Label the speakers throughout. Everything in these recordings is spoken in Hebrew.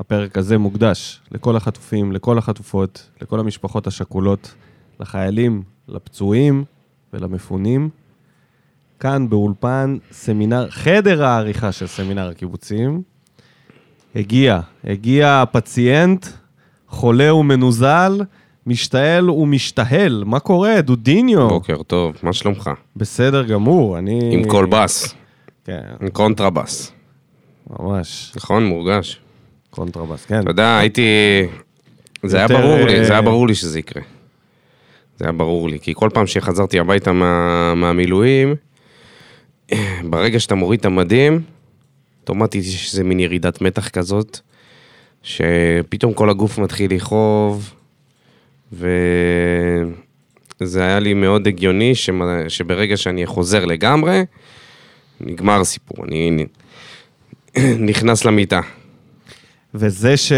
Speaker 1: הפרק הזה מוקדש לכל החטופים, לכל החטופות, לכל המשפחות השכולות, לחיילים, לפצועים ולמפונים. כאן באולפן סמינר, חדר העריכה של סמינר הקיבוצים. הגיע, הגיע הפציינט, חולה ומנוזל, משתעל ומשתהל. מה קורה, דודיניו?
Speaker 2: בוקר טוב, מה שלומך?
Speaker 1: בסדר גמור, אני...
Speaker 2: אוקיי. עם קולבאס,
Speaker 1: כן,
Speaker 2: עם קונטרבאס.
Speaker 1: ממש,
Speaker 2: נכון, מורגש.
Speaker 1: קונטרבאס, כן.
Speaker 2: אתה יודע, הייתי... זה היה
Speaker 1: יותר,
Speaker 2: ברור
Speaker 1: אה,
Speaker 2: לי, זה היה ברור לי שזה יקרה. זה היה ברור לי, כי כל פעם שחזרתי הביתה מה- מהמילואים, ברגע שאתה מוריד את המדים, אוטומטית יש איזה מין ירידת מתח כזאת, שפתאום כל הגוף מתחיל לכאוב, וזה היה לי מאוד הגיוני שמה- שברגע שאני חוזר לגמרי, נגמר הסיפור, אני נ- נכנס למיטה.
Speaker 1: וזה ש...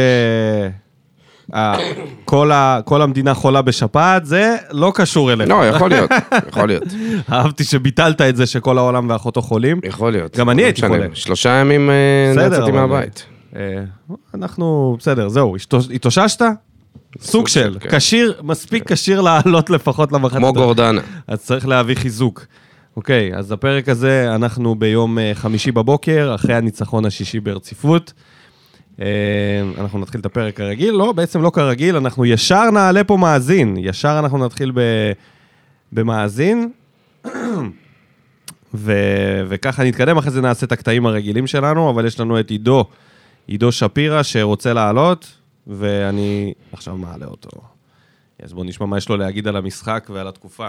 Speaker 1: אה, כל, ה... כל המדינה חולה בשפעת, זה לא קשור אליך.
Speaker 2: לא, יכול להיות, יכול להיות.
Speaker 1: אהבתי שביטלת את זה שכל העולם ואחותו חולים.
Speaker 2: יכול להיות.
Speaker 1: גם אני
Speaker 2: לא
Speaker 1: הייתי
Speaker 2: משנה.
Speaker 1: חולה.
Speaker 2: שלושה ימים אה,
Speaker 1: בסדר,
Speaker 2: יצאתי
Speaker 1: אבל-
Speaker 2: מהבית.
Speaker 1: אה, אנחנו, בסדר, זהו, התאוש- התאוששת? סוג של,
Speaker 2: של, כן.
Speaker 1: כשיר, מספיק כשיר לעלות לפחות למחצית.
Speaker 2: כמו גורדנה.
Speaker 1: אז צריך להביא חיזוק. אוקיי, אז הפרק הזה, אנחנו ביום אה, חמישי בבוקר, אחרי הניצחון השישי ברציפות. אה, אנחנו נתחיל את הפרק כרגיל, לא, בעצם לא כרגיל, אנחנו ישר נעלה פה מאזין. ישר אנחנו נתחיל ב, במאזין, ו, וככה נתקדם, אחרי זה נעשה את הקטעים הרגילים שלנו, אבל יש לנו את עידו, עידו שפירא, שרוצה לעלות, ואני עכשיו מעלה אותו. אז בואו נשמע מה יש לו להגיד על המשחק ועל התקופה.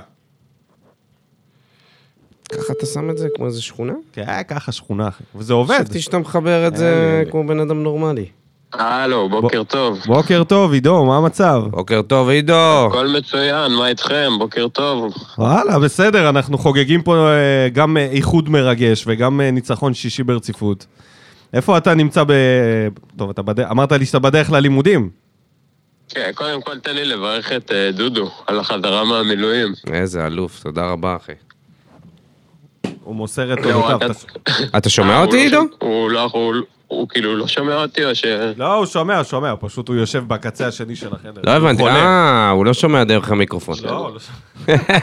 Speaker 2: ככה אתה שם את זה כמו איזה שכונה?
Speaker 1: כן, ככה שכונה, אחי. וזה עובד. אה,
Speaker 2: חשבתי שאתה מחבר את
Speaker 1: אין
Speaker 2: זה
Speaker 1: לי.
Speaker 2: כמו בן אדם נורמלי.
Speaker 3: הלו, בוקר טוב.
Speaker 1: בוקר טוב, עידו, מה המצב?
Speaker 2: בוקר טוב, עידו.
Speaker 3: הכל מצוין, מה איתכם? בוקר טוב.
Speaker 1: וואלה, בסדר, אנחנו חוגגים פה אה, גם אה, איחוד מרגש וגם אה, ניצחון שישי ברציפות. איפה אתה נמצא ב... טוב, אתה בדרך... אמרת לי שאתה בדרך ללימודים.
Speaker 3: כן, קודם כל תן לי לברך את אה, דודו על החזרה מהמילואים.
Speaker 2: איזה אלוף, תודה רבה, אחי.
Speaker 1: הוא מוסר את
Speaker 2: לא,
Speaker 3: זהו,
Speaker 1: תודותיו.
Speaker 3: אתה-
Speaker 1: אתה-
Speaker 2: אתה
Speaker 3: אה,
Speaker 2: שומע
Speaker 3: הוא
Speaker 2: אותי,
Speaker 3: לא
Speaker 2: עידו?
Speaker 3: ש- הוא לא, הוא- הוא כאילו לא שומע אותי או ש...
Speaker 1: לא, הוא שומע, הוא שומע, פשוט הוא יושב בקצה השני של החדר. הוא
Speaker 2: לא הבנתי.
Speaker 1: חולם.
Speaker 2: אה, הוא לא שומע דרך המיקרופון.
Speaker 1: לא, הוא לא שומע.
Speaker 3: אה,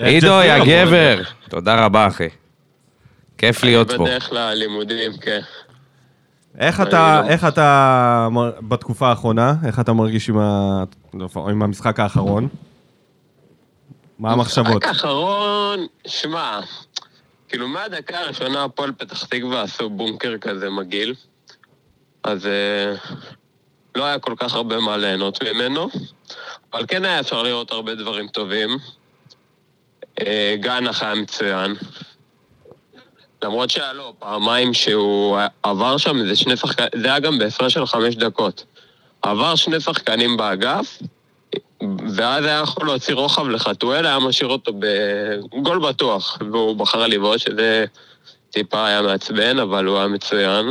Speaker 1: אה,
Speaker 2: עידו, יא
Speaker 1: ג'פרי,
Speaker 2: גבר. תודה רבה, אחי. כיף להיות פה.
Speaker 3: בדרך ללימודים, כן.
Speaker 1: איך אתה,
Speaker 3: אני לא-
Speaker 1: איך אתה מר- בתקופה האחרונה, איך אתה מרגיש עם, ה... עם המשחק האחרון? מה
Speaker 2: אה,
Speaker 1: המחשבות?
Speaker 3: רק אחרון, שמע, כאילו מהדקה הראשונה הפועל פתח תקווה עשו בונקר כזה מגעיל, אז אה, לא היה כל כך הרבה מה ליהנות ממנו, אבל כן היה אפשר לראות הרבה דברים טובים. אה, גנח היה מצוין. למרות שהיה לו פעמיים שהוא עבר שם איזה שני שחקנים, זה היה גם בהפרש של חמש דקות. עבר שני שחקנים באגף, ואז היה יכול להוציא רוחב לחתואל, היה משאיר אותו בגול בטוח, והוא בחר לבעוט שזה טיפה היה מעצבן, אבל הוא היה מצוין.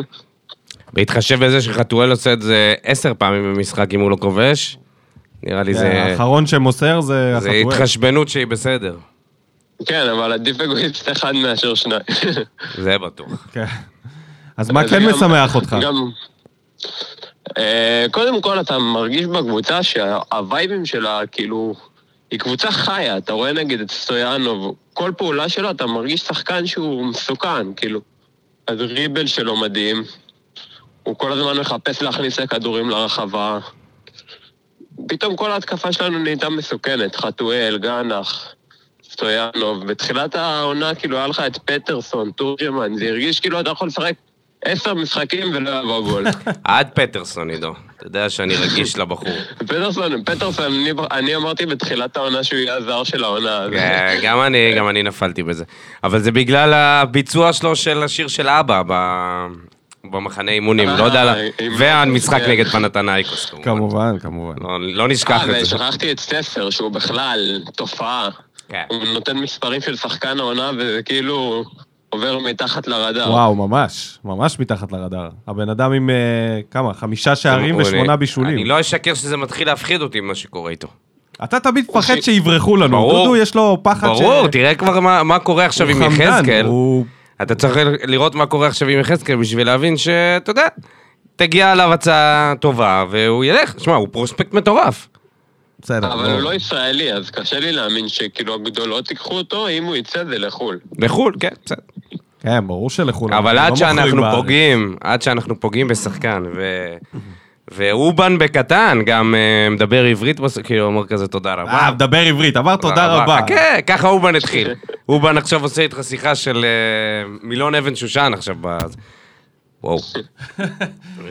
Speaker 2: בהתחשב בזה שחתואל עושה את זה עשר פעמים במשחק אם הוא לא כובש, נראה לי זה...
Speaker 1: האחרון שמוסר זה
Speaker 2: אה, זה
Speaker 1: החתואל.
Speaker 2: התחשבנות שהיא בסדר.
Speaker 3: כן, אבל עדיף אגואיסט אחד מאשר שניים.
Speaker 2: זה בטוח.
Speaker 1: כן. אז מה
Speaker 3: זה
Speaker 1: כן
Speaker 3: גם-
Speaker 1: משמח אותך?
Speaker 3: גם... אה, קודם כל, אתה מרגיש בקבוצה שהווייבים שלה, כאילו, היא קבוצה חיה. אתה רואה נגיד את סטויאנוב, כל פעולה שלו, אתה מרגיש שחקן שהוא מסוכן, כאילו. הדריבל שלו מדהים. הוא כל הזמן מחפש להכניס לכדורים לרחבה. פתאום כל ההתקפה שלנו נהייתה מסוכנת. חתואל, גנח, סטויאנוב. בתחילת העונה, כאילו, היה לך את פטרסון, תורג'מן. זה הרגיש כאילו אתה יכול לשחק עשר משחקים ולא יבוא גול.
Speaker 2: עד פטרסון, עידו. אתה יודע שאני רגיש לבחור.
Speaker 3: פטרסון, פטרסון, אני, אני אמרתי בתחילת העונה שהוא יהיה הזר של העונה. אה, אז-
Speaker 2: כן, גם אני, גם אני נפלתי בזה. אבל זה בגלל הביצוע שלו של השיר של אבא ב- במחנה אימונים, לא יודע, לה-
Speaker 3: אימונים,
Speaker 2: והמשחק
Speaker 3: כן.
Speaker 2: נגד פנתנאיקוס, כמובן.
Speaker 1: כמובן, כמובן.
Speaker 2: לא- לא נשכח
Speaker 3: אה,
Speaker 2: את זה.
Speaker 3: ושכחתי את סטפר, שהוא בכלל תופעה.
Speaker 2: כן.
Speaker 3: הוא נותן מספרים של שחקן העונה, וזה כאילו עובר מתחת לרדאר.
Speaker 1: וואו, ממש, ממש מתחת לרדאר. הבן אדם עם אה, כמה? חמישה שערים
Speaker 2: הוא-
Speaker 1: ושמונה
Speaker 2: אני-
Speaker 1: בישולים.
Speaker 2: אני לא אשקר שזה מתחיל להפחיד אותי מה שקורה איתו.
Speaker 1: אתה תמיד מפחד
Speaker 3: הוא ש-
Speaker 1: שיברחו לנו.
Speaker 2: ברור.
Speaker 1: דודו, יש לו פחד ש...
Speaker 2: ברור, תראה כבר מה- מה קורה עכשיו
Speaker 1: הוא
Speaker 2: עם
Speaker 1: חמדן,
Speaker 2: יחזקאל.
Speaker 1: הוא-
Speaker 2: אתה צריך לראות מה קורה עכשיו עם יחזקאל בשביל להבין שאתה יודע, תגיע עליו הצעה טובה, והוא ילך. שמע, הוא פרוספקט מטורף.
Speaker 1: בסדר.
Speaker 3: אבל הוא לא ישראלי, אז קשה לי להאמין שכאילו הגדולות ייקחו אותו, אם הוא יצא זה לחו"ל.
Speaker 2: לחו"ל, כן, בסדר.
Speaker 1: כן, ברור שלכולם.
Speaker 2: אבל
Speaker 1: לא
Speaker 2: עד
Speaker 1: מוכרים
Speaker 2: שאנחנו
Speaker 1: בארץ.
Speaker 2: פוגעים, עד שאנחנו פוגעים בשחקן, ו... ואובן בקטן גם אה, מדבר עברית, בס- כאילו אומר כזה תודה רבה.
Speaker 1: אה, מדבר עברית, אמר תודה רבה.
Speaker 2: כן, ככה אובן התחיל. אובן עכשיו עושה איתך שיחה של אה, מילון אבן שושן עכשיו. ב- וואו.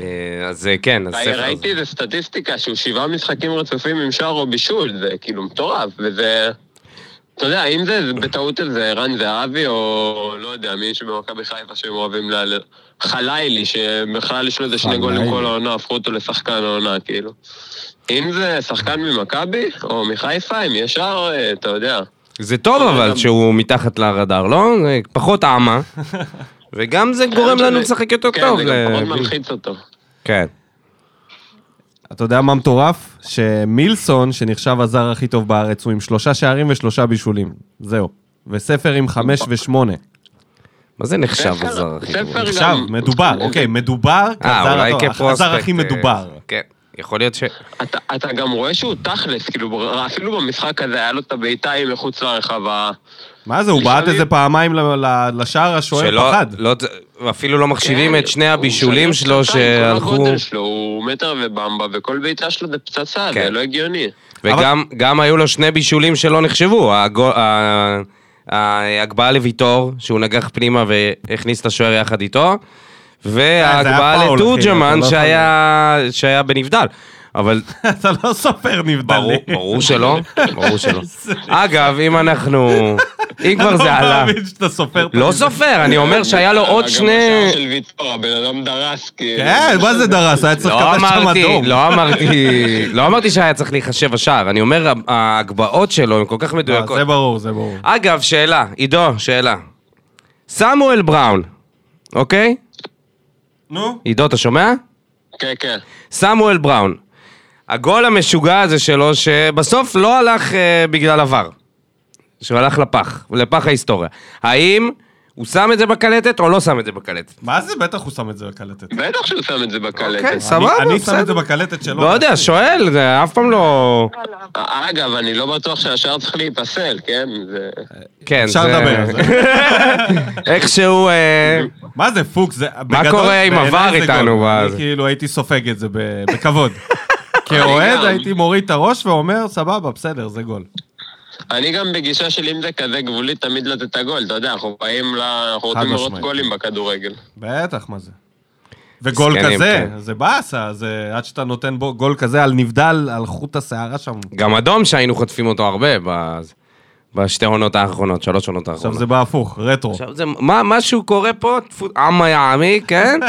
Speaker 2: אה, אז אה, כן, אז
Speaker 3: ראי-
Speaker 2: ספר.
Speaker 3: ראיתי איזה סטטיסטיקה שהוא שבעה משחקים רצופים עם שער או בישול, זה כאילו מטורף, וזה... אתה יודע, אם זה זה בטעות איזה ערן זהבי, או לא יודע, מי שבמכבי חיפה שהם אוהבים ל... חלילי, שבכלל יש לו איזה שני
Speaker 1: חלילי.
Speaker 3: גולים כל העונה, הפכו אותו לשחקן העונה, כאילו. אם זה שחקן ממכבי, או מחיפה, אם יש שער, אה, אתה יודע.
Speaker 2: זה
Speaker 3: כן,
Speaker 2: טוב אבל שהוא מתחת לרדאר, לא? זה פחות אמה. וגם זה גורם לנו לשחק יותר טוב. אה,
Speaker 3: כן, זה
Speaker 2: ל-
Speaker 3: גם פחות מלחיץ אותו.
Speaker 2: כן.
Speaker 1: אתה יודע מה מטורף? שמילסון, שנחשב הזר הכי טוב בארץ, הוא עם שלושה שערים ושלושה בישולים. זהו. וספר עם חמש ושמונה.
Speaker 2: מה זה נחשב
Speaker 3: ספר-
Speaker 2: הזר הכי טוב?
Speaker 3: ספר
Speaker 1: עכשיו,
Speaker 3: גם-
Speaker 1: מדובר, אוקיי, מדובר
Speaker 2: אה,
Speaker 1: כזר
Speaker 2: אולי
Speaker 1: הטוב,
Speaker 2: כפרוספקט.
Speaker 1: הזר הכי
Speaker 2: אה,
Speaker 1: מדובר.
Speaker 2: כן, יכול להיות ש...
Speaker 3: אתה, אתה גם רואה שהוא תכלס, כאילו, אפילו במשחק הזה היה לו את הבעיטה מחוץ לרחבה.
Speaker 1: מה זה, הוא
Speaker 3: לפעמים-
Speaker 1: בעט איזה פעמיים ל- ל- לשער השוער
Speaker 2: שלא,
Speaker 1: פחד.
Speaker 2: לא, אפילו לא מחשיבים
Speaker 3: כן,
Speaker 2: את שני
Speaker 3: הוא
Speaker 2: הבישולים
Speaker 3: שלוש
Speaker 2: שלו
Speaker 3: שתיים, כל
Speaker 2: שהלכו...
Speaker 3: הגודל שלו הוא מטר ובמבה, וכל בעיטה שלו זה פצצה,
Speaker 2: כן.
Speaker 3: זה לא הגיוני.
Speaker 2: וגם גם היו לו שני בישולים שלא נחשבו. הגו- ה- ההגבהה לוויטור, שהוא נגח פנימה והכניס את השוער יחד איתו,
Speaker 1: היה
Speaker 2: וההגבהה
Speaker 1: פאול, אחי,
Speaker 2: לתורג'מן
Speaker 1: אתה לא
Speaker 2: שהיה שהיה בנבדל. אבל
Speaker 1: אתה לא סופר נבדלים.
Speaker 2: ברור, ברור שלא, ברור שלא. אגב, אם אנחנו... אם כבר זה
Speaker 1: אני
Speaker 2: עלה...
Speaker 1: לא מאמין שאתה סופר. את
Speaker 2: לא
Speaker 1: הנבדלים.
Speaker 2: סופר, אני אומר שהיה לו עוד
Speaker 3: גם
Speaker 2: שני...
Speaker 3: השער של ויטור, הבן אדם דרס, כאילו.
Speaker 1: כן, מה זה דרס? היה צריך
Speaker 2: לא
Speaker 1: לקבל שם
Speaker 2: אמרתי,
Speaker 1: אדום.
Speaker 2: לא אמרתי, לא אמרתי שהיה צריך להיחשב השער, אני אומר, ההגבהות שלו הן כל כך
Speaker 1: אה,
Speaker 2: מדויקות.
Speaker 1: זה ברור, זה ברור.
Speaker 2: אגב, שאלה, עידו, שאלה. סמואל בראון, אוקיי?
Speaker 1: נו.
Speaker 2: עידו, אתה שומע?
Speaker 3: כן, כן.
Speaker 2: סמואל בראון. הגול המשוגע הזה שלו, שבסוף לא הלך אה, בגלל עבר. שהוא הלך לפח, לפח ההיסטוריה. האם הוא שם את זה בקלטת או לא שם את זה בקלטת?
Speaker 1: מה זה? בטח הוא שם את זה בקלטת.
Speaker 3: בטח שהוא שם את זה בקלטת.
Speaker 2: אוקיי, סבבה,
Speaker 1: אני- אני שם את זה
Speaker 2: בסדר.
Speaker 1: בקלטת שלו.
Speaker 2: לא יודע, שואל, זה אף פעם לא...
Speaker 3: אגב, אני לא בטוח שהשער צריך להיפסל, כן? זה...
Speaker 2: כן,
Speaker 1: אפשר
Speaker 2: זה-
Speaker 1: לדבר על זה.
Speaker 2: איכשהו... אה,
Speaker 1: מה זה פוקס? זה- בגדול,
Speaker 2: קורה עם
Speaker 1: בעיניי
Speaker 2: עבר
Speaker 1: זה
Speaker 2: איתנו
Speaker 1: גול.
Speaker 2: ואז?
Speaker 1: אני כאילו הייתי סופג את זה ב- בכבוד. כאוהד
Speaker 3: גם.
Speaker 1: הייתי מוריד את הראש ואומר, סבבה, בסדר, זה גול.
Speaker 3: אני גם בגישה של אם זה כזה גבולי, תמיד לתת את הגול, אתה יודע, אנחנו באים ל... אנחנו רוצים לראות
Speaker 1: משמעית.
Speaker 3: גולים בכדורגל.
Speaker 1: בטח, מה זה. וגול
Speaker 2: מסכנים,
Speaker 1: כזה,
Speaker 2: כן.
Speaker 1: זה באסה, זה עד שאתה נותן בו גול כזה על נבדל, על חוט השערה שם.
Speaker 2: גם אדום שהיינו חוטפים אותו הרבה ב- בשתי עונות האחרונות, שלוש עונות
Speaker 1: עכשיו
Speaker 2: האחרונות.
Speaker 1: זה בא הפוך, רטרו.
Speaker 2: עכשיו זה... מה, משהו קורה פה, טפו, עמא יא עמי, כן?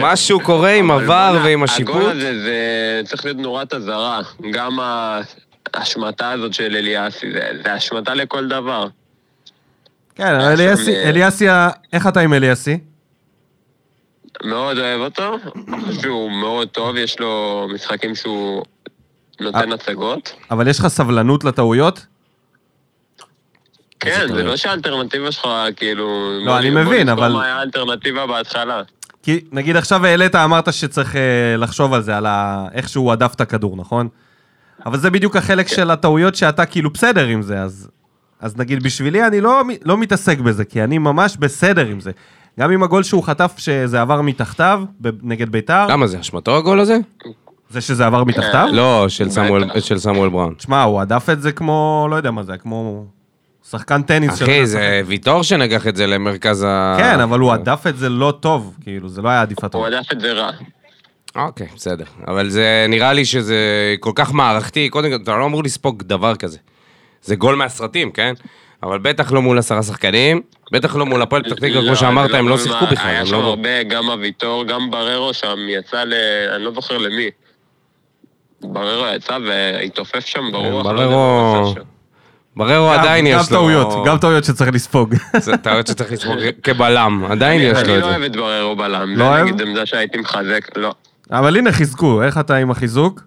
Speaker 2: משהו קורה עם עבר ועם
Speaker 3: הגול
Speaker 2: השיפוט.
Speaker 3: הזה זה צריך להיות נורת אזהרה. גם ההשמטה הזאת של אליאסי, זה, זה השמטה לכל דבר.
Speaker 1: כן, אבל אליאסי,
Speaker 3: אה,
Speaker 1: אליאסי, ה- איך אתה עם אליאסי?
Speaker 3: מאוד אוהב אותו, אני חושב שהוא מאוד טוב, יש לו משחקים שהוא נותן
Speaker 1: אה,
Speaker 3: הצגות.
Speaker 1: אבל יש לך סבלנות לטעויות?
Speaker 3: כן, זה לא שהאלטרנטיבה שלך, כאילו...
Speaker 1: לא,
Speaker 3: בוא
Speaker 1: אני
Speaker 3: נ- בוא
Speaker 1: מבין,
Speaker 3: נזכור
Speaker 1: אבל-
Speaker 3: מה היה האלטרנטיבה בהתחלה.
Speaker 1: כי נגיד עכשיו העלית, אמרת שצריך אה, לחשוב על זה, על ה... איך שהוא הדף את הכדור, נכון? אבל זה בדיוק החלק של הטעויות שאתה כאילו בסדר עם זה, אז, אז נגיד בשבילי אני לא, מ- לא מתעסק בזה, כי אני ממש בסדר עם זה. גם עם הגול שהוא חטף, שזה עבר מתחתיו, ב- נגד ביתר,
Speaker 2: למה זה אשמתו הגול הזה?
Speaker 1: זה שזה עבר מתחתיו,
Speaker 2: לא, של סמואל- של סמואל בראון.
Speaker 1: תשמע, הוא הדף את זה כמו, לא יודע מה זה, כמו שחקן טניס.
Speaker 2: אחי,
Speaker 1: שאתה-
Speaker 2: זה אה. ויטור שנגח את זה למרכז ה...
Speaker 1: כן, אבל הוא הדף את זה לא טוב, כאילו, זה לא היה עדיפה
Speaker 3: הוא
Speaker 1: טובה.
Speaker 3: הדף את זה רע.
Speaker 2: אוקיי, בסדר. אבל זה נראה לי שזה כל כך מערכתי, קודם כל, אתה לא אמור לספוג דבר כזה. זה גול מהסרטים, כן? אבל בטח לא מול עשרה שחקנים, בטח לא מול הפועל פתח תקווה,
Speaker 3: זה
Speaker 2: כמו שאמרת, הם לא
Speaker 3: כל
Speaker 2: שיחקו
Speaker 3: מה-
Speaker 2: בכלל.
Speaker 3: היה
Speaker 2: הם
Speaker 3: שם
Speaker 2: לא-
Speaker 3: הרבה, גם אביטור, גם בררו שם יצא ל... אני לא זוכר למי. בררו יצא והתעופף שם ברוח. לא יודע מה
Speaker 2: בררו-
Speaker 3: עשה שם.
Speaker 2: בררו
Speaker 1: גם-
Speaker 2: עדיין יש לו...
Speaker 1: גם טעויות, גם טעויות שצריך לספוג.
Speaker 2: זה טעויות שצריך לסמוך כבלם, עדיין יש
Speaker 3: אני
Speaker 2: לו את
Speaker 3: לא
Speaker 2: זה.
Speaker 3: אוהב את בררו בלם.
Speaker 1: לא
Speaker 3: זה
Speaker 1: אוהב?
Speaker 3: נגיד עמדה שהייתי מחזק, לא.
Speaker 1: אבל הנה, חיזקו, איך אתה עם החיזוק?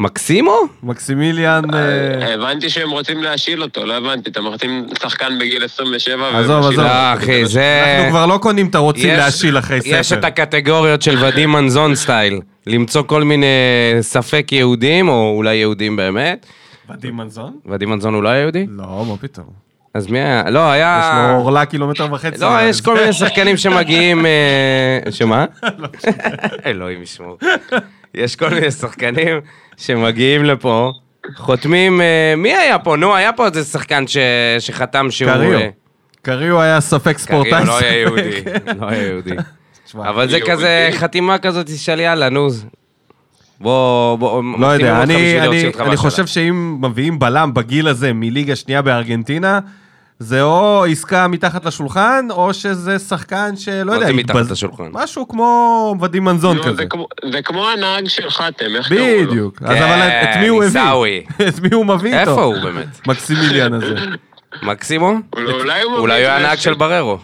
Speaker 2: מקסימו?
Speaker 1: מקסימיליאן... אה,
Speaker 3: הבנתי שהם רוצים להשיל אותו, לא הבנתי. אתם מחתים שחקן בגיל 27
Speaker 1: עזוב, עזוב.
Speaker 3: ומשיל אותו.
Speaker 2: לא, אחי, זה...
Speaker 1: אנחנו כבר לא קונים את הרוצים
Speaker 2: יש-
Speaker 1: להשיל אחרי ספר.
Speaker 2: יש את הקטגוריות של ודים מנזון סטייל. למצוא כל מיני ספק יהודים, או אולי יהודים באמת.
Speaker 1: ודים מנזון?
Speaker 2: ודים מנזון הוא לא היה יהודי?
Speaker 1: לא, מה פתאום.
Speaker 2: אז מי היה? לא,
Speaker 1: יש
Speaker 2: היה...
Speaker 1: לו עורלה קילומטר וחצי.
Speaker 2: לא,
Speaker 1: נראה לי.
Speaker 2: יש כל מיני שחקנים שמגיעים... אה, שמה?
Speaker 1: לא
Speaker 2: אלוהים ישמור. יש כל מיני שחקנים שמגיעים לפה, חותמים... אה, מי היה פה? נו, היה פה איזה שחקן ש- שחתם שהוא...
Speaker 1: קריו.
Speaker 2: אה,
Speaker 1: קריו היה ספק ספורטאי.
Speaker 2: קריו לא היה
Speaker 1: ספק.
Speaker 2: יהודי. לא היה יהודי.
Speaker 1: תשמע,
Speaker 2: אבל זה
Speaker 3: יהודי.
Speaker 2: כזה חתימה כזאת של יאללה, נו. זה- בוא,
Speaker 1: לא
Speaker 2: בוא, מחתימים
Speaker 1: יודע,
Speaker 2: אותך בשביל
Speaker 1: אני,
Speaker 2: להוציא
Speaker 1: אני,
Speaker 2: אותך
Speaker 1: אני
Speaker 2: מהשלב.
Speaker 1: חושב שאם מביאים בלם בגיל הזה מליגה שנייה בארגנטינה, זה או עסקה מתחת לשולחן, או שזה שחקן שלא
Speaker 2: מה
Speaker 1: יודע,
Speaker 2: זה מתחת לשולחן?
Speaker 1: משהו כמו ודים מנזון
Speaker 3: נו,
Speaker 1: כזה.
Speaker 3: זה כמו- זה כמו הנהג של חתם, איך קראו לו?
Speaker 1: בדיוק. אז אבל את מי הוא
Speaker 2: כן, עיסאווי.
Speaker 1: הביא? את מי הוא מביא איתו?
Speaker 2: איפה הוא באמת?
Speaker 1: מקסימיליאן הזה.
Speaker 2: מקסימו?
Speaker 3: אולי הוא...
Speaker 2: אולי הוא
Speaker 3: מביא
Speaker 2: היה הנהג
Speaker 3: נשק.
Speaker 2: של בררו.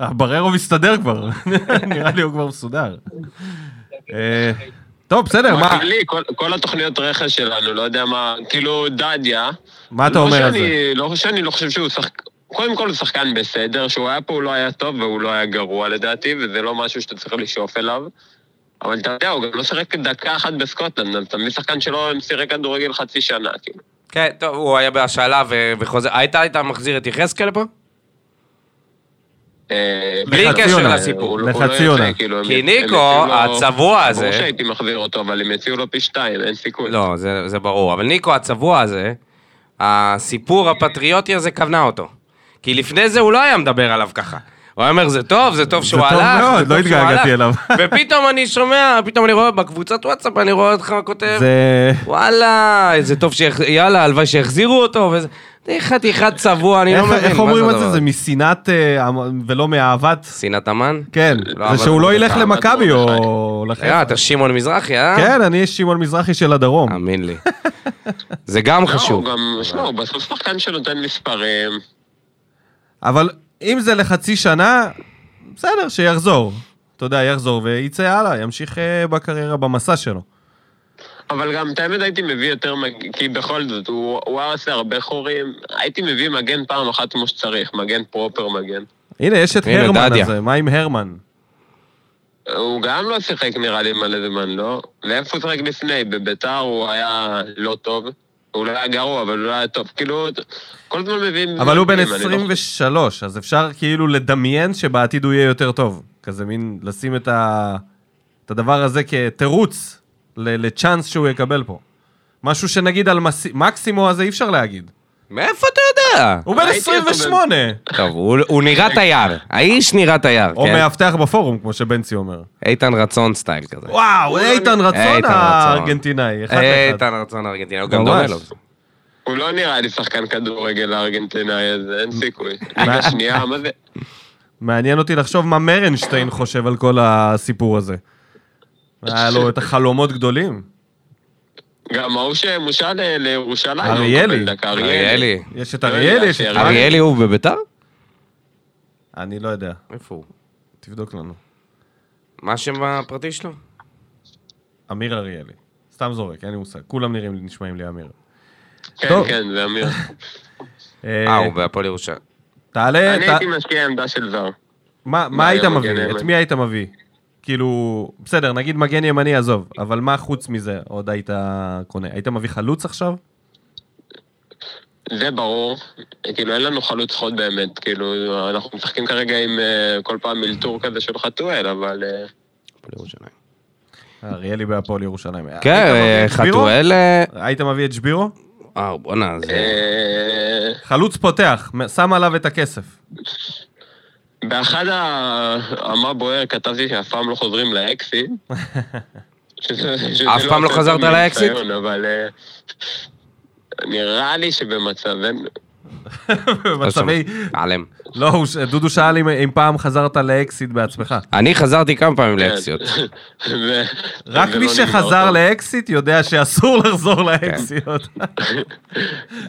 Speaker 1: אה, בררו מסתדר כבר, נראה לי הוא כבר מסודר. אה, טוב, בסדר, מה-
Speaker 3: לי, כל- כל התוכניות רכש שלנו, לא יודע מה, כאילו דדיה.
Speaker 1: מה אתה
Speaker 3: לא
Speaker 1: אומר על
Speaker 3: שאני-
Speaker 1: זה?
Speaker 3: לא שאני לא חושב שהוא שחק... קודם כל הוא שחקן בסדר, שהוא היה פה הוא לא היה טוב והוא לא היה גרוע לדעתי, וזה לא משהו שאתה צריך לשאוף אליו. אבל אתה יודע, הוא גם לא שיחק דקה אחת בסקוטלנד, אז אתה מבין שחקן שלא שיחק כדורגל חצי שנה, כאילו.
Speaker 2: כן, טוב, הוא היה בהשאלה ו- וחוזר. היית, היית מחזיר את יחזקאל לפה?
Speaker 3: אה,
Speaker 2: בלי
Speaker 3: בחצי
Speaker 2: קשר
Speaker 3: עונה.
Speaker 2: לסיפור.
Speaker 3: הוא לא- הוא
Speaker 1: לחצי
Speaker 3: לא יוצא,
Speaker 1: עונה.
Speaker 3: כאילו, הם-
Speaker 2: כי
Speaker 3: הם
Speaker 2: ניקו,
Speaker 3: יציעו לו-
Speaker 2: הצבוע הזה-
Speaker 3: ברור שהייתי מחזיר אותו, אבל הם יציעו לו פי שתיים, אין סיכוי.
Speaker 2: לא, זה, זה ברור. אבל ניקו הצבוע הזה, הסיפור הפטריוטי הזה כוונה אותו. כי לפני זה הוא לא היה מדבר עליו ככה. הוא היה אומר, זה טוב, זה טוב שהוא
Speaker 1: טוב
Speaker 2: הלך.
Speaker 1: מאוד,
Speaker 2: זה
Speaker 1: לא
Speaker 2: טוב שהוא
Speaker 1: התגעגעתי
Speaker 2: הלך."
Speaker 1: אליו.
Speaker 2: ופתאום אני שומע, פתאום אני רואה בקבוצת וואטסאפ, אני רואה אותך כותב,
Speaker 1: זה...
Speaker 2: וואלה, איזה טוב שיח... יאללה, הלוואי שיחזירו אותו, וזה... זה חתיכת צבוע, אני לא
Speaker 1: איך-
Speaker 2: מבין.
Speaker 1: איך
Speaker 2: מה
Speaker 1: אומרים את
Speaker 2: הדבר
Speaker 1: זה?
Speaker 2: הזה?
Speaker 1: זה משנאת אה, המ- ולא מאהבת?
Speaker 2: שנאת המן?
Speaker 1: כן,
Speaker 2: לא, אבל
Speaker 1: זה שהוא
Speaker 2: הוא
Speaker 1: לא ילך
Speaker 2: בכלל
Speaker 1: למכבי
Speaker 3: לא
Speaker 1: או
Speaker 2: אה,
Speaker 1: לחיפה.
Speaker 2: אתה שמעון מזרחי, אה?
Speaker 1: כן, אני שמעון מזרחי של הדרום.
Speaker 2: תאמין לי. זה גם
Speaker 3: לא, הוא
Speaker 2: חשוב.
Speaker 3: גם, שמע, הוא בסוף שחקן שנותן מספרים.
Speaker 1: אבל אם זה לחצי שנה, בסדר, שיחזור. אתה יודע, יחזור וייצא הלאה, ימשיך אה, בקריירה, במסע שלו.
Speaker 3: אבל גם, את האמת, הייתי מביא יותר, מג- כי בכל זאת, הוא הוא היה עושה הרבה חורים. הייתי מביא מגן פעם אחת כמו שצריך, מגן פרופר מגן.
Speaker 1: הנה, יש את
Speaker 2: הנה,
Speaker 1: הרמן
Speaker 2: דדיה.
Speaker 1: הזה, מה עם הרמן?
Speaker 3: הוא גם לא שיחק נראה לי מלא זמן, לא? לאיפה הוא שיחק לפני? בביתר הוא היה לא טוב. הוא לא היה גרוע, אבל הוא לא היה טוב. כאילו, כל הזמן מביאים...
Speaker 1: אבל הוא בן
Speaker 3: אני לא-
Speaker 1: 23, אז אפשר כאילו לדמיין שבעתיד הוא יהיה יותר טוב. כזה מין לשים את, ה... את הדבר הזה כתירוץ ל- לצ'אנס שהוא יקבל פה. משהו שנגיד על מס... מקסימו הזה אי אפשר להגיד.
Speaker 2: מאיפה אתה יודע?
Speaker 1: הוא בן
Speaker 3: ראיתי אותו בן-
Speaker 1: 28,
Speaker 2: טוב, הוא- הוא נראה תייר. האיש נראה תייר,
Speaker 1: או
Speaker 2: כן.
Speaker 1: מאבטח בפורום, כמו שבנצי אומר.
Speaker 2: איתן רצון סטייל כזה.
Speaker 1: וואו, איתן רצון
Speaker 2: איתן רצון.
Speaker 1: הארגנטינאי, אחד לאחד.
Speaker 2: איתן רצון ארגנטינה, הוא גם דומה
Speaker 1: ממש.
Speaker 2: לו.
Speaker 3: הוא לא נראה לי שחקן כדורגל הארגנטינאי הזה, אין סיכוי. רגע, שנייה, מה זה?
Speaker 1: מעניין אותי לחשוב מה מרנשטיין חושב על כל הסיפור הזה. היה לו את החלומות גדולים.
Speaker 3: גם ההוא שמושל ל- לירושלים. הוא
Speaker 1: אריאלי.
Speaker 3: מקבל דקה,
Speaker 2: אריאלי.
Speaker 1: יש את
Speaker 3: לא
Speaker 1: אריאל,
Speaker 3: יודע,
Speaker 1: יש את...
Speaker 3: שאריאל-
Speaker 2: אריאלי הוא בביתר?
Speaker 1: אני לא יודע,
Speaker 2: איפה הוא?
Speaker 1: תבדוק לנו.
Speaker 2: מה השם הפרטי שלו?
Speaker 1: אה, אמיר אריאלי. סתם זורק, אין לי מושג. כולם נראים לי, נשמעים לי אמיר.
Speaker 3: כן,
Speaker 1: טוב.
Speaker 3: כן, זה אמיר.
Speaker 1: אה,
Speaker 2: אה, הוא בהפועל ירושלים.
Speaker 1: תעלה,
Speaker 3: אני
Speaker 1: ת-
Speaker 3: הייתי משקיע עמדה של זר.
Speaker 1: מה מה
Speaker 3: היה
Speaker 1: היית
Speaker 3: מגן
Speaker 1: מביא?
Speaker 3: ימני.
Speaker 1: את מי היית מביא? כאילו, בסדר, נגיד מגן ימני, עזוב, אבל מה חוץ מזה עוד היית קונה? היית מביא חלוץ עכשיו?
Speaker 3: זה ברור. כאילו, אין לנו חלוץ חוד באמת. כאילו, אנחנו משחקים כרגע עם אה, כל פעם אלתור כזה של חתואל, אבל... אה,
Speaker 2: הפועל ירושלים.
Speaker 1: אריאלי בהפועל ירושלים. היית
Speaker 2: כן,
Speaker 1: מביא
Speaker 2: אה,
Speaker 1: את שבירו?
Speaker 2: חתואל... אה,
Speaker 1: היית מביא את שבירו?
Speaker 2: אה, בואנה, זה...
Speaker 3: אה,
Speaker 1: חלוץ פותח, מ- שם עליו את הכסף.
Speaker 3: באחד ה- המה בוער כתבתי שאף פעם לא חוזרים לאקסיט. שזה- שזה
Speaker 2: אף פעם לא
Speaker 3: הכל טוב
Speaker 2: חזרת
Speaker 3: מניסיון,
Speaker 2: לאקסיט?
Speaker 3: אבל אה, נראה לי שבמצבנו...
Speaker 1: במצבי...
Speaker 2: תעלם.
Speaker 1: לא, הוא ש- דודו שאל אם- אם פעם חזרת לאקסיט בעצמך.
Speaker 2: אני חזרתי כמה פעמים לאקסיות.
Speaker 3: זה-
Speaker 1: רק
Speaker 3: זה
Speaker 1: מי
Speaker 3: לא
Speaker 1: שחזר
Speaker 3: נגמר טוב.
Speaker 1: לאקסיט יודע שאסור לחזור לאקסיט.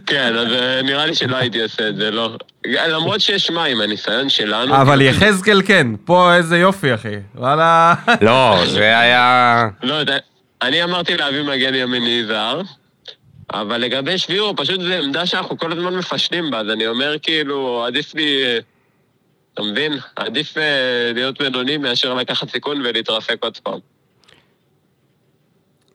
Speaker 3: כן, אז אה, נראה לי שלא הייתי עושה את זה, לא. למרות שיש מים, הניסיון שלנו... כאילו,
Speaker 1: אבל יחזקאל כן, פה איזה יופי אחי. וואלה,
Speaker 2: לא, זה היה...
Speaker 3: לא, אתה- אני אמרתי להביא מגן ימיני זר, אבל לגבי שבירו, פשוט זו עמדה שאנחנו כל הזמן מפשלים בה, אז אני אומר כאילו, עדיף לי... אה, אתה מבין? עדיף אה, להיות בינוני מאשר לקחת סיכון ולהתרסק עוד פעם.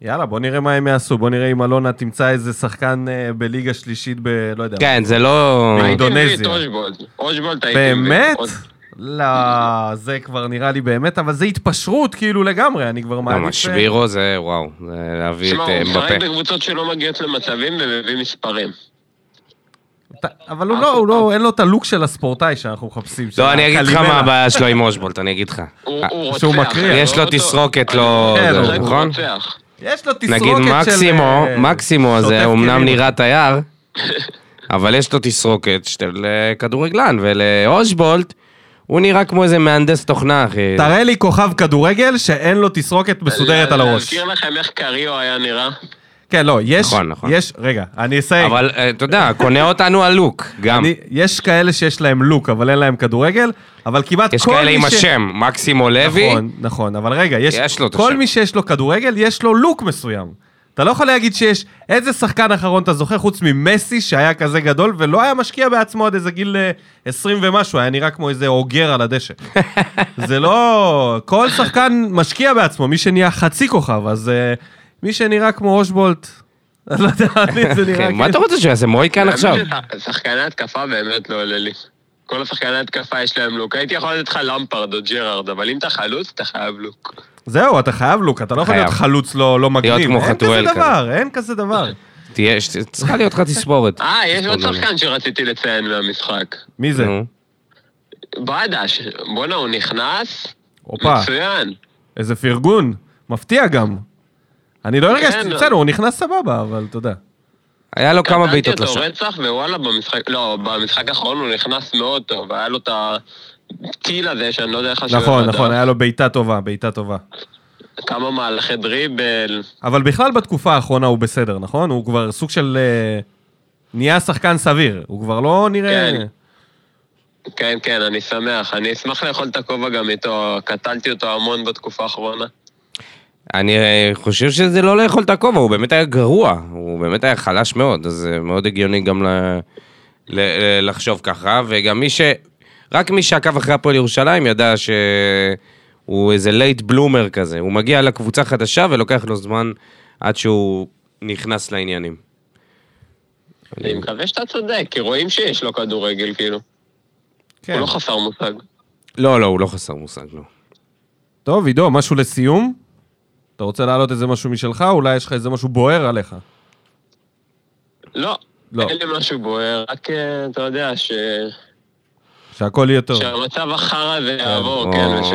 Speaker 1: יאללה, בוא נראה מה הם יעשו, בוא נראה אם אלונה תמצא איזה שחקן אה, בליגה שלישית ב... לא יודע.
Speaker 2: כן, זה לא...
Speaker 1: הייתי- אינדונזיה.
Speaker 3: הייתי מביא את אושבולט. אושבולט הייתי מביא.
Speaker 1: באמת?
Speaker 3: עוד-
Speaker 1: לא, זה כבר נראה לי באמת, אבל זה התפשרות כאילו לגמרי, אני
Speaker 3: לא,
Speaker 1: כבר מעדיף...
Speaker 2: למה, שבירו זה, וואו, זה להביא
Speaker 3: שמע,
Speaker 2: את
Speaker 3: הוא
Speaker 2: אה,
Speaker 3: משחק
Speaker 2: מבפה.
Speaker 3: בקבוצות שלא מגיעות למצבים ומביא מספרים.
Speaker 1: ת- אבל הוא לא, הוא לא, אין לו את הלוק של הספורטאי שאנחנו מחפשים. של
Speaker 2: לא, אני אגיד לך
Speaker 1: הקלימלה.
Speaker 2: מה הבעיה שלו עם אושבולט, אני אגיד לך.
Speaker 3: הוא הוא רוצח.
Speaker 1: אה, שהוא מקריא.
Speaker 2: יש
Speaker 3: אני
Speaker 2: לו
Speaker 3: רואה אותו-
Speaker 2: תסרוקת,
Speaker 3: אני
Speaker 2: לא-
Speaker 3: רואה
Speaker 1: כן,
Speaker 2: זה,
Speaker 1: הוא-
Speaker 3: אותו
Speaker 2: נכון?
Speaker 3: רוצח.
Speaker 1: יש לו תסרוקת של...
Speaker 2: נגיד מקסימו,
Speaker 1: אה, כאילו.
Speaker 2: מקסימו הזה
Speaker 1: שוטף
Speaker 2: אומנם
Speaker 1: כלים.
Speaker 2: נראה תייר, אבל יש לו תסרוקת של אה, כדורגלן, ולאושבולט הוא נראה כמו איזה מהנדס תוכנה, אחי.
Speaker 1: תראה לי כוכב כדורגל שאין לו תסרוקת מסודרת על הראש.
Speaker 3: להזכיר לכם איך קריו היה נראה?
Speaker 1: כן, לא, יש,
Speaker 2: נכון, נכון.
Speaker 1: יש, רגע, אני אסייג.
Speaker 2: אבל אה, אתה יודע, קונה אותנו הלוק, גם.
Speaker 1: אני- יש כאלה שיש להם לוק, אבל אין להם כדורגל, אבל כמעט כל מי
Speaker 2: יש
Speaker 1: ש...
Speaker 2: כאלה עם השם, מקסימו לוי,
Speaker 1: נכון, נכון, אבל רגע, יש,
Speaker 2: יש לו את
Speaker 1: כל
Speaker 2: השם.
Speaker 1: מי שיש לו כדורגל, יש לו לוק מסוים. אתה לא יכול להגיד שיש איזה שחקן אחרון אתה זוכר, חוץ ממסי שהיה כזה גדול ולא היה משקיע בעצמו עד איזה גיל אה, 20 ומשהו, היה נראה כמו איזה אוגר על הדשא. זה לא... כל שחקן משקיע בעצמו, מי שנהיה חצי כוכב, אז אה, מי שנראה כמו אושבולט, אני לא יודע, אני זה נראה
Speaker 2: אחי, כן, מה
Speaker 1: כאילו...
Speaker 2: אתה רוצה שהוא יעשה מויקן כן, עכשיו?
Speaker 3: האמת ששחקני התקפה באמת לא עולה לי. כל השחקני התקפה יש להם לוק. הייתי יכול לתת לך למפרד או ג'רארד, אבל אם אתה חלוץ, אתה חייב לוק.
Speaker 1: זהו, אתה חייב לוק, אתה לא יכול
Speaker 2: חייב.
Speaker 1: להיות חלוץ לא לא מגניב.
Speaker 2: להיות כמו
Speaker 1: אין כזה
Speaker 2: חתואל כזה.
Speaker 1: דבר, אין כזה דבר.
Speaker 2: תהיה, ש- צריכה להיות לך תספורת.
Speaker 3: אה, יש עוד
Speaker 2: תספורת.
Speaker 3: שחקן שרציתי לציין מהמשחק.
Speaker 1: מי זה?
Speaker 2: נו.
Speaker 3: בדש. בואנה, הוא נכנס?
Speaker 1: הופה.
Speaker 3: מצוין.
Speaker 1: איזה פרגון, מפתיע גם. אני לא
Speaker 3: כן,
Speaker 1: הרגשתי,
Speaker 3: לא.
Speaker 1: בסדר, הוא נכנס סבבה, אבל אתה יודע.
Speaker 2: היה לו כמה בעיטות
Speaker 3: קטעתי לא, אותו
Speaker 2: לשם.
Speaker 3: רצח, ווואלה, במשחק, לא, במשחק האחרון הוא נכנס מאוד טוב, היה לו את הטיל הזה שאני לא יודע איך השוער
Speaker 1: נכון,
Speaker 3: ידע.
Speaker 1: נכון, היה לו בעיטה טובה, בעיטה טובה.
Speaker 3: כמה מהלכי דריבל.
Speaker 1: אבל בכלל בתקופה האחרונה הוא בסדר, נכון? הוא כבר סוג של... אה, נהיה שחקן סביר, הוא כבר לא נראה...
Speaker 3: כן. כן, כן, אני שמח. אני אשמח לאכול את הכובע גם איתו, קטלתי אותו המון בתקופה האחרונה.
Speaker 2: אני אה, חושב שזה לא לאכול את הכובע, הוא באמת היה גרוע, הוא באמת היה חלש מאוד, אז זה מאוד הגיוני גם ל... ל... ל- לחשוב ככה, וגם מי ש... רק מי שעקב אחרי הפועל ירושלים ידע שהוא איזה לייט בלומר כזה, הוא מגיע לקבוצה חדשה ולוקח לו זמן עד שהוא נכנס לעניינים.
Speaker 3: אני מקווה שאתה צודק, כי רואים שיש לו כדורגל, כאילו.
Speaker 1: כן.
Speaker 3: הוא לא חסר מושג.
Speaker 2: לא, לא, הוא לא חסר מושג, לא.
Speaker 1: טוב, עידו, משהו לסיום? אתה רוצה להעלות איזה משהו משלך? אולי יש לך איזה משהו בוער עליך.
Speaker 3: לא.
Speaker 1: לא.
Speaker 3: אין לי משהו בוער, רק אה, אתה יודע ש...
Speaker 1: שהכל יהיה טוב.
Speaker 3: שהמצב החרא הזה יעבור,
Speaker 2: או.
Speaker 3: כן, וש...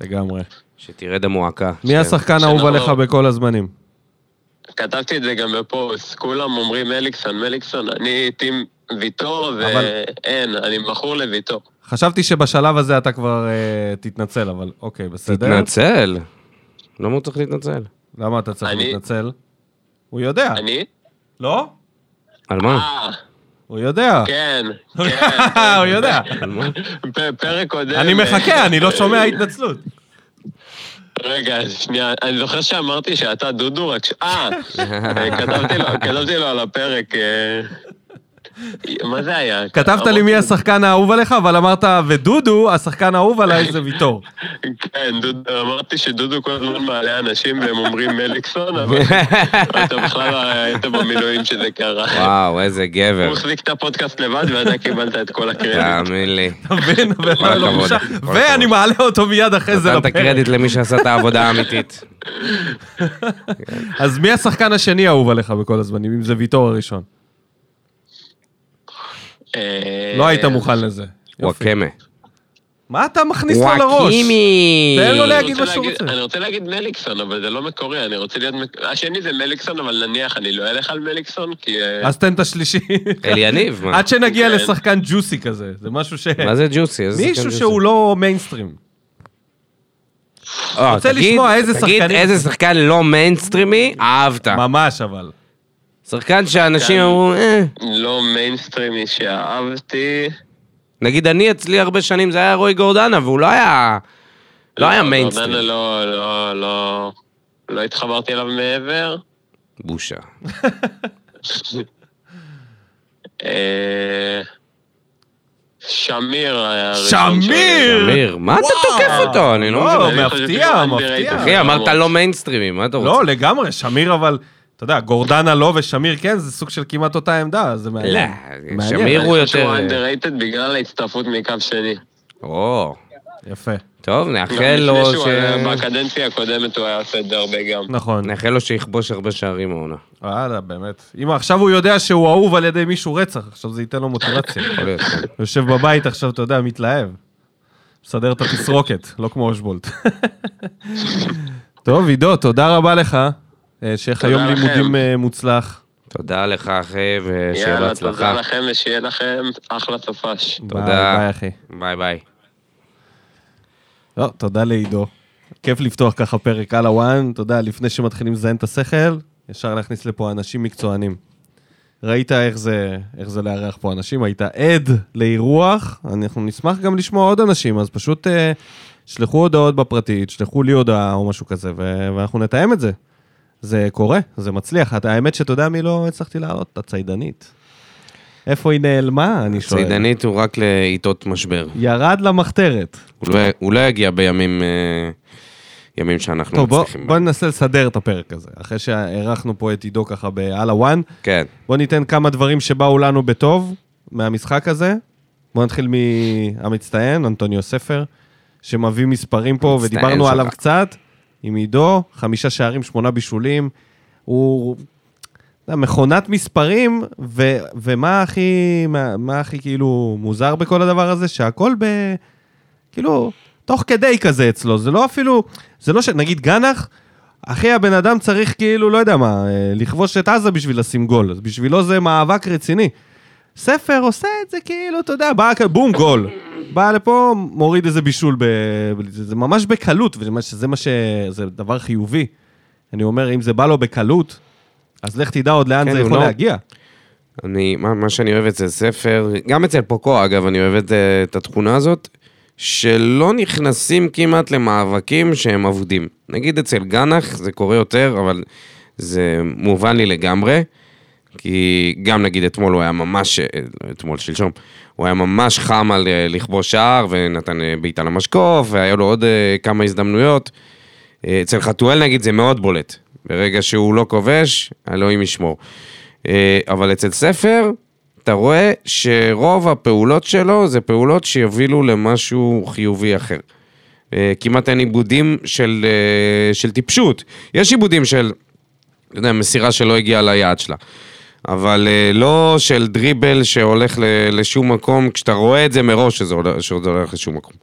Speaker 1: לגמרי.
Speaker 2: שתרד המועקה.
Speaker 1: מי השחקן האהוב
Speaker 3: שנעבור.
Speaker 1: עליך בכל הזמנים?
Speaker 3: כתבתי את זה גם בפוסט, כולם אומרים מליקסון, מליקסון, אני טים ויטור,
Speaker 1: אבל-
Speaker 3: ואין, אני מכור לויטור.
Speaker 1: חשבתי שבשלב הזה אתה כבר אה, תתנצל, אבל אוקיי, בסדר.
Speaker 2: התנצל. למה הוא צריך לא להתנצל?
Speaker 1: למה אתה צריך
Speaker 3: אני-
Speaker 1: להתנצל? הוא יודע.
Speaker 3: אני?
Speaker 1: לא?
Speaker 2: על מה?
Speaker 3: אה,
Speaker 1: הוא יודע.
Speaker 3: כן, כן.
Speaker 1: הוא יודע.
Speaker 2: על מה?
Speaker 3: פ- פרק קודם... אה,
Speaker 1: אני מחכה, אני לא שומע התנצלות.
Speaker 3: רגע, שנייה, אני זוכר שאמרתי שאתה דודו, רק ש... אה, כתבתי לו- כתבתי לו על הפרק. אה, מה זה היה?
Speaker 1: כתבת לי מי השחקן האהוב עליך, אבל אמרת, ודודו, השחקן האהוב עליי זה ויטור.
Speaker 3: כן, דודו, אמרתי שדודו כל הזמן מעלה אנשים והם אומרים מליקסון, אבל אתה בכלל לא היית במילואים שזה קרה.
Speaker 2: וואו, איזה גבר.
Speaker 3: אה. הוא החזיק את הפודקאסט לבד ואתה קיבלת את כל הקרדיט.
Speaker 2: תאמין לי.
Speaker 1: אתה מבין?
Speaker 2: כל הכבוד,
Speaker 1: לא בושה.
Speaker 2: כל הכבוד.
Speaker 1: ואני מעלה אותו מיד אחרי זה
Speaker 2: נתן את
Speaker 1: לפרק.
Speaker 2: הקרדיט למי שעשה את העבודה האמיתית.
Speaker 1: אז מי השחקן השני האהוב עליך בכל הזמנים, אם זה ויטור הראשון?
Speaker 3: אה,
Speaker 1: לא היית מוכן לזה. יופי.
Speaker 2: וואקמה.
Speaker 1: מה אתה מכניס לו לראש? תן לו
Speaker 3: אני
Speaker 1: להגיד
Speaker 3: רוצה
Speaker 1: מה שהוא
Speaker 3: להגיד-
Speaker 1: רוצה.
Speaker 3: אני רוצה להגיד מליקסון, אבל זה לא מקורי, אני רוצה להיות... מק- השני זה מליקסון, אבל נניח אני לא אלך על מליקסון, כי... אה,
Speaker 1: אז תן את השלישי.
Speaker 2: אל יניב, מה?
Speaker 1: עד שנגיע
Speaker 3: כן.
Speaker 1: לשחקן ג'וסי כזה, זה משהו ש...
Speaker 2: מה זה ג'וסי? איזה שחקן
Speaker 1: מישהו
Speaker 2: ג'וסי?
Speaker 1: שהוא לא מיינסטרים.
Speaker 2: אה,
Speaker 1: רוצה
Speaker 2: תגיד-
Speaker 1: לשמוע איזה
Speaker 2: תגיד
Speaker 1: שחקנים-
Speaker 2: איזה שחקן לא מיינסטרימי, אהבת.
Speaker 1: ממש אבל.
Speaker 2: שחקן שאנשים
Speaker 1: כן.
Speaker 3: שחקן-
Speaker 2: אמרו, "אה".
Speaker 3: לא מיינסטרימי שאהבתי.
Speaker 2: נגיד אני אצלי הרבה שנים זה היה רוי גורדנה, והוא לא היה... לא היה
Speaker 3: גורדנה
Speaker 2: מיינסטרים.
Speaker 3: לא, לא, לא. לא התחברתי אליו מעבר.
Speaker 2: בושה.
Speaker 3: אה, שמיר היה הראשון
Speaker 1: שמיר!
Speaker 2: אמיר, מה אתה
Speaker 1: וואו.
Speaker 2: תוקף אותו? אני לא
Speaker 1: וואו,
Speaker 2: מבין.
Speaker 3: אני חושב
Speaker 1: מפתיע,
Speaker 3: שגם אני
Speaker 1: מפתיע.
Speaker 3: ראיתי.
Speaker 2: אחי, אמרת לא מיינסטרימי, מה אתה רוצה?
Speaker 1: לא, לגמרי, שמיר אבל, אתה יודע, גורדנה לא ושמיר כן, זה סוג של כמעט אותה עמדה, זה מעניין.
Speaker 2: לא,
Speaker 1: מעניין.
Speaker 2: שמיר
Speaker 3: אני
Speaker 2: הוא
Speaker 3: חושב שהוא
Speaker 2: יותר...
Speaker 3: underrated בגלל ההצטרפות מקו שני.
Speaker 2: או,
Speaker 1: יפה,
Speaker 2: טוב, נאחל
Speaker 3: גם
Speaker 2: לו
Speaker 3: לפני
Speaker 2: ש...
Speaker 3: שהוא היה- בקדנציה הקודמת הוא היה עושה את זה הרבה גם.
Speaker 1: נכון.
Speaker 2: נאחל לו שיכבוש הרבה שערים העונה.
Speaker 1: וואלה, באמת. אם עכשיו הוא יודע שהוא אהוב על ידי מישהו רצח, עכשיו זה ייתן לו מוטיבציה.
Speaker 2: יכול להיות, כן.
Speaker 1: הוא יושב בבית עכשיו, אתה יודע, מתלהב. מסדר את התסרוקת, לא כמו אושבולט. טוב, עידו, תודה רבה לך. אה, שיהיה לך
Speaker 3: תודה
Speaker 1: יום
Speaker 3: לכם.
Speaker 1: לימודים אה, מוצלח.
Speaker 2: תודה לך, אחי, ושיהיה
Speaker 3: יאללה, תודה
Speaker 2: בהצלחה.
Speaker 3: לכם ושיהיה לכם אחלה סופש.
Speaker 1: ביי,
Speaker 2: תודה.
Speaker 1: ביי, אחי.
Speaker 2: ביי ביי.
Speaker 1: לא, תודה לעידו. כיף לפתוח ככה פרק על הוואן, אתה יודע, לפני שמתחילים לזיין את השכל, ישר להכניס לפה אנשים מקצוענים. ראית איך זה, איך זה לארח פה אנשים, היית עד לאירוח, אנחנו נשמח גם לשמוע עוד אנשים, אז פשוט אה, שלחו הודעות בפרטית, שלחו לי הודעה או משהו כזה, ו- ואנחנו נתאם את זה. זה קורה, זה מצליח. אתה- האמת שאתה יודע מי לא הצלחתי לעלות? הציידנית. איפה היא נעלמה, אני שואל.
Speaker 2: צידנית הוא רק לעיתות משבר.
Speaker 1: ירד למחתרת.
Speaker 2: הוא לא- הוא לא יגיע בימים אה, ימים שאנחנו
Speaker 1: טוב, בוא,
Speaker 2: לא מצליחים.
Speaker 1: בוא
Speaker 2: בהם.
Speaker 1: ננסה לסדר את הפרק הזה. אחרי שאירחנו פה את עידו ככה על הוואן,
Speaker 2: כן.
Speaker 1: בוא ניתן כמה דברים שבאו לנו בטוב מהמשחק הזה. בוא נתחיל מהמצטיין, אנטוניו ספר, שמביא מספרים פה,
Speaker 2: המצטיין
Speaker 1: ודיברנו
Speaker 2: שלך.
Speaker 1: עליו קצת, עם עידו, חמישה שערים, שמונה בישולים. הוא אתה יודע, מכונת מספרים, ו, ומה הכי, מה, מה הכי כאילו מוזר בכל הדבר הזה? שהכל ב... כאילו, תוך כדי כזה אצלו, זה לא אפילו, זה לא ש... נגיד גנח, אחי, הבן אדם צריך כאילו, לא יודע מה, אה, לכבוש את עזה בשביל לשים גול, אז בשבילו זה מאבק רציני. ספר עושה את זה כאילו, אתה יודע, בא, כ- בום, גול. בא לפה, מוריד איזה בישול, ב... זה זה ממש בקלות, וזה מה ש... זה מה ש... זה דבר חיובי. אני אומר, אם זה בא לו בקלות, אז לך תדע עוד לאן
Speaker 2: כן,
Speaker 1: זה
Speaker 2: הוא
Speaker 1: יכול
Speaker 2: לא-
Speaker 1: להגיע.
Speaker 2: אני, מה, מה שאני אוהב אצל ספר, גם אצל פוקו אגב, אני אוהב את, אה, את התכונה הזאת, שלא נכנסים כמעט למאבקים שהם אבודים. נגיד אצל גנח זה קורה יותר, אבל זה מובן לי לגמרי, כי גם נגיד אתמול הוא היה ממש, אה, לא, אתמול שלשום, הוא היה ממש חם על אה, לכבוש שער ונתן אה, בעיטה למשקוף, והיה לו עוד אה, כמה הזדמנויות. אה, אצל חתואל נגיד זה מאוד בולט. ברגע שהוא לא כובש, אלוהים ישמור. אה, אבל אצל ספר, אתה רואה שרוב הפעולות שלו זה פעולות שיובילו למשהו חיובי אחר. אה, כמעט אין עיבודים של, אה, של טיפשות. יש עיבודים של, אתה יודע, מסירה שלא הגיעה ליעד שלה. אבל אה, לא של דריבל שהולך ל- לשום מקום, כשאתה רואה את זה מראש שזה הולך, שזה הולך לשום מקום.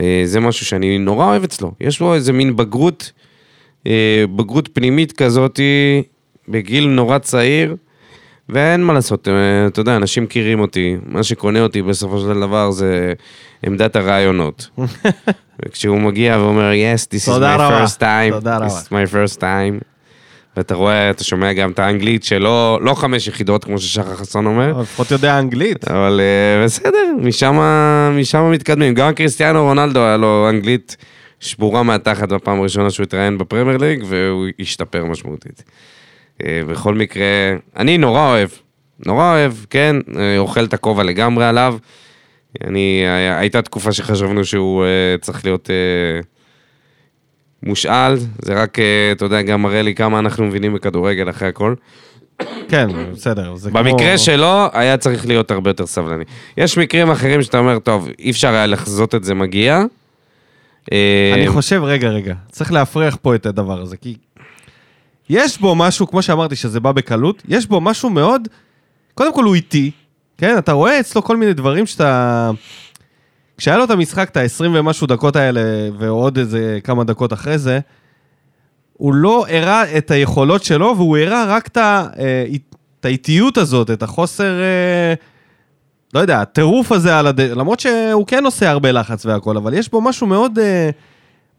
Speaker 2: אה, זה משהו שאני נורא אוהב אצלו. יש לו איזה מין בגרות, אה, בגרות פנימית כזאת בגיל נורא צעיר, ואין מה לעשות, אה, אתה יודע, אנשים מכירים אותי, מה שקונה אותי בסופו של דבר זה עמדת הרעיונות. וכשהוא מגיע ואומר, yes, this is
Speaker 1: תודה
Speaker 2: my
Speaker 1: רבה,
Speaker 2: first time,
Speaker 1: תודה
Speaker 2: this
Speaker 1: רבה."
Speaker 2: is my first time. ואתה רואה, אתה שומע גם את האנגלית שלא לא חמש יחידות, כמו ששחר חסון אומר.
Speaker 1: אבל לפחות יודע אנגלית.
Speaker 2: אבל אה, בסדר, משם, משם מתקדמים. גם קריסטיאנו רונלדו היה לו אנגלית שבורה מהתחת בפעם הראשונה שהוא התראיין בפרמייר ליג, והוא השתפר משמעותית. אה, בכל מקרה, אני נורא אוהב, נורא אוהב, כן, אה, אוכל את הכובע לגמרי עליו. אני, היה- הייתה תקופה שחשבנו שהוא אה, צריך להיות אה, מושאל, זה רק, אה, אתה יודע, גם מראה לי כמה אנחנו מבינים בכדורגל אחרי הכל.
Speaker 1: כן, בסדר. זה כמו-
Speaker 2: במקרה שלו, היה צריך להיות הרבה יותר סבלני. יש מקרים אחרים שאתה אומר, טוב, אי אפשר היה לחזות את זה מגיע. אה,
Speaker 1: אני חושב, רגע, רגע, צריך להפריח פה את הדבר הזה, כי יש בו משהו, כמו שאמרתי, שזה בא בקלות, יש בו משהו מאוד, קודם כל הוא איטי, כן? אתה רואה אצלו כל מיני דברים שאתה... כשהיה לו את המשחק, את ה-20 ומשהו דקות האלה, ועוד איזה כמה דקות אחרי זה, הוא לא הראה את היכולות שלו, והוא הראה רק את ה- אה, אית- את האיטיות הזאת, את החוסר... אה, לא יודע, הטירוף הזה על הד... למרות שהוא כן עושה הרבה לחץ והכל, אבל יש בו משהו מאוד אה,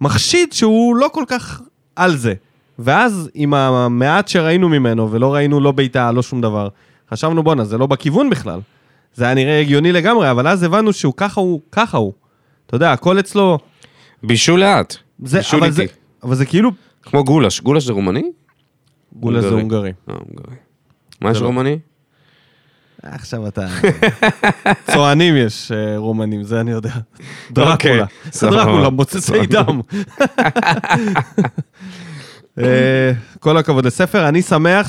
Speaker 1: מחשיד שהוא לא כל כך על זה. ואז עם המעט שראינו ממנו, ולא ראינו לא בעיטה, לא שום דבר, חשבנו בואנה, זה לא בכיוון בכלל. זה היה נראה הגיוני לגמרי, אבל אז הבנו שהוא ככה הוא, ככה הוא. אתה יודע, הכל אצלו...
Speaker 2: בישול לאט.
Speaker 1: זה,
Speaker 2: בישול
Speaker 1: אבל, זה,
Speaker 2: איטי.
Speaker 1: אבל זה כאילו
Speaker 2: כמו גולש, גולש זה רומני?
Speaker 1: גולה זה
Speaker 2: הונגרי.
Speaker 1: הונגרי.
Speaker 2: לא, הונגרי. מה יש
Speaker 1: לא.
Speaker 2: רומני?
Speaker 1: עכשיו אתה... צוענים יש אה, רומנים, זה אני יודע. דרקולה. זה
Speaker 2: סבבה.
Speaker 1: דרקולה, מוצצי דם. אה, כל הכבוד לספר. אני שמח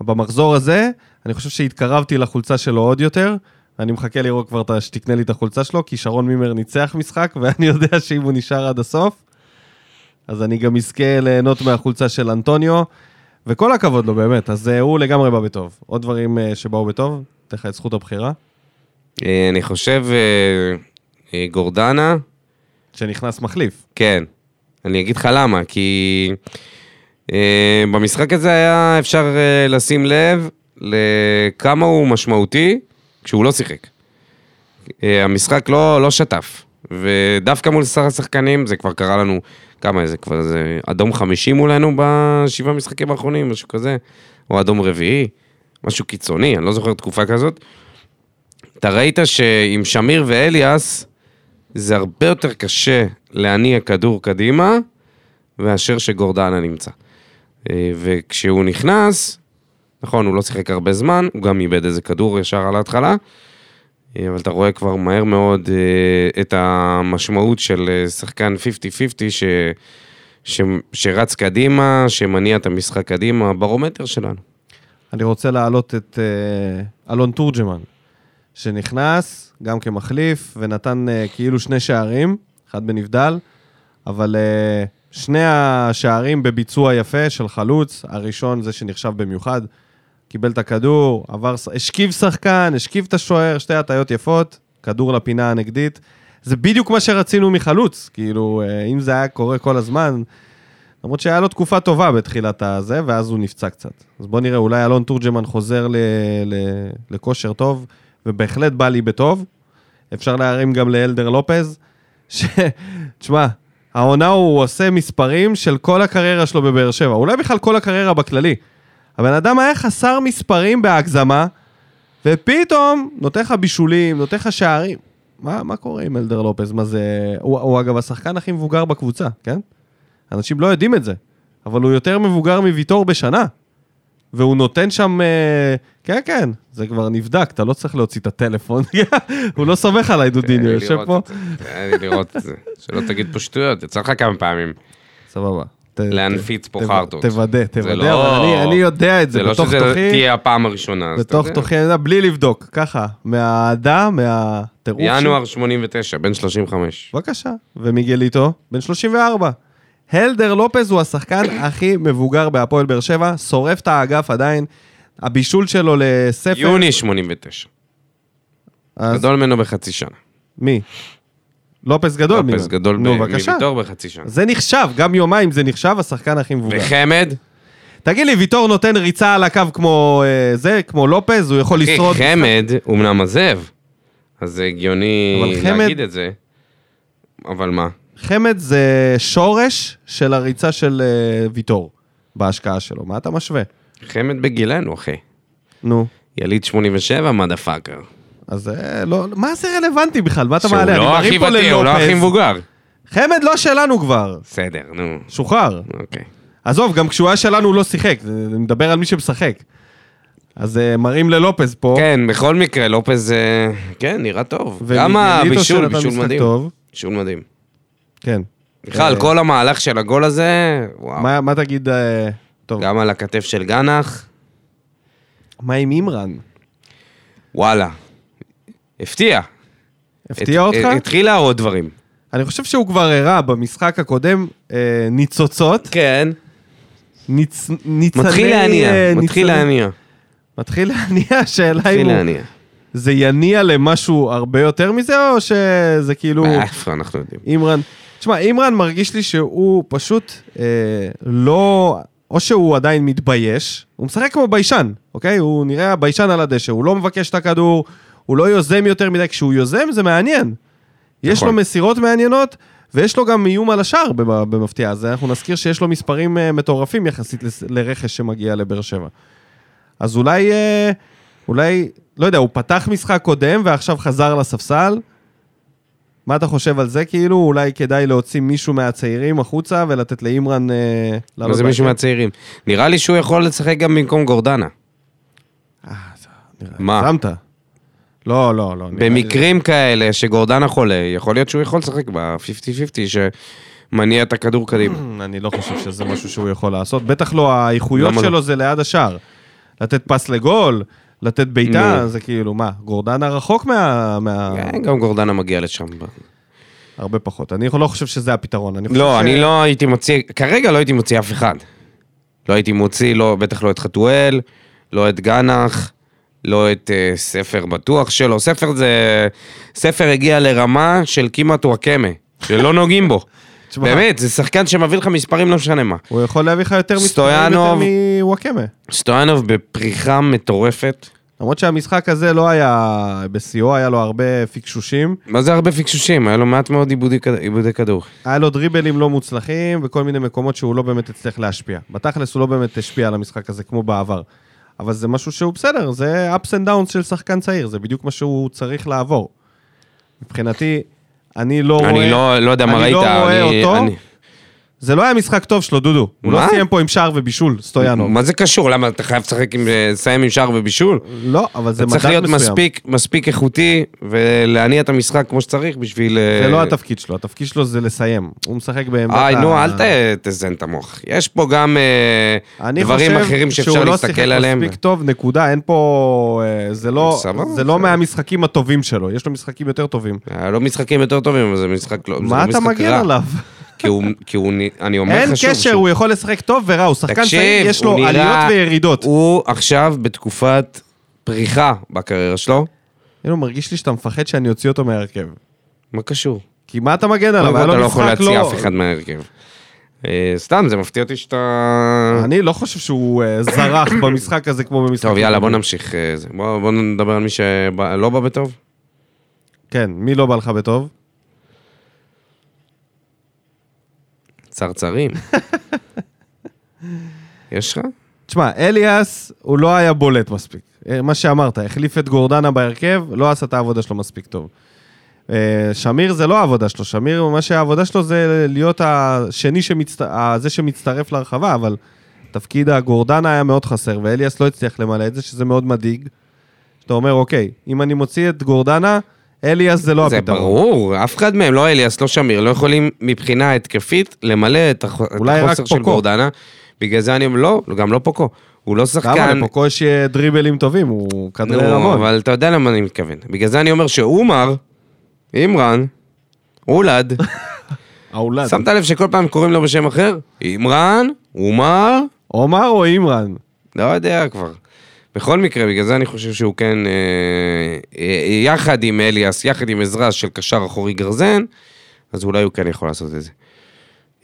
Speaker 1: שבמחזור הזה, אני חושב שהתקרבתי לחולצה שלו עוד יותר. אני מחכה לראות כבר את ה- שתקנה לי את החולצה שלו, כי שרון מימר ניצח משחק, ואני יודע שאם הוא נשאר עד הסוף, אז אני גם אזכה ליהנות מהחולצה של אנטוניו, וכל הכבוד לו באמת, אז אה, הוא לגמרי בא בטוב. עוד דברים אה, שבאו בטוב, אתן לך את זכות הבחירה,
Speaker 2: אה, אני חושב אה, אה, גורדנה,
Speaker 1: שנכנס מחליף.
Speaker 2: כן. אני אגיד לך למה, כי אה, במשחק הזה היה אפשר אה, לשים לב לכמה הוא משמעותי כשהוא לא שיחק. אה, המשחק לא, לא שטף, ודווקא מול שר השחקנים זה כבר קרה לנו, כמה זה כבר, זה אדום 50 מולנו בשבעה משחקים האחרונים, משהו כזה, או אדום רביעי, משהו קיצוני, אני לא זוכר תקופה כזאת. אתה ראית שעם שמיר ואליאס, זה הרבה יותר קשה להניע כדור קדימה, מאשר שגורדנה נמצא. אה, וכשהוא נכנס, נכון, הוא לא שיחק הרבה זמן, הוא גם איבד איזה כדור ישר על ההתחלה, אה, אבל אתה רואה כבר מהר מאוד אה, את המשמעות של אה, שחקן 50-50 ש... ש... שרץ קדימה, שמניע את המשחק קדימה, ברומטר שלנו.
Speaker 1: אני רוצה להעלות את אה, אלון תורג'מן, שנכנס גם כמחליף, ונתן אה, כאילו שני שערים, אחד בנבדל, אבל אה, שני השערים בביצוע יפה של חלוץ, הראשון זה שנחשב במיוחד, קיבל את הכדור, עבר, ש- השכיב שחקן, השכיב את השוער, שתי הטיות יפות, כדור לפינה הנגדית. זה בדיוק מה שרצינו מחלוץ, כאילו, אה, אם זה היה קורה כל הזמן, למרות שהיה לו תקופה טובה בתחילת הזה, ואז הוא נפצע קצת. אז בוא נראה, אולי אלון תורג'מן חוזר ל- ל- לכושר טוב, ובהחלט בא לי בטוב. אפשר להרים גם לאלדר לופז, ש... תשמע, העונה הוא עושה מספרים של כל הקריירה שלו בבאר שבע, אולי בכלל כל הקריירה בכללי. הבן אדם היה חסר מספרים בהגזמה, ופתאום נותן לך בישולים, נותן לך שערים. מה, מה קורה עם אלדר לופז? מה זה... הוא, הוא אגב השחקן הכי מבוגר בקבוצה, כן? אנשים לא יודעים את זה, אבל הוא יותר מבוגר מוויטור בשנה. והוא נותן שם... אה, כן, כן, זה כבר נבדק, אתה לא צריך להוציא את הטלפון. הוא לא סומך עליי, דודיניו, יושב פה.
Speaker 2: תן לי לראות את אה, זה. שלא תגיד פה שטויות, יצא לך כמה פעמים.
Speaker 1: אה, סבבה. ת-
Speaker 2: להנפיץ פה
Speaker 1: ת-
Speaker 2: חרטוט.
Speaker 1: תוודא, תוודא,
Speaker 2: לא-
Speaker 1: אבל אני- אני יודע את
Speaker 2: זה
Speaker 1: זה
Speaker 2: לא
Speaker 1: בתוך
Speaker 2: שזה
Speaker 1: תוכי,
Speaker 2: תהיה הפעם הראשונה. אז אתה
Speaker 1: בתוך
Speaker 2: יודע.
Speaker 1: תוכי, אני יודע, בלי לבדוק, ככה, מהאהדה, מהטירוף. שלי.
Speaker 2: ינואר 89, בן 35.
Speaker 1: בבקשה. ומיגליטו, בן 34. הלדר לופז הוא השחקן הכי מבוגר בהפועל באר שבע, שורף את האגף עדיין. הבישול שלו לספר...
Speaker 2: יוני 89.
Speaker 1: אז
Speaker 2: גדול ממנו בחצי שנה.
Speaker 1: מי? לופס גדול ממנו.
Speaker 2: לופס גדול
Speaker 1: נו,
Speaker 2: מ-
Speaker 1: בבקשה.
Speaker 2: מוויטור בחצי שנה.
Speaker 1: זה נחשב, גם יומיים זה נחשב השחקן הכי מבוגר.
Speaker 2: וחמד?
Speaker 1: תגיד לי, ויטור נותן ריצה על הקו כמו אה, זה, כמו לופז, הוא יכול
Speaker 2: אחי,
Speaker 1: לשרוד.
Speaker 2: חמד אומנם עזב, אז זה הגיוני
Speaker 1: אבל חמד-
Speaker 2: להגיד את זה. אבל מה?
Speaker 1: חמד זה שורש של הריצה של אה, ויטור בהשקעה שלו, מה אתה משווה?
Speaker 2: חמד בגילנו, אחי.
Speaker 1: נו,
Speaker 2: יליד 87, מה פאקר.
Speaker 1: אז אה, לא, מה זה רלוונטי בכלל? מה אתה מעלה? אני
Speaker 2: לא
Speaker 1: מרים
Speaker 2: הכי
Speaker 1: פה
Speaker 2: ותיק, הוא לא
Speaker 1: ללופז.
Speaker 2: הכי מבוגר.
Speaker 1: חמד לא שלנו כבר,
Speaker 2: בסדר, נו.
Speaker 1: שוחרר.
Speaker 2: אוקיי.
Speaker 1: עזוב, גם כשהוא היה שלנו הוא לא שיחק, זה- אני מדבר על מי שמשחק. אז אה, מראים ללופז פה.
Speaker 2: כן, בכל מקרה, לופז, אה, כן, נראה טוב.
Speaker 1: ומיגליטו
Speaker 2: גם הבישול,
Speaker 1: שנתן
Speaker 2: בישול
Speaker 1: משחק
Speaker 2: מדהים.
Speaker 1: טוב.
Speaker 2: בישול מדהים.
Speaker 1: כן.
Speaker 2: בכלל,
Speaker 1: אה,
Speaker 2: כל המהלך של הגול הזה, וואו.
Speaker 1: מה מה תגיד, אה, טוב,
Speaker 2: גם על הכתף של גנח,
Speaker 1: מה עם אימרן?
Speaker 2: וואלה. הפתיע.
Speaker 1: הפתיע
Speaker 2: הת-
Speaker 1: אותך?
Speaker 2: התחיל להראות דברים.
Speaker 1: אני חושב שהוא כבר הראה במשחק הקודם אה, ניצוצות,
Speaker 2: כן.
Speaker 1: ניצ- ניצני...
Speaker 2: מתחיל להניע,
Speaker 1: אה,
Speaker 2: מתחיל
Speaker 1: ניצני-
Speaker 2: להניע.
Speaker 1: מתחיל להניע, השאלה
Speaker 2: מתחיל
Speaker 1: אם הוא...
Speaker 2: להניע.
Speaker 1: זה יניע למשהו הרבה יותר מזה, או שזה כאילו...
Speaker 2: אה, איפה אנחנו יודעים.
Speaker 1: אימרן... תשמע, אימרן מרגיש לי שהוא פשוט אה, לא... או שהוא עדיין מתבייש, הוא משחק כמו ביישן, אוקיי? הוא נראה ביישן על הדשא, הוא לא מבקש את הכדור, הוא לא יוזם יותר מדי, כשהוא יוזם זה מעניין. יש
Speaker 2: נכון.
Speaker 1: לו מסירות מעניינות, ויש לו גם איום על השער במ- במפתיע, אז אנחנו נזכיר שיש לו מספרים אה, מטורפים יחסית לס- לרכש שמגיע לבאר שבע. אז אולי, אה, אולי, לא יודע, הוא פתח משחק קודם ועכשיו חזר לספסל, מה אתה חושב על זה? כאילו, אולי כדאי להוציא מישהו מהצעירים החוצה ולתת לאימרן... אה,
Speaker 2: אבל
Speaker 1: לעלות
Speaker 2: זה מישהו
Speaker 1: בהרכב?
Speaker 2: מהצעירים. נראה לי שהוא יכול לשחק גם במקום גורדנה.
Speaker 1: אה, זה- נראה-
Speaker 2: מה?
Speaker 1: הגזמת. לא, לא, לא. נראה לי-
Speaker 2: במקרים כאלה שגורדנה חולה, יכול להיות שהוא יכול לשחק ב-50-50 שמניע את הכדור קדימה.
Speaker 1: אני לא חושב שזה משהו שהוא יכול לעשות. בטח לא, האיכויות
Speaker 2: למה לא?
Speaker 1: שלו זה ליד השער. לתת פס לגול, לתת בעיטה,
Speaker 2: נו.
Speaker 1: זה כאילו, מה, גורדנה רחוק מה... מה-
Speaker 2: כן, גם גורדנה מגיע לשם.
Speaker 1: הרבה פחות. אני לא חושב שזה הפתרון. אני חושב
Speaker 2: לא,
Speaker 1: ש-
Speaker 2: אני לא הייתי מוציא, כרגע לא הייתי מוציא אף אחד. לא הייתי מוציא, לא, בטח לא את חתואל, לא את גנח, לא את אה, ספר בטוח שלו. ספר זה... ספר הגיע לרמה של כמעט וואקמה, שלא נוגעים בו.
Speaker 1: תשמע,
Speaker 2: באמת, זה שחקן שמביא לך מספרים לא משנה מה.
Speaker 1: הוא יכול להביא לך יותר מספרים יותר
Speaker 2: סטויאנוב.
Speaker 1: מוואקמה.
Speaker 2: סטויאנוב בפריחה מטורפת.
Speaker 1: למרות שהמשחק הזה לא היה בשיאו, היה לו הרבה פיקשושים.
Speaker 2: מה זה הרבה פיקשושים? היה לו מעט מאוד עיבודי כד- עיבודי כדור.
Speaker 1: היה לו דריבלים לא מוצלחים וכל מיני מקומות שהוא לא באמת הצליח להשפיע. בתכלס הוא לא באמת השפיע על המשחק הזה כמו בעבר. אבל זה משהו שהוא בסדר, זה ups and downs של שחקן צעיר, זה בדיוק מה שהוא צריך לעבור. מבחינתי, אני לא רואה...
Speaker 2: אני לא לא יודע מה
Speaker 1: אני
Speaker 2: ראית.
Speaker 1: לא רואה
Speaker 2: אני-
Speaker 1: אותו.
Speaker 2: אני-
Speaker 1: זה לא היה משחק טוב שלו, דודו. הוא לא
Speaker 2: מה?
Speaker 1: סיים פה עם שער ובישול, סטויאנוב.
Speaker 2: מה זה קשור? למה אתה חייב לשחק עם... לסיים עם שער ובישול?
Speaker 1: לא, אבל זה
Speaker 2: אתה
Speaker 1: מדד
Speaker 2: צריך
Speaker 1: מסוים.
Speaker 2: להיות מספיק, מספיק איכותי ולהניע את המשחק כמו שצריך בשביל...
Speaker 1: זה
Speaker 2: אה,
Speaker 1: לא התפקיד שלו, התפקיד שלו זה לסיים. הוא משחק בעמדת
Speaker 2: איי,
Speaker 1: ה-
Speaker 2: נו, אל ת- תזיין את המוח. יש פה גם אה,
Speaker 1: אני
Speaker 2: דברים
Speaker 1: חושב
Speaker 2: אחרים שאפשר להסתכל
Speaker 1: שהוא לא שיחק
Speaker 2: עליהם.
Speaker 1: מספיק טוב, נקודה, אין פה... אה, זה לא,
Speaker 2: סבבה,
Speaker 1: זה לא
Speaker 2: בסדר.
Speaker 1: מהמשחקים הטובים שלו, יש לו משחקים יותר טובים.
Speaker 2: אה, לא משחקים יותר טובים, אבל זה משחק לא... זה
Speaker 1: מה
Speaker 2: לא
Speaker 1: אתה
Speaker 2: משחק
Speaker 1: מגן
Speaker 2: רע.
Speaker 1: עליו?
Speaker 2: כי הוא... כי הוא נ- אני אומר
Speaker 1: אין
Speaker 2: לך שוב...
Speaker 1: קשר,
Speaker 2: שהוא-
Speaker 1: הוא יכול לשחק טוב ורע, הוא שחקן צעיר, יש לו
Speaker 2: הוא נראה-
Speaker 1: עליות וירידות.
Speaker 2: הוא עכשיו בתקופת פריחה בקריירה שלו.
Speaker 1: כאילו, מרגיש לי שאתה מפחד שאני אוציא אותו מהרכב.
Speaker 2: מה קשור?
Speaker 1: כי מה אתה מגן עליו?
Speaker 2: אבל
Speaker 1: היה
Speaker 2: אתה
Speaker 1: לו
Speaker 2: לא יכול
Speaker 1: משחק
Speaker 2: להציע
Speaker 1: לא...
Speaker 2: אף אחד מההרכב. אה, סתם, זה מפתיע אותי שאתה...
Speaker 1: אני לא חושב שהוא אה, זרח במשחק הזה כמו במשחק...
Speaker 2: טוב, יאללה, בוא נמשיך. אה, זה. בוא בוא נדבר על מי שלא בא בטוב.
Speaker 1: כן, מי לא בא לך בטוב?
Speaker 2: צרצרים. יש לך?
Speaker 1: תשמע, אליאס, הוא לא היה בולט מספיק. אה, מה שאמרת, החליף את גורדנה בהרכב, לא עשה את העבודה שלו מספיק טוב. אה, שמיר זה לא העבודה שלו, שמיר, מה שהעבודה שלו זה להיות השני, שמצט... ה- זה שמצטרף להרחבה, אבל תפקיד הגורדנה היה מאוד חסר, ואליאס לא הצליח למלא את זה, שזה מאוד מדאיג. שאתה אומר, אוקיי, אם אני מוציא את גורדנה, אליאס זה לא
Speaker 2: זה
Speaker 1: הפתרון.
Speaker 2: ברור, אף אחד מהם, לא אליאס, לא שמיר, לא יכולים מבחינה התקפית למלא את הח- את
Speaker 1: אולי רק
Speaker 2: החוסר של
Speaker 1: פוקו.
Speaker 2: גורדנה. בגלל זה אני אומר, לא, גם לא פוקו. הוא לא
Speaker 1: למה?
Speaker 2: שחקן...
Speaker 1: לפוקו יש אה, דריבלים טובים, הוא כנראה
Speaker 2: נו,
Speaker 1: המון.
Speaker 2: אבל אתה יודע למה אני מתכוון. בגלל זה אני אומר שאומר, אימרן, אולד,
Speaker 1: האולד.
Speaker 2: שמת לב שכל פעם קוראים לו בשם אחר? אימרן, אומר,
Speaker 1: עומר או אימרן?
Speaker 2: לא יודע כבר. בכל מקרה, בגלל זה אני חושב שהוא כן, אה, אה, יחד עם אליאס, יחד עם עזרה של קשר אחורי גרזן, אז אולי הוא כן יכול לעשות את זה.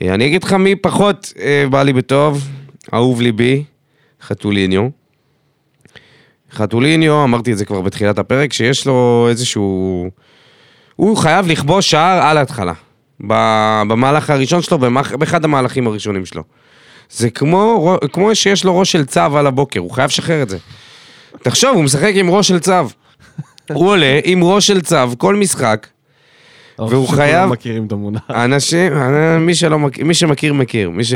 Speaker 2: אה, אני אגיד לך מי פחות אה, בא לי בטוב, אהוב ליבי, חתוליניו. חתוליניו, אמרתי את זה כבר בתחילת הפרק, שיש לו איזשהו... הוא חייב לכבוש שער על ההתחלה. ב- במהלך הראשון שלו, במח- באחד המהלכים הראשונים שלו. זה כמו, רו- כמו שיש לו ראש של צב על הבוקר, הוא חייב לשחרר את זה. תחשוב, הוא משחק עם ראש של צב. הוא עולה עם ראש של צב כל משחק, והוא
Speaker 1: שכולם
Speaker 2: חייב-
Speaker 1: מכירים את המונח.
Speaker 2: אנשים, מי, שלא, מכ- מי שמכיר מכיר, מי, ש,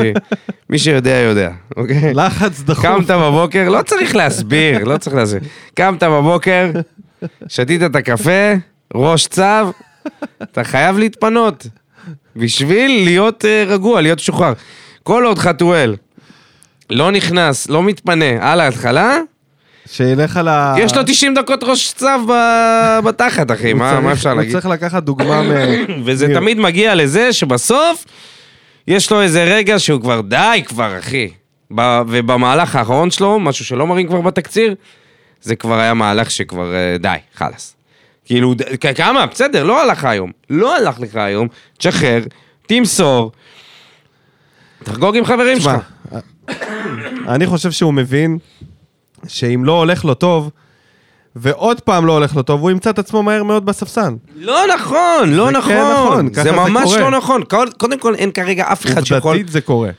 Speaker 2: מי שיודע יודע, אוקיי?
Speaker 1: לחץ דחוף.
Speaker 2: קמת בבוקר, לא צריך להסביר, לא צריך להסביר. קמת בבוקר, שתית את הקפה, ראש צב, אתה חייב להתפנות. בשביל להיות אה, רגוע, להיות משוחרר. כל עוד חתואל לא נכנס, לא מתפנה על ההתחלה,
Speaker 1: שילך על ה...
Speaker 2: יש לו 90 דקות ראש צב ב- בתחת, אחי,
Speaker 1: אה. הוא
Speaker 2: מה
Speaker 1: צריך-
Speaker 2: מה אפשר להגיד?
Speaker 1: הוא צריך לקחת דוגמה מ...
Speaker 2: וזה
Speaker 1: ניר.
Speaker 2: תמיד מגיע לזה שבסוף יש לו איזה רגע שהוא כבר די כבר, אחי. ב- ובמהלך האחרון שלו, משהו שלא מראים כבר בתקציר, זה כבר היה מהלך שכבר אה, די, חלאס. כאילו, ד- כ- כמה? בסדר, לא הלך היום. לא הלך לך היום, תשחרר, תמסור, תחגוג עם חברים שלך.
Speaker 1: תשמע, אני חושב שהוא מבין שאם לא הולך לו טוב, ועוד פעם לא הולך לו טוב, הוא ימצא את עצמו מהר מאוד בספסל.
Speaker 2: לא נכון, לא
Speaker 1: זה כן
Speaker 2: נכון.
Speaker 1: נכון, ככה
Speaker 2: זה
Speaker 1: זה
Speaker 2: ממש
Speaker 1: קורה.
Speaker 2: לא נכון. קוד- קודם כל, אין כרגע אף אחד שיכול...
Speaker 1: עובדתית זה קורה.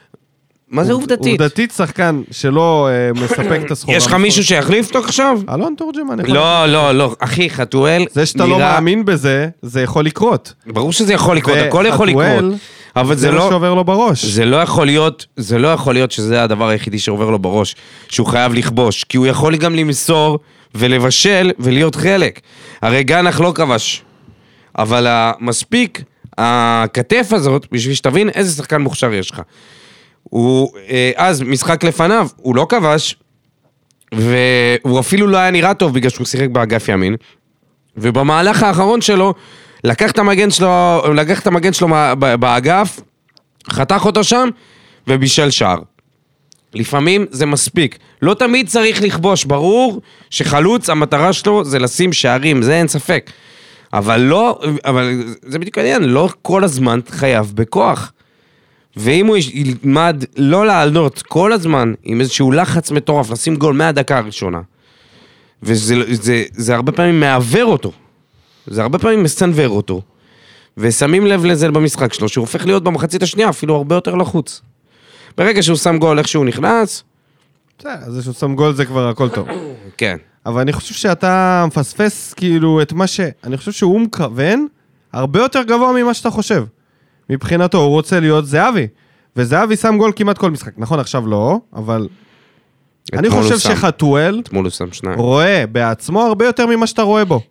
Speaker 2: מה זה
Speaker 1: עובד-
Speaker 2: עובדתית?
Speaker 1: עובדתית שחקן שלא אה, מספק את הסחורה.
Speaker 2: יש לך מישהו שיחליף אותו עכשיו?
Speaker 1: אלון תורג'מן יכול...
Speaker 2: לא, לא, לא. אחי, חתואל
Speaker 1: זה שאתה לא
Speaker 2: נראה-
Speaker 1: מאמין בזה, זה יכול לקרות.
Speaker 2: ברור שזה יכול לקרות, הכל יכול
Speaker 1: וחתואל,
Speaker 2: לקרות. אבל
Speaker 1: זה
Speaker 2: זה
Speaker 1: מה
Speaker 2: לא...
Speaker 1: שעובר לו בראש.
Speaker 2: זה לא יכול להיות, זה לא יכול להיות שזה הדבר היחידי שעובר לו בראש, שהוא חייב לכבוש, כי הוא יכול גם למסור ולבשל ולהיות חלק. הרי גנח לא כבש, אבל ה- מספיק הכתף הזאת בשביל שתבין איזה שחקן מוכשר יש לך. הוא, אה, אז משחק לפניו, הוא לא כבש, והוא אפילו לא היה נראה טוב בגלל שהוא שיחק באגף ימין, ובמהלך האחרון שלו, לקח את המגן שלו, לקח את המגן שלו מה- ב- באגף, חתך אותו שם ובישל שער. לפעמים זה מספיק. לא תמיד צריך לכבוש, ברור שחלוץ, המטרה שלו זה לשים שערים, זה אין ספק. אבל לא, אבל זה בדיוק העניין, לא כל הזמן חייב בכוח. ואם הוא יש- ילמד לא לעלות כל הזמן עם איזשהו לחץ מטורף, לשים גול מהדקה הראשונה, וזה זה, זה הרבה פעמים מעוור אותו, זה הרבה פעמים מסנוור אותו, ושמים לב לזה במשחק שלו, שהוא הופך להיות במחצית השנייה אפילו הרבה יותר לחוץ. ברגע שהוא שם גול איך שהוא נכנס,
Speaker 1: בסדר, זה שהוא שם גול זה כבר הכל טוב.
Speaker 2: כן.
Speaker 1: אבל אני חושב שאתה מפספס כאילו את מה ש... אני חושב שהוא מכוון הרבה יותר גבוה ממה שאתה חושב. מבחינתו, הוא רוצה להיות זהבי. וזהבי שם גול כמעט כל משחק. נכון, עכשיו לא, אבל... אני
Speaker 2: אתמול הוא
Speaker 1: חושב
Speaker 2: שם-
Speaker 1: שחתואל
Speaker 2: אתמול הוא שם שניים.
Speaker 1: רואה בעצמו הרבה יותר ממה שאתה רואה בו.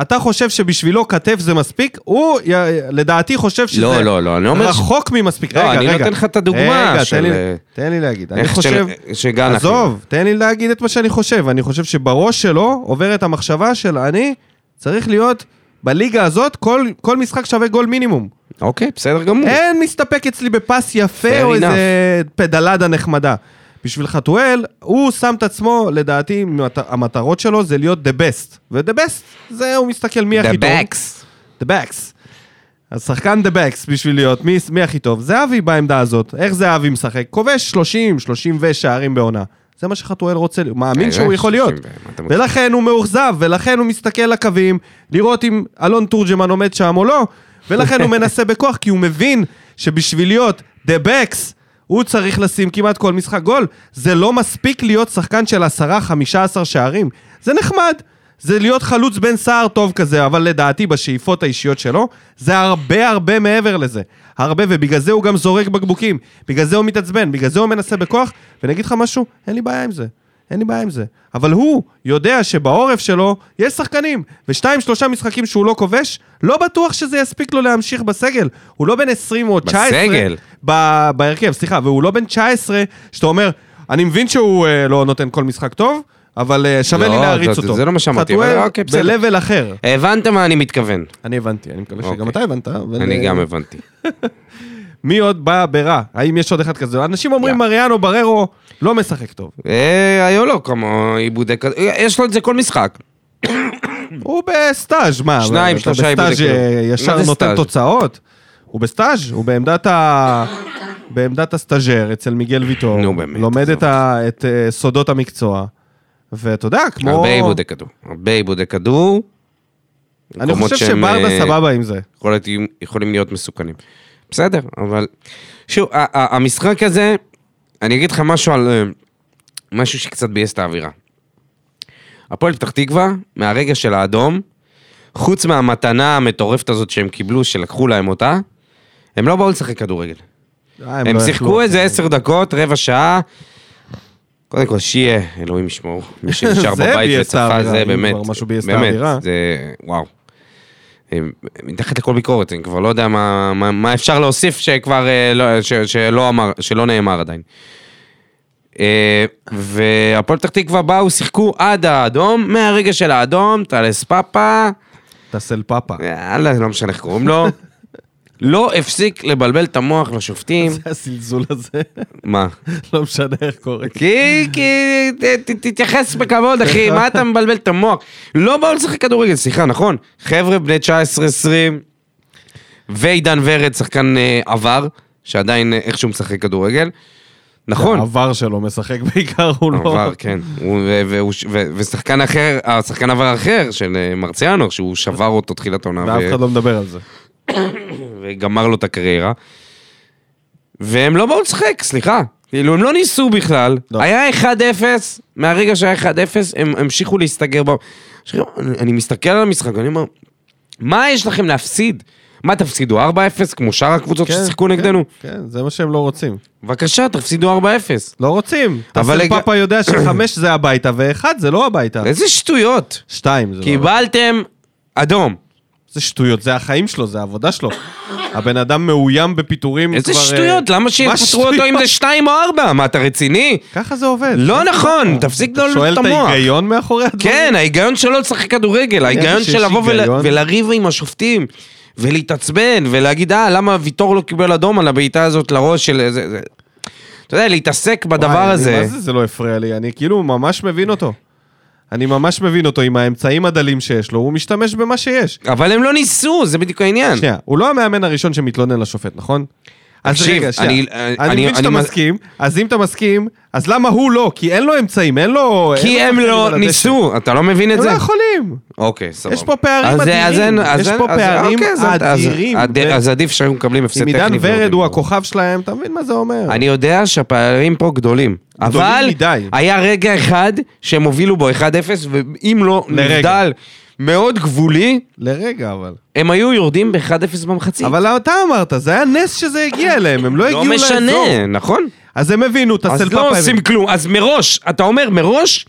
Speaker 1: אתה חושב שבשבילו כתף זה מספיק? הוא, י- לדעתי, חושב שזה
Speaker 2: לא, לא, לא, אני אומר... ש-
Speaker 1: רחוק ממספיק.
Speaker 2: לא,
Speaker 1: רגע,
Speaker 2: אני
Speaker 1: רגע.
Speaker 2: נותן לך את הדוגמה
Speaker 1: רגע,
Speaker 2: של- אה,
Speaker 1: תן לי- תן לי להגיד. אני
Speaker 2: איך
Speaker 1: חושב...
Speaker 2: של- שגנח...
Speaker 1: עזוב, תן לי להגיד את מה שאני חושב. אני חושב שבראש שלו עוברת המחשבה של אני צריך להיות בליגה הזאת, כל, כל משחק שווה גול מינימום.
Speaker 2: אוקיי, בסדר גמור.
Speaker 1: אין מסתפק אצלי בפס יפה
Speaker 2: Fair
Speaker 1: או
Speaker 2: enough.
Speaker 1: איזה פדלדה נחמדה. בשביל חתואל, הוא שם את עצמו, לדעתי, מת- המטרות שלו זה להיות the best. ו-the best, זה הוא מסתכל מי הכי
Speaker 2: The
Speaker 1: טוב.
Speaker 2: backs.
Speaker 1: the backs. אז שחקן the backs בשביל להיות מי, מי הכי טוב. זהבי בעמדה הזאת, איך זהבי משחק? כובש 30, 30 ושערים בעונה. זה מה שחתואל רוצה, הוא
Speaker 2: אה,
Speaker 1: מאמין שהוא יכול להיות.
Speaker 2: מה אתה מוציא?
Speaker 1: ולכן הוא מאוכזב, ולכן הוא מסתכל לקווים, לראות אם אלון תורג'מן עומד שם או לא, ולכן הוא מנסה בכוח, כי הוא מבין שבשביל להיות the backs, הוא צריך לשים כמעט כל משחק גול. זה לא מספיק להיות שחקן של 10-15 שערים. זה נחמד. זה להיות חלוץ בן סער טוב כזה, אבל לדעתי בשאיפות האישיות שלו, זה הרבה הרבה מעבר לזה. הרבה, ובגלל זה הוא גם זורק בקבוקים. בגלל זה הוא מתעצבן, בגלל זה הוא מנסה בכוח, ואני אגיד לך משהו, אין לי בעיה עם זה. אין לי בעיה עם זה. אבל הוא יודע שבעורף שלו יש שחקנים, ושתיים, שלושה משחקים שהוא לא כובש, לא בטוח שזה יספיק לו להמשיך בסגל. הוא לא בן 20 או 19.
Speaker 2: בסגל.
Speaker 1: ב- בהרכב, סליחה, והוא לא בן 19, שאתה אומר, אני מבין שהוא אה, לא נותן כל משחק טוב, אבל אה, שווה
Speaker 2: לא,
Speaker 1: לי להריץ
Speaker 2: זה-
Speaker 1: אותו.
Speaker 2: זה לא מה שאמרתי, אבל
Speaker 1: חתואל
Speaker 2: אוקיי, בסדר.
Speaker 1: ב-level אחר.
Speaker 2: הבנת מה אני מתכוון.
Speaker 1: אני הבנתי, אני מקווה שגם
Speaker 2: אוקיי.
Speaker 1: אתה הבנת. אבל,
Speaker 2: אני
Speaker 1: אה,
Speaker 2: גם הבנתי.
Speaker 1: מי עוד בא ברע? האם יש עוד אחד כזה? אנשים אומרים,
Speaker 2: לא.
Speaker 1: מריאנו בררו לא משחק טוב.
Speaker 2: אה, היו לו כמה עיבודי כדור, יש לו את זה כל משחק.
Speaker 1: הוא בסטאז', מה?
Speaker 2: שניים,
Speaker 1: אתה
Speaker 2: שלושה איבודי
Speaker 1: בסטאז'
Speaker 2: כדור.
Speaker 1: אה, ישר
Speaker 2: מה זה
Speaker 1: נותן
Speaker 2: סטאז'?
Speaker 1: תוצאות? הוא בסטאז', הוא בעמדת ה... בעמדת הסטאז'ר אצל מיגל ויטור.
Speaker 2: נו, באמת,
Speaker 1: לומד
Speaker 2: עזוב.
Speaker 1: את, ה... את אה, סודות המקצוע. ואתה יודע, כמו...
Speaker 2: הרבה עיבודי כדור. הרבה עיבודי כדור.
Speaker 1: אני
Speaker 2: מקומות
Speaker 1: חושב
Speaker 2: שהם,
Speaker 1: שברדה
Speaker 2: אה,
Speaker 1: סבבה עם זה.
Speaker 2: יכול להיות, יכולים להיות מסוכנים. בסדר, אבל... שוב, ה- ה- המשחק הזה, אני אגיד לך משהו על... אה, משהו שקצת ביאס את האווירה. הפועל פתח תקווה, מהרגע של האדום, חוץ מהמתנה המטורפת הזאת שהם קיבלו, שלקחו להם אותה, הם לא באו לשחק כדורגל.
Speaker 1: אה,
Speaker 2: הם
Speaker 1: לא
Speaker 2: שיחקו
Speaker 1: יכלו.
Speaker 2: איזה עשר דקות, רבע שעה. קודם כל, שיהיה, אלוהים ישמור. מי שנשאר
Speaker 1: זה
Speaker 2: בבית
Speaker 1: ביאס את
Speaker 2: וצפה,
Speaker 1: האווירה,
Speaker 2: זה
Speaker 1: אם
Speaker 2: באמת,
Speaker 1: כבר משהו ביאס את
Speaker 2: באמת,
Speaker 1: האווירה.
Speaker 2: זה, וואו. הם- מתחת לכל ביקורת, אני כבר לא יודע מה, מה, מה אפשר להוסיף שכבר, אה, לא, ש, שלא, אמר, שלא נאמר עדיין. אה, והפועל פתח תקווה באו, שיחקו עד האדום, מהרגע של האדום, טלס פאפה,
Speaker 1: טסל פאפה.
Speaker 2: יאללה, לא משנה איך קוראים לו. לא הפסיק לבלבל את המוח לשופטים.
Speaker 1: זה הזלזול הזה,
Speaker 2: מה?
Speaker 1: לא משנה איך קורה.
Speaker 2: כי, כי, ת- ת- תתייחס בכבוד, אחי, מה אתה מבלבל את המוח? לא באו לשחק כדורגל, סליחה, נכון? חבר'ה בני 19-20, ועידן ורד, שחקן אה, עבר, שעדיין אה, איכשהו משחק כדורגל. נכון,
Speaker 1: העבר שלו משחק בעיקר, הוא לא...
Speaker 2: עבר, כן. הוא- ו- והוא ש- ו- ושחקן אחר, השחקן עבר אחר, של אה, מרציאנו, שהוא שבר אותו תחילת העונה.
Speaker 1: ואף
Speaker 2: אה, ו-
Speaker 1: אחד לא מדבר על זה.
Speaker 2: וגמר לו את הקריירה. והם לא באו לשחק, סליחה. כאילו, הם לא ניסו בכלל.
Speaker 1: לא.
Speaker 2: היה 1-0, מהרגע שהיה 1-0, הם המשיכו להסתגר ב... עכשיו, אני- אני מסתכל על המשחק, אני אומר, מה יש לכם להפסיד? מה, תפסידו 4-0 כמו שאר הקבוצות
Speaker 1: כן,
Speaker 2: ששיחקו
Speaker 1: כן,
Speaker 2: נגדנו?
Speaker 1: כן, זה מה שהם לא רוצים.
Speaker 2: בבקשה, תפסידו 4-0.
Speaker 1: לא רוצים.
Speaker 2: אבל
Speaker 1: אבל
Speaker 2: לג-
Speaker 1: פאפה יודע שחמש זה הביתה, ואחד זה לא הביתה.
Speaker 2: איזה שטויות.
Speaker 1: שתיים זה לא... הביתה.
Speaker 2: קיבלתם אדום.
Speaker 1: זה שטויות, זה החיים שלו, זה העבודה שלו. הבן אדם מאוים בפיטורים כבר...
Speaker 2: איזה
Speaker 1: אה,
Speaker 2: שטויות, למה
Speaker 1: מה
Speaker 2: שיפטרו אותו
Speaker 1: שטויות?
Speaker 2: אם זה 2 או 4? מה, אתה רציני?
Speaker 1: ככה זה עובד.
Speaker 2: לא נכון, תפסיק לא
Speaker 1: שואל
Speaker 2: ללמוד
Speaker 1: את
Speaker 2: את המוח.
Speaker 1: ההיגיון מאחורי הדברים?
Speaker 2: כן, ההיגיון שלו לשחק כדורגל, ההיגיון
Speaker 1: שיש
Speaker 2: של לבוא ול-
Speaker 1: היגיון.
Speaker 2: ולריב עם השופטים, ולהתעצבן, ולהגיד, אה, למה ויטור לא קיבל אדום על הבעיטה הזאת לראש של... זה- זה- אתה יודע, להתעסק
Speaker 1: וואי,
Speaker 2: בדבר
Speaker 1: אני-
Speaker 2: הזה.
Speaker 1: מה זה זה לא הפריע לי? אני כאילו ממש מבין אותו. אני ממש מבין אותו עם האמצעים הדלים שיש לו, הוא משתמש במה שיש.
Speaker 2: אבל הם לא ניסו, זה בדיוק העניין.
Speaker 1: שנייה, הוא לא המאמן הראשון שמתלונן לשופט, נכון? אז
Speaker 2: תקשיב,
Speaker 1: רגע, שנייה.
Speaker 2: אני- אה,
Speaker 1: אני
Speaker 2: אני-
Speaker 1: מבין שאתה
Speaker 2: אני-
Speaker 1: מסכים, אז אם אתה מסכים, אז למה הוא לא? כי אין לו אמצעים, אין לו...
Speaker 2: כי
Speaker 1: אין לו
Speaker 2: הם
Speaker 1: שחקנים על
Speaker 2: לא
Speaker 1: הדשא.
Speaker 2: ניסו, אתה לא מבין את
Speaker 1: הם
Speaker 2: זה?
Speaker 1: לא יכולים.
Speaker 2: אוקיי, סבבה.
Speaker 1: יש פה פערים
Speaker 2: אז- אז
Speaker 1: אדירים.
Speaker 2: אין- אז
Speaker 1: יש
Speaker 2: אין-
Speaker 1: פה
Speaker 2: אז-
Speaker 1: פערים
Speaker 2: אוקיי, אז- אז-
Speaker 1: אדירים.
Speaker 2: עד-
Speaker 1: ו-
Speaker 2: אז עדיף שהיו מקבלים הפסד
Speaker 1: אם
Speaker 2: טכני.
Speaker 1: עידן
Speaker 2: ולא
Speaker 1: ורד
Speaker 2: דיברו.
Speaker 1: הוא הכוכב שלהם, אתה מבין מה זה אומר?
Speaker 2: אני יודע שהפערים פה גדולים.
Speaker 1: גדולים
Speaker 2: אבל
Speaker 1: מדי.
Speaker 2: היה רגע אחד שהם הובילו בו 1-0, ואם לא
Speaker 1: לרגע.
Speaker 2: נבדל מאוד גבולי,
Speaker 1: לרגע, אבל.
Speaker 2: הם היו יורדים ב-1-0 במחצית.
Speaker 1: אבל אתה אמרת, זה היה נס שזה הגיע אליהם, הם לא
Speaker 2: לא
Speaker 1: הגיעו לאזור.
Speaker 2: משנה, נכון?
Speaker 1: אז הם הבינו את
Speaker 2: אז
Speaker 1: הסלפאפה.
Speaker 2: לא עושים כלום. אז מראש, אתה אומר מראש,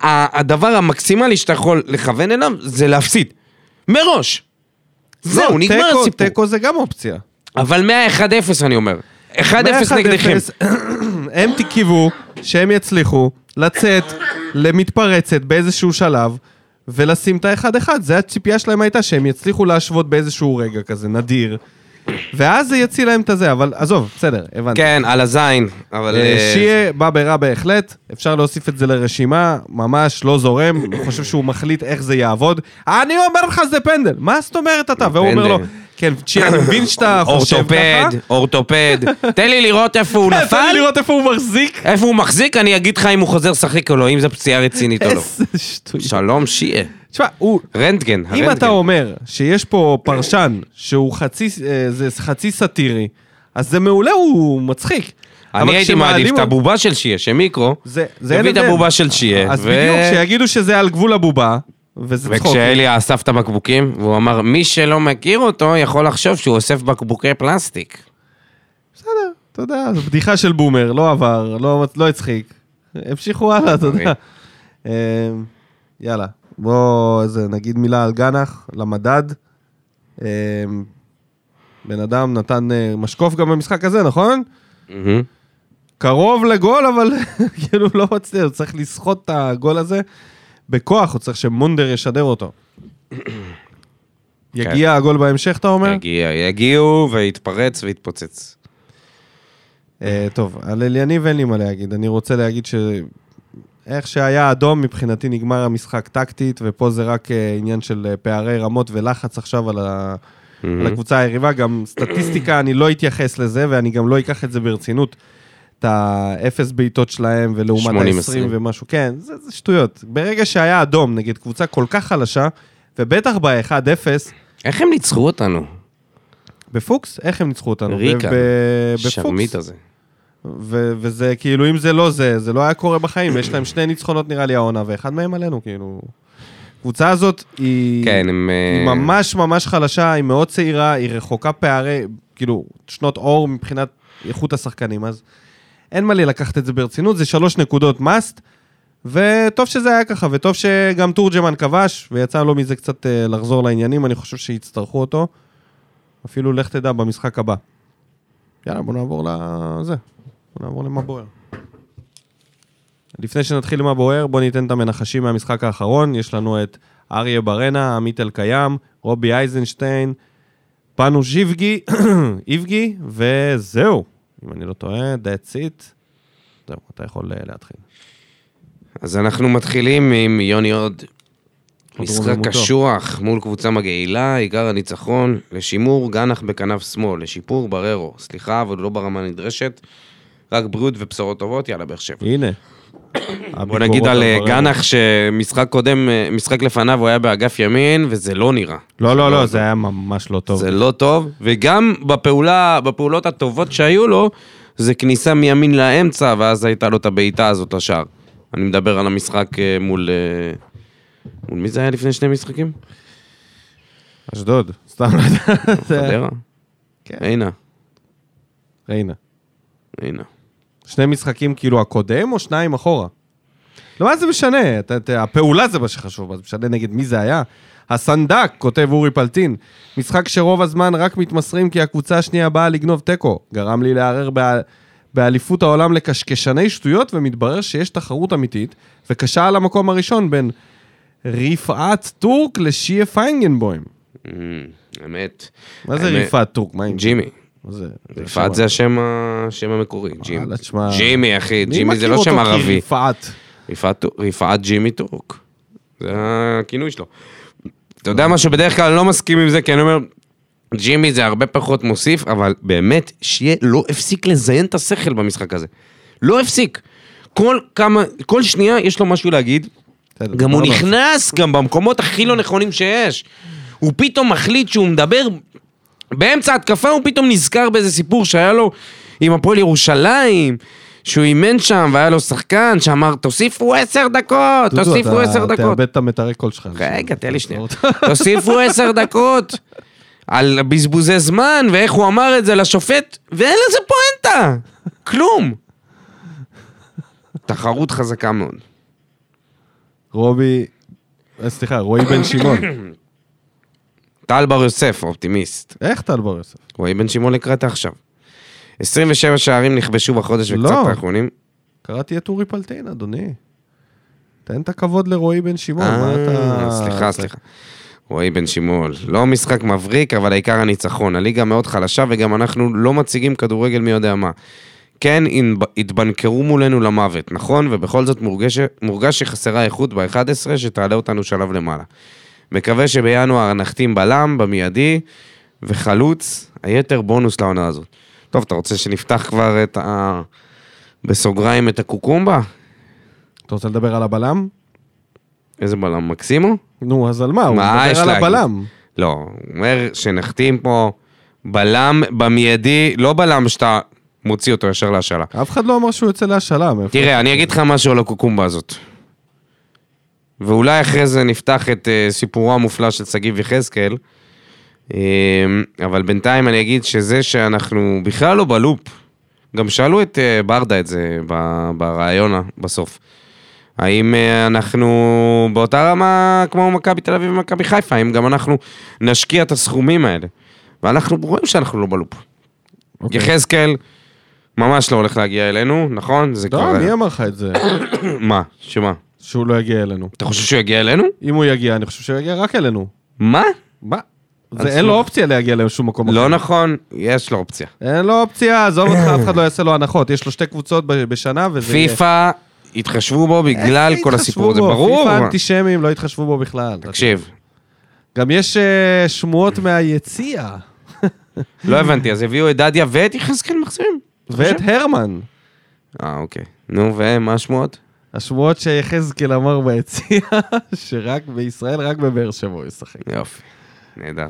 Speaker 2: ה- הדבר המקסימלי שאתה יכול לכוון אליו זה להפסיד. מראש. זהו, נגמר הסיפור.
Speaker 1: לא, תיקו זה גם אופציה.
Speaker 2: אבל מה-1-0 אני אומר. 1-0 נגדכם.
Speaker 1: 1-0, הם קיוו שהם יצליחו לצאת למתפרצת באיזשהו שלב. ולשים את האחד אחד, זה הציפייה שלהם הייתה שהם יצליחו להשוות באיזשהו רגע כזה נדיר ואז זה יציל להם את הזה, אבל עזוב, בסדר, הבנתי.
Speaker 2: כן, על הזין. אבל... אה,
Speaker 1: אה, שיה בא ברע בהחלט, אפשר להוסיף את זה לרשימה, ממש לא זורם, הוא חושב שהוא מחליט איך זה יעבוד. אני אומר לך זה פנדל, מה זאת אומרת אתה? והוא אומר לו,
Speaker 2: פנדל.
Speaker 1: כן, צ'יה, אני מבין שאתה חושב
Speaker 2: אורתופד,
Speaker 1: ככה.
Speaker 2: אורתופד. תן לי לראות איפה הוא
Speaker 1: תן לי
Speaker 2: נפל,
Speaker 1: לראות איפה הוא מחזיק.
Speaker 2: איפה הוא מחזיק, אני אגיד לך אם הוא חוזר לשחק או לא, אם זו פציעה רצינית או לא.
Speaker 1: איזה שטויות.
Speaker 2: שלום שיה.
Speaker 1: תשמע, הוא...
Speaker 2: רנטגן, הרנטגן.
Speaker 1: אם אתה אומר שיש פה פרשן שהוא חצי, אה, זה חצי סאטירי, אז זה מעולה, הוא מצחיק. אבל
Speaker 2: אני הייתי
Speaker 1: כשמעלים
Speaker 2: מעדיף את
Speaker 1: אותו-
Speaker 2: הבובה של שיה, שמיקרו.
Speaker 1: זה- זה אין
Speaker 2: תביא את
Speaker 1: הבדל.
Speaker 2: הבובה של שיה.
Speaker 1: אז
Speaker 2: ו-
Speaker 1: בדיוק, שיגידו שזה על גבול הבובה, וזה צחוק.
Speaker 2: וכשאלי אסף את הבקבוקים, והוא אמר, מי שלא מכיר אותו יכול לחשוב שהוא אוסף בקבוקי פלסטיק.
Speaker 1: בסדר, אתה יודע, זו בדיחה של בומר, לא עבר, לא, לא הצחיק. המשיכו הלאה, אתה יודע. אמ, יאללה, בוא איזה, נגיד מילה על גנח, למדד. אמ, בן אדם נתן אה, משקוף גם במשחק הזה, נכון?
Speaker 2: מהמם.
Speaker 1: קרוב לגול, אבל כאילו לא מצליח, הוא צריך לסחוט את הגול הזה בכוח, הוא צריך שמונדר ישדר אותו. יגיע הגול בהמשך, אתה אומר?
Speaker 2: יגיע, יגיעו ויתפרץ ויתפוצץ.
Speaker 1: אה, טוב, על אליניב אין לי מה להגיד. אני רוצה להגיד ש... איך שהיה אדום, מבחינתי נגמר המשחק טקטית, ופה זה רק אה, עניין של אה, פערי רמות ולחץ עכשיו על, ה... על הקבוצה היריבה. גם סטטיסטיקה, אני לא אתייחס לזה, ואני גם לא אקח את זה ברצינות. את האפס בעיטות שלהם, ולעומת
Speaker 2: 80-20.
Speaker 1: ה-20 ומשהו, כן, זה, זה שטויות. ברגע שהיה אדום נגד קבוצה כל כך חלשה, ובטח ב-1-0,
Speaker 2: איך הם ניצחו
Speaker 1: אה,
Speaker 2: אותנו?
Speaker 1: בפוקס, איך הם ניצחו אותנו?
Speaker 2: ריקה.
Speaker 1: ב- ב- בפוקס.
Speaker 2: שרמית הזה.
Speaker 1: ו- וזה כאילו, אם זה לא זה, זה לא היה קורה בחיים, יש להם שני ניצחונות נראה לי העונה, ואחד מהם עלינו, כאילו... הקבוצה הזאת היא...
Speaker 2: כן, הם...
Speaker 1: היא
Speaker 2: אה,
Speaker 1: ממש ממש חלשה, היא מאוד צעירה, היא רחוקה פערי, כאילו, שנות אור מבחינת איכות השחקנים, אז אין מה לי לקחת את זה ברצינות, זה שלוש נקודות must, וטוב שזה היה ככה, וטוב שגם תורג'מן כבש, ויצא לו מזה קצת אה, לחזור לעניינים, אני חושב שיצטרכו אותו. אפילו לך תדע במשחק הבא. יאללה, בוא נעבור לזה. בוא נעבור למה בוער. לפני שנתחיל עם הבוער, בואו ניתן את המנחשים מהמשחק האחרון. יש לנו את אריה ברנה, עמית אלקיים, רובי אייזנשטיין, פנו ז'יבגי, איבגי, וזהו. אם אני לא טועה, that's it. זהו, אתה יכול אה, להתחיל.
Speaker 2: אז אנחנו מתחילים עם יוני הוד. משחק
Speaker 1: רוממותו.
Speaker 2: קשוח מול קבוצה מגעילה, עיקר הניצחון, לשימור גנח בכנף שמאל, לשיפור בררו. סליחה, אבל הוא לא ברמה הנדרשת. רק בריאות ובשורות טובות, יאללה, באר שבע.
Speaker 1: הנה,
Speaker 2: בוא
Speaker 1: הביקורות
Speaker 2: נגיד על אה,
Speaker 1: בררניות.
Speaker 2: גנח, שמשחק קודם, אה, משחק לפניו, הוא היה באגף ימין, וזה לא נראה.
Speaker 1: לא, לא, לא, זה היה ממש לא טוב.
Speaker 2: זה לא טוב, וגם בפעולה, בפעולות הטובות שהיו לו, זה כניסה מימין לאמצע, ואז הייתה לו את הבעיטה הזאת לשער. אני מדבר על המשחק אה, מול... אה, מול מי זה היה לפני שני משחקים?
Speaker 1: אשדוד, סתם. לא יודע. זה-
Speaker 2: חדרה?
Speaker 1: כן.
Speaker 2: הנה,
Speaker 1: ריינה.
Speaker 2: הנה.
Speaker 1: שני משחקים כאילו הקודם או שניים אחורה? לא, מה זה משנה? אתה- אתה- הפעולה זה מה שחשוב, אז משנה נגד מי זה היה. הסנדק, כותב אורי פלטין, משחק שרוב הזמן רק מתמסרים כי הקבוצה השנייה באה לגנוב תיקו. גרם לי להרהר בא- באליפות העולם לקשקשני שטויות, ומתברר שיש תחרות אמיתית, וקשה על המקום הראשון בין רפעת טורק לשיה פיינגנבוים.
Speaker 2: אה, אמת.
Speaker 1: מה זה
Speaker 2: האמת-
Speaker 1: רפעת טורק? מה עם
Speaker 2: ג'ימי.
Speaker 1: מה זה?
Speaker 2: רפעת זה השם ה- השם המקורי, ג'ימי.
Speaker 1: וואלה, תשמע.
Speaker 2: ג'ימי, אחי,
Speaker 1: מי
Speaker 2: ג'ימי זה
Speaker 1: מכיר
Speaker 2: לא
Speaker 1: אותו
Speaker 2: שם ערבי.
Speaker 1: כרפעת?
Speaker 2: רפעת- רפעת ג'ימי טורק. זה הכינוי שלו. אתה יודע מה שבדרך כלל אני לא מסכים עם זה, כי אני אומר, ג'ימי זה הרבה פחות מוסיף, אבל באמת, שיה לא הפסיק לזיין את השכל במשחק הזה. לא הפסיק. כל כמה, כל שנייה יש לו משהו להגיד,
Speaker 1: בסדר, לא,
Speaker 2: גם הוא
Speaker 1: דיברנו על זה.
Speaker 2: נכנס גם במקומות הכי לא נכונים שיש. הוא פתאום מחליט שהוא מדבר, באמצע התקפה הוא פתאום נזכר באיזה סיפור שהיה לו עם הפועל ירושלים, שהוא אימן שם והיה לו שחקן שאמר תוסיפו עשר דקות,
Speaker 1: דודו,
Speaker 2: תוסיפו
Speaker 1: אתה-
Speaker 2: עשר
Speaker 1: תאבד
Speaker 2: דקות.
Speaker 1: את המטרי קול שלך.
Speaker 2: רגע, תן לי שנייה.
Speaker 1: אתה- לא
Speaker 2: תוסיפו עשר דקות על בזבוזי זמן ואיך הוא אמר את זה לשופט, ואין לזה פואנטה, כלום. תחרות חזקה מאוד.
Speaker 1: רובי, אה, סליחה, רועי בן שמעון.
Speaker 2: טל בר יוסף, האופטימיסט.
Speaker 1: איך טל בר יוסף?
Speaker 2: רועי בן שמעון לקראת עכשיו. 27 שערים נכבשו בחודש
Speaker 1: לא.
Speaker 2: וקצת האחרונים.
Speaker 1: קראתי את אורי פלטין, אדוני. תן את הכבוד לרועי בן שמעון, מה
Speaker 2: אה,
Speaker 1: אתה...
Speaker 2: סליחה, סליחה. רועי בן שמעון, לא משחק מבריק, אבל העיקר הניצחון. הליגה מאוד חלשה וגם אנחנו לא מציגים כדורגל מי יודע מה. כן, הנב- התבנקרו מולנו למוות, נכון? ובכל זאת מורגש, מורגש שחסרה איכות ב-11 שתעלה אותנו שלב למעלה. מקווה שבינואר נחתים בלם, במיידי, וחלוץ, היתר בונוס לעונה הזאת. טוב, אתה רוצה שנפתח כבר את ה... בסוגריים את הקוקומבה?
Speaker 1: אתה רוצה לדבר על הבלם?
Speaker 2: איזה בלם, מקסימו?
Speaker 1: נו, אז על מה? הוא
Speaker 2: מה יש
Speaker 1: מדבר על
Speaker 2: להגיד?
Speaker 1: הבלם.
Speaker 2: לא, הוא אומר שנחתים פה בלם במיידי, לא בלם שאתה מוציא אותו ישר להשאלה.
Speaker 1: אף אחד לא אמר שהוא יוצא להשאלה. מאיפה-
Speaker 2: תראה, אני אגיד לך משהו על הקוקומבה הזאת. ואולי אחרי זה נפתח את אה, סיפורו המופלא של שגיב יחזקאל. אה, אבל בינתיים אני אגיד שזה שאנחנו בכלל לא בלופ. גם שאלו את אה, ברדה את זה ב- בראיון בסוף. האם אה, אנחנו באותה רמה כמו מכבי תל אביב ומכבי חיפה, האם גם אנחנו נשקיע את הסכומים האלה? ואנחנו רואים שאנחנו לא בלופ.
Speaker 1: אוקיי.
Speaker 2: יחזקאל ממש לא הולך להגיע אלינו, נכון? זה
Speaker 1: לא,
Speaker 2: כבר...
Speaker 1: מי אמר לך את זה?
Speaker 2: מה? שמה?
Speaker 1: שהוא לא יגיע אלינו.
Speaker 2: אתה חושב שהוא יגיע אלינו?
Speaker 1: אם הוא יגיע, אני חושב שהוא יגיע רק אלינו.
Speaker 2: מה?
Speaker 1: מה?
Speaker 2: אז
Speaker 1: זה אין לו אופציה להגיע לשום מקום אחר.
Speaker 2: לא נכון, יש לו אופציה.
Speaker 1: אין לו אופציה, עזוב אותך, אף אחד לא יעשה לו הנחות. יש לו שתי קבוצות ב- בשנה, וזה... יהיה-
Speaker 2: פיפא, התחשבו בו בגלל
Speaker 1: איך
Speaker 2: כל
Speaker 1: התחשבו
Speaker 2: הסיפור הזה,
Speaker 1: בו?
Speaker 2: ברור.
Speaker 1: פיפ"א אנטישמים, לא התחשבו בו בכלל.
Speaker 2: תקשיב,
Speaker 1: גם יש אה, שמועות מהיציע,
Speaker 2: לא הבנתי, אז הביאו את דדיה ואת יחזקאל מחזירים?
Speaker 1: ואת
Speaker 2: חושב?
Speaker 1: הרמן.
Speaker 2: אה, אוקיי. נו, ומה השמועות?
Speaker 1: השמועות שיחזקאל אמר ביציע, שרק בישראל, רק בבאר שבע הוא ישחק.
Speaker 2: יופי, נהדר.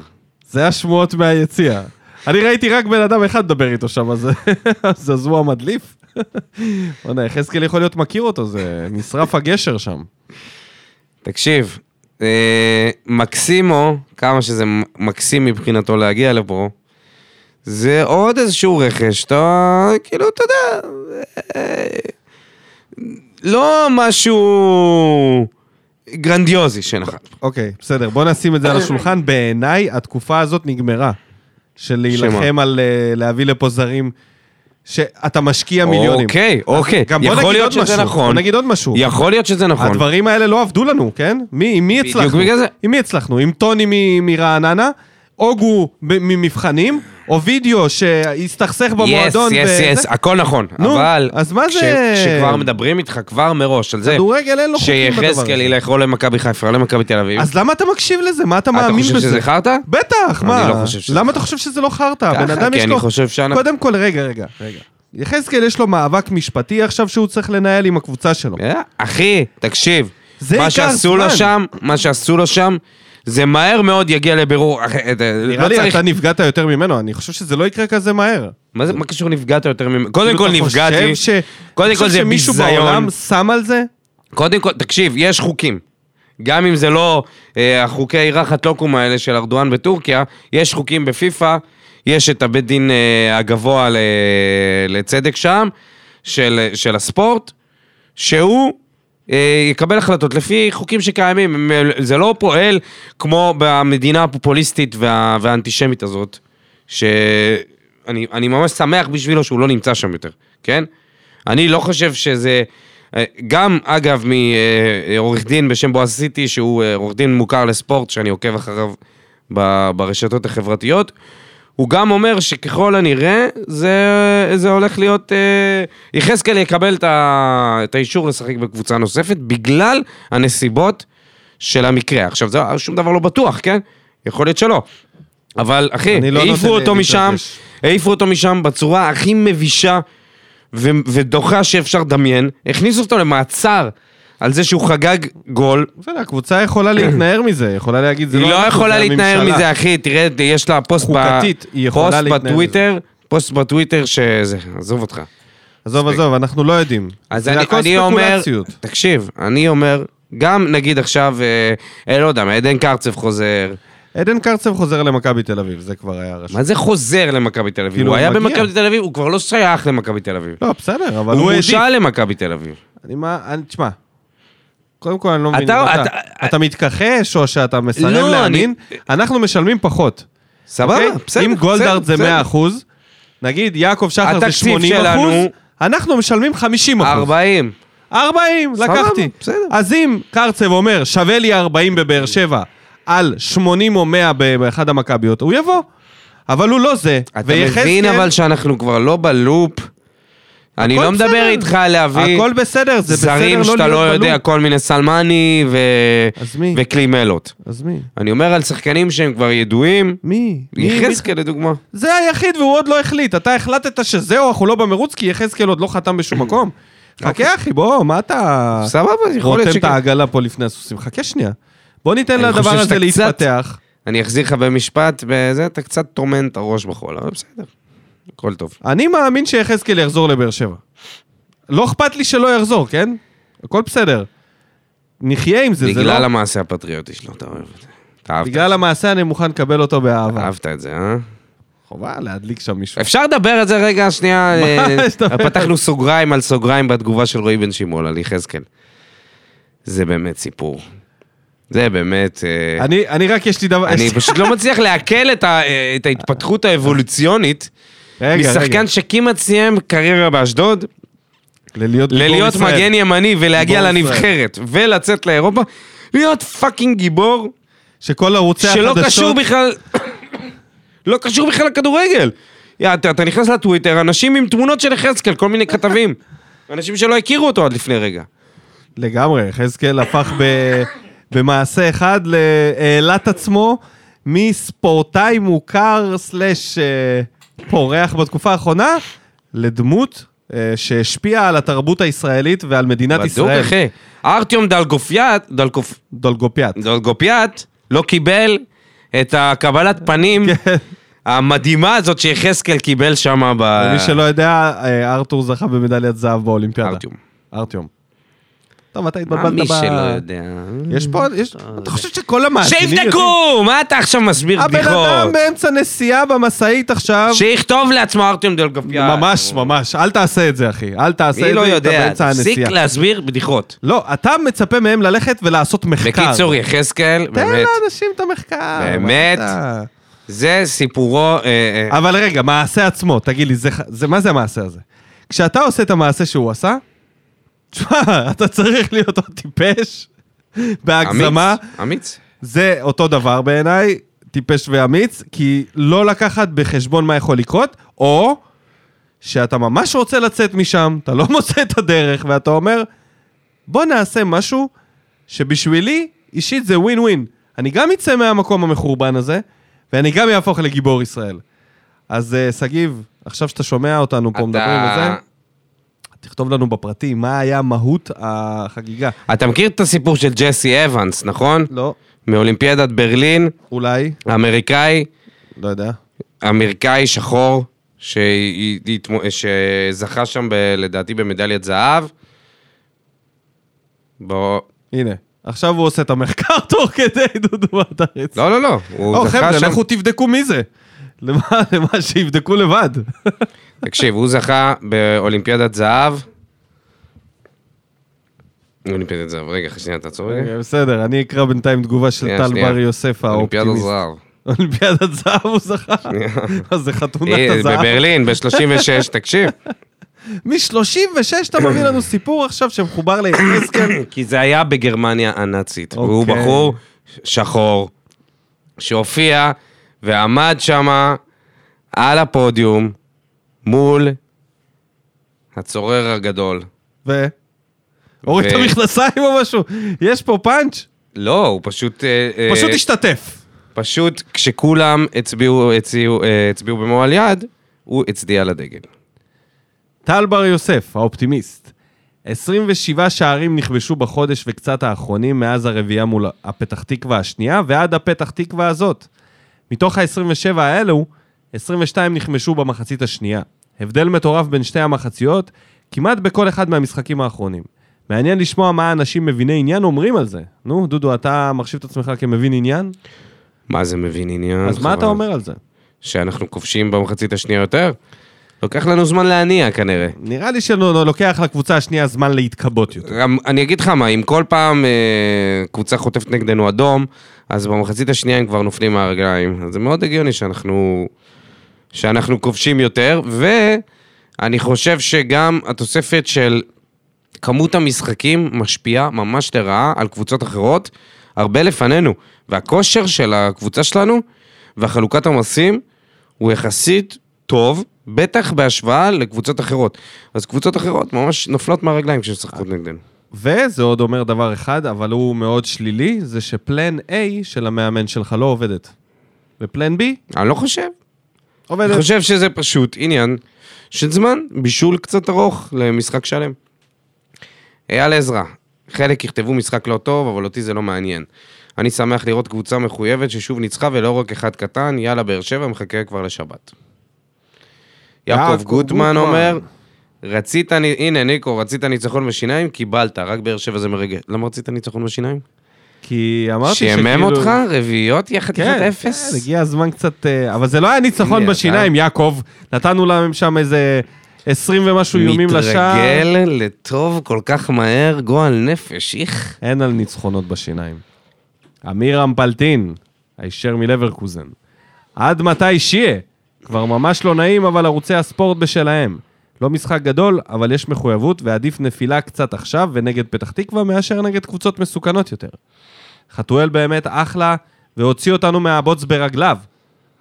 Speaker 1: זה השמועות מהיציע. אני ראיתי רק בן אדם אחד מדבר איתו שם, אז אז אז הוא המדליף. בוא'נה, יחזקאל יכול להיות מכיר אותו, זה נשרף הגשר שם.
Speaker 2: תקשיב, אה, מקסימו, כמה שזה מ- מקסים מבחינתו להגיע לפה, זה עוד איזשהו רכש, אתה כאילו, אתה יודע, אה, לא משהו גרנדיוזי שנחת.
Speaker 1: אוקיי, בסדר, בוא נשים את זה על השולחן. בעיניי, התקופה הזאת נגמרה. של להילחם
Speaker 2: שמה?
Speaker 1: על אה, להביא לפה זרים, שאתה משקיע מיליונים.
Speaker 2: אוקיי, אוקיי,
Speaker 1: גם בוא נגיד
Speaker 2: יכול
Speaker 1: עוד
Speaker 2: להיות
Speaker 1: משהו.
Speaker 2: שזה
Speaker 1: בוא
Speaker 2: נכון.
Speaker 1: נגיד עוד משהו.
Speaker 2: יכול להיות שזה נכון.
Speaker 1: הדברים האלה לא עבדו לנו, כן? מי, עם מי
Speaker 2: בדיוק
Speaker 1: הצלחנו?
Speaker 2: בגלל זה.
Speaker 1: עם מי הצלחנו? עם טוני מ- מרעננה, אוגו ב- ממבחנים, או וידאו שהסתכסך
Speaker 2: יס,
Speaker 1: במועדון.
Speaker 2: יס,
Speaker 1: וזה.
Speaker 2: יס, הכל נכון.
Speaker 1: נו,
Speaker 2: אבל...
Speaker 1: אז מה
Speaker 2: כש-
Speaker 1: זה-
Speaker 2: כשכבר מדברים איתך כבר מראש על זה,
Speaker 1: כדורגל אין לו חוקים בדבר
Speaker 2: שיחזקאל
Speaker 1: הזה.
Speaker 2: ילך או למכבי חיפה או למכבי תל אביב.
Speaker 1: אז למה אתה מקשיב לזה? מה אתה
Speaker 2: אה, אתה
Speaker 1: מאמין בזה?
Speaker 2: חושב שזה חרטא?
Speaker 1: בטח,
Speaker 2: אני
Speaker 1: מה?
Speaker 2: לא חושב שזה
Speaker 1: למה
Speaker 2: חרטא.
Speaker 1: אתה חושב שזה לא חרטא?
Speaker 2: ככה,
Speaker 1: בן אדם
Speaker 2: כי
Speaker 1: יש
Speaker 2: אני
Speaker 1: לו...
Speaker 2: חושב שאנחנו-
Speaker 1: קודם כל, רגע, רגע, רגע. יחזקאל יש לו מאבק משפטי עכשיו שהוא צריך לנהל עם הקבוצה שלו.
Speaker 2: אה, אחי, תקשיב,
Speaker 1: זה
Speaker 2: מה
Speaker 1: עיקר
Speaker 2: שעשו לו
Speaker 1: זמן.
Speaker 2: שם, מה שעשו לו שם, זה מהר מאוד יגיע לבירור. אחי, אה,
Speaker 1: נראה
Speaker 2: לא
Speaker 1: לי
Speaker 2: צריך-
Speaker 1: אתה נפגעת יותר ממנו, אני חושב שזה לא יקרה כזה מהר.
Speaker 2: מה זה- מה קשור נפגעת יותר ממנו? קודם
Speaker 1: כאילו,
Speaker 2: כל
Speaker 1: אתה
Speaker 2: נפגעתי,
Speaker 1: חושב ש-
Speaker 2: קודם
Speaker 1: אתה
Speaker 2: כל
Speaker 1: חושב
Speaker 2: זה
Speaker 1: שמישהו
Speaker 2: ביזיון.
Speaker 1: בעולם שם על זה?
Speaker 2: קודם כל, תקשיב, יש חוקים. גם אם זה לא אה, החוקי רחת לוקום האלה של ארדואן בטורקיה, יש חוקים בפיפ"א, יש את הבית דין אה, הגבוה ל, לצדק שם, של, של הספורט, שהוא אה, יקבל החלטות לפי חוקים שקיימים. הם, אה, זה לא פועל כמו במדינה הפופוליסטית וה, והאנטישמית הזאת, שאני אני ממש שמח בשבילו שהוא לא נמצא שם יותר, כן? אני לא חושב שזה... אה, גם, אגב, מעורך דין בשם בועז סיטי, שהוא אה, עורך דין מוכר לספורט, שאני עוקב אחריו ב- ברשתות החברתיות, הוא גם אומר שככל הנראה, זה, זה הולך להיות... אה, יחזקאל יקבל את, ה, את האישור לשחק בקבוצה נוספת, בגלל הנסיבות של המקרה. עכשיו, זה, שום דבר לא בטוח, כן? יכול להיות שלא. אבל, אחי,
Speaker 1: אני לא
Speaker 2: אה, העיפו
Speaker 1: נותן
Speaker 2: אותו משם,
Speaker 1: להתרגש.
Speaker 2: העיפו אותו משם בצורה הכי מבישה ו- ודוחה שאפשר לדמיין, הכניסו אותו למעצר על זה שהוא חגג גול.
Speaker 1: בסדר, הקבוצה יכולה להתנער מזה, יכולה להגיד זה
Speaker 2: היא
Speaker 1: לא...
Speaker 2: לא
Speaker 1: אנחנו,
Speaker 2: יכולה
Speaker 1: זה
Speaker 2: להתנער
Speaker 1: הממשלה."
Speaker 2: מזה, אחי, תראה, יש לה פוסט, ב-
Speaker 1: חוקתית, היא יכולה
Speaker 2: פוסט
Speaker 1: להתנער
Speaker 2: בטוויטר, פוסט בטוויטר שזה, עזוב אותך.
Speaker 1: עזוב, עזוב, אנחנו לא יודעים.
Speaker 2: אז
Speaker 1: זה
Speaker 2: אני,
Speaker 1: הכל
Speaker 2: אני אומר,
Speaker 1: ספקולציות.
Speaker 2: תקשיב, אני אומר, גם נגיד עכשיו, אה, אה, לא יודע, מה, עדן קרצב חוזר,
Speaker 1: עדן קרצב חוזר למכבי תל אביב, זה כבר היה רשום.
Speaker 2: מה זה חוזר למכבי תל אביב?
Speaker 1: כאילו,
Speaker 2: הוא היה
Speaker 1: הוא מגיע.
Speaker 2: במכבי תל אביב, הוא כבר לא שייך למכבי תל אביב.
Speaker 1: לא, בסדר, אבל
Speaker 2: הוא
Speaker 1: הוא העדיף.
Speaker 2: הורשע למכבי תל אביב.
Speaker 1: אני מה, אני, תשמע, קודם כל אני לא מבין,
Speaker 2: אתה-
Speaker 1: אתה, אתה,
Speaker 2: אתה-
Speaker 1: אתה, מתכחש או שאתה מסרב
Speaker 2: לא,
Speaker 1: להאמין, אנחנו משלמים פחות.
Speaker 2: סבבה,
Speaker 1: אוקיי?
Speaker 2: בסדר.
Speaker 1: אם גולדהרד
Speaker 2: בסדר,
Speaker 1: זה 100%,
Speaker 2: בסדר.
Speaker 1: נגיד יעקב שחר זה 80%,
Speaker 2: התקציב שלנו-
Speaker 1: אנחנו משלמים 50%.
Speaker 2: 40.
Speaker 1: 40,
Speaker 2: סבבה,
Speaker 1: לקחתי.
Speaker 2: בסדר.
Speaker 1: אז אם קרצב אומר, שווה לי 40 בבאר שבע על 80 או 100 ב- באחד המכביות, הוא יבוא. אבל הוא לא זה.
Speaker 2: אתה
Speaker 1: ויחזקאל-
Speaker 2: מבין אבל שאנחנו כבר לא בלופ. אני
Speaker 1: הכל
Speaker 2: לא מדבר
Speaker 1: בסדר.
Speaker 2: איתך על להביא
Speaker 1: הכל בסדר, זה בסדר לא להיות
Speaker 2: זרים שאתה לא
Speaker 1: בלופ.
Speaker 2: יודע, כל מיני סלמני ו...
Speaker 1: אז מי?
Speaker 2: וקלימלות.
Speaker 1: אז מי?
Speaker 2: אני אומר על שחקנים שהם כבר ידועים.
Speaker 1: מי? מי?
Speaker 2: יחזקאל לדוגמה.
Speaker 1: זה היחיד והוא עוד לא החליט. אתה החלטת שזהו, אנחנו לא במרוץ, כי יחזקאל עוד לא חתם בשום מקום. חכה אחי, בוא, מה אתה...
Speaker 2: סבבה, אוקיי.
Speaker 1: אה.
Speaker 2: יכול
Speaker 1: רותם
Speaker 2: להיות
Speaker 1: את
Speaker 2: שכן.
Speaker 1: העגלה פה לפני הסוסים. חכה שנייה. בוא ניתן
Speaker 2: אני
Speaker 1: לדבר
Speaker 2: חושב
Speaker 1: הזה
Speaker 2: שאתה קצת-
Speaker 1: להתפתח.
Speaker 2: אני אחזיר לך במשפט, וזה, אתה קצת טומן את הראש בחול, אבל בסדר. הכל טוב.
Speaker 1: אני מאמין שיחזקאל יחזור לבאר שבע. לא אכפת לי שלא יחזור, כן? הכל בסדר. נחיה עם זה, זה לא...
Speaker 2: בגלל המעשה הפטריוטי שלו, אתה אוהב את זה. אתה אהבת את
Speaker 1: בגלל המעשה אני מוכן לקבל אותו
Speaker 2: זה.
Speaker 1: באהבה.
Speaker 2: אהבת את זה, אה?
Speaker 1: חובה להדליק שם מישהו.
Speaker 2: אפשר לדבר על זה רגע שנייה? אה,
Speaker 1: יש לדבר?
Speaker 2: פתחנו סוגריים על סוגריים בתגובה של רועי בן שמעון על יחזקאל. זה באמת סיפור. זה באמת... אה,
Speaker 1: אני אני רק יש לי דבר...
Speaker 2: אני
Speaker 1: יש-
Speaker 2: פשוט לא מצליח לעכל את ה- אה, את ההתפתחות האבולוציונית
Speaker 1: רגע, רגע.
Speaker 2: משחקן שכמעט סיים קריירה באשדוד,
Speaker 1: ללהיות גיבור
Speaker 2: ללהיות
Speaker 1: ישראל.
Speaker 2: מגן ימני ולהגיע
Speaker 1: גיבור ישראל.
Speaker 2: לנבחרת ולצאת לאירופה, להיות פאקינג גיבור
Speaker 1: שכל ערוצי
Speaker 2: שלא
Speaker 1: החדשות...
Speaker 2: קשור בכלל, לא קשור בכלל לכדורגל. יא, אתה, אתה נכנס לטוויטר, אנשים עם תמונות של יחזקאל, כל מיני כתבים. אנשים שלא הכירו אותו עד לפני רגע.
Speaker 1: לגמרי, יחזקאל הפך ב... במעשה אחד, ל- העלת עצמו מספורטאי מוכר סלאש אה, פורח בתקופה האחרונה, לדמות אה, שהשפיעה על התרבות הישראלית ועל מדינת
Speaker 2: בדוק,
Speaker 1: ישראל.
Speaker 2: אחי. ארטיום דלגופיאט, דלגופ,
Speaker 1: דולגופיאט.
Speaker 2: דלגופיאט לא קיבל את הקבלת פנים
Speaker 1: כן.
Speaker 2: המדהימה הזאת שיחזקאל קיבל שם ב...
Speaker 1: למי שלא יודע, אה, ארתור זכה במדליית זהב באולימפיאדה.
Speaker 2: ארטיום.
Speaker 1: ארטיום. טוב, אתה
Speaker 2: מה
Speaker 1: התבלבלת ב...
Speaker 2: מי שלא יודע? אה,
Speaker 1: יש פה... יש- אתה חושב שכל המאזינים... יודעים?
Speaker 2: שיבדקו! מה אתה עכשיו מסביר
Speaker 1: הבן
Speaker 2: בדיחות?
Speaker 1: אדם באמצע נסיעה במשאית עכשיו.
Speaker 2: שיכתוב לעצמו ארטיום דלגופיאט.
Speaker 1: ממש, ממש. אל תעשה את זה, אחי. אל תעשה את
Speaker 2: מי
Speaker 1: זה.
Speaker 2: לא
Speaker 1: אתה
Speaker 2: יודע,
Speaker 1: באמצע
Speaker 2: תפסיק
Speaker 1: הנסיעה.
Speaker 2: להסביר בדיחות.
Speaker 1: לא, אתה מצפה מהם ללכת ולעשות מחקר.
Speaker 2: בקיצור, יחזקאל,
Speaker 1: תן
Speaker 2: באמת,
Speaker 1: לאנשים את המחקר.
Speaker 2: באמת?
Speaker 1: מה אתה?
Speaker 2: זה סיפורו... אה, אה,
Speaker 1: אבל רגע, מעשה עצמו, תגיד לי, זה ח- זה- מה זה המעשה הזה? כשאתה עושה את המעשה שהוא עשה, תשמע, אתה צריך להיות עוד טיפש, בהגזמה.
Speaker 2: אמיץ, אמיץ.
Speaker 1: זה אותו דבר בעיניי, טיפש ואמיץ, כי לא לקחת בחשבון מה יכול לקרות, או שאתה ממש רוצה לצאת משם, אתה לא מוצא את הדרך, ואתה אומר, בוא נעשה משהו שבשבילי, אישית זה ווין ווין. אני גם אצא מהמקום המחורבן הזה, ואני גם אהפוך לגיבור ישראל. אז אה, שגיב, עכשיו שאתה שומע אותנו פה מדברים וזה, תכתוב לנו בפרטים מה היה מהות החגיגה.
Speaker 2: אתה מכיר את הסיפור של ג'סי אבנס, נכון?
Speaker 1: לא,
Speaker 2: מאולימפיאדת ברלין,
Speaker 1: אולי,
Speaker 2: אמריקאי,
Speaker 1: לא יודע.
Speaker 2: אמריקאי שחור, שהיא- התמו- שזכה שם ב- לדעתי במדליית זהב. בוא...
Speaker 1: הנה, עכשיו הוא עושה את המחקר תוך כדי דודו מטריץ.
Speaker 2: לא, לא, לא, הוא
Speaker 1: או,
Speaker 2: זכה
Speaker 1: חבר'ה,
Speaker 2: שם...
Speaker 1: לכו תבדקו מי זה. למה למה שיבדקו לבד.
Speaker 2: אוקיי. תקשיב, הוא זכה באולימפיאדת זהב. אולימפיאדת זהב, רגע, שנייה, תעצור רגע.
Speaker 1: רגע, אוקיי, בסדר, אני אקרא בינתיים תגובה של
Speaker 2: שנייה,
Speaker 1: טל
Speaker 2: שנייה.
Speaker 1: בר יוסף
Speaker 2: אולימפיאדת
Speaker 1: האופטימיסט.
Speaker 2: זהב.
Speaker 1: אולימפיאדת זהב הוא זכה. אז זה חתונת
Speaker 2: אה,
Speaker 1: הזהב.
Speaker 2: בברלין, ב-36, תקשיב.
Speaker 1: מ-36 אתה מביא לנו סיפור עכשיו שמחובר ליחזקאל.
Speaker 2: כי זה היה בגרמניה הנאצית.
Speaker 1: אוקיי.
Speaker 2: והוא בחור שחור, שהופיע ועמד שם על הפודיום מול הצורר הגדול.
Speaker 1: ו... הוריד את המכנסיים או משהו? יש פה פאנץ'?
Speaker 2: לא, הוא פשוט... אה, אה,
Speaker 1: פשוט השתתף.
Speaker 2: פשוט כשכולם הצביעו, הצביעו, אה, הצביעו במועל יד, הוא הצדיע לדגל.
Speaker 1: טל בר יוסף, האופטימיסט. 27 שערים נכבשו בחודש וקצת האחרונים מאז הרביעייה מול הפתח תקווה השנייה ועד הפתח תקווה הזאת. מתוך ה-27 האלו, 22 נכבשו במחצית השנייה. הבדל מטורף בין שתי המחציות, כמעט בכל אחד מהמשחקים האחרונים. מעניין לשמוע מה האנשים מביני עניין אומרים על זה. נו, דודו, אתה מחשיב את עצמך כמבין עניין?
Speaker 2: מה זה מבין עניין?
Speaker 1: אז מה אתה
Speaker 2: חבל.
Speaker 1: אומר לא על זה?
Speaker 2: שאנחנו כובשים במחצית השנייה יותר? לוקח לנו זמן להניע כנראה.
Speaker 1: נראה לי שלוקח לקבוצה השנייה זמן להתכבות יותר.
Speaker 2: גם, אני אגיד לך מה, אם כל פעם אה, קבוצה חוטפת נגדנו אדום, אז במחצית השנייה הם כבר נופלים מהרגליים. אז זה מאוד הגיוני שאנחנו, שאנחנו כובשים יותר, ואני חושב שגם התוספת של כמות המשחקים משפיעה ממש לרעה על קבוצות אחרות, הרבה לפנינו. והכושר של הקבוצה שלנו והחלוקת עומסים הוא יחסית טוב, בטח בהשוואה לקבוצות אחרות. אז קבוצות אחרות ממש נופלות מהרגליים כשמשחקות נגדנו.
Speaker 1: וזה עוד אומר דבר אחד, אבל הוא מאוד שלילי, זה שפלן A של המאמן שלך לא עובדת. ופלן B
Speaker 2: אני לא חושב. אני
Speaker 1: עובדת.
Speaker 2: חושב שזה פשוט עניין של זמן, בישול קצת ארוך למשחק שלם. אייל עזרא, חלק יכתבו משחק לא טוב, אבל אותי זה לא מעניין. אני שמח לראות קבוצה מחויבת ששוב ניצחה ולא רק אחד קטן, יאללה באר שבע מחכה כבר לשבת. יעקב
Speaker 1: יעקב גוטמן.
Speaker 2: גוטמן אומר, רצית, נ- הנה ניקו, רצית ניצחון בשיניים, קיבלת, רק באר שבע זה מרגש. למה רצית ניצחון בשיניים?
Speaker 1: כי אמרתי שכאילו...
Speaker 2: שיאמם אותך, רביעיות, יהיה חתיכת
Speaker 1: כן,
Speaker 2: אפס.
Speaker 1: כן, הגיע הזמן קצת... אה, אבל זה לא היה ניצחון
Speaker 2: הנה,
Speaker 1: בשיניים, יעקב. נתנו להם שם איזה 20 ומשהו איומים לשער.
Speaker 2: מתרגל לטוב כל כך מהר, גועל נפש, איך.
Speaker 1: אין על ניצחונות בשיניים. אמיר אמפלטין, הישר מלברקוזן. עד מתי שיהיה? כבר ממש לא נעים, אבל ערוצי הספורט בשלהם. לא משחק גדול, אבל יש מחויבות, ועדיף נפילה קצת עכשיו ונגד פתח תקווה, מאשר נגד קבוצות מסוכנות יותר. חתואל באמת אחלה, והוציא אותנו מהבוץ ברגליו.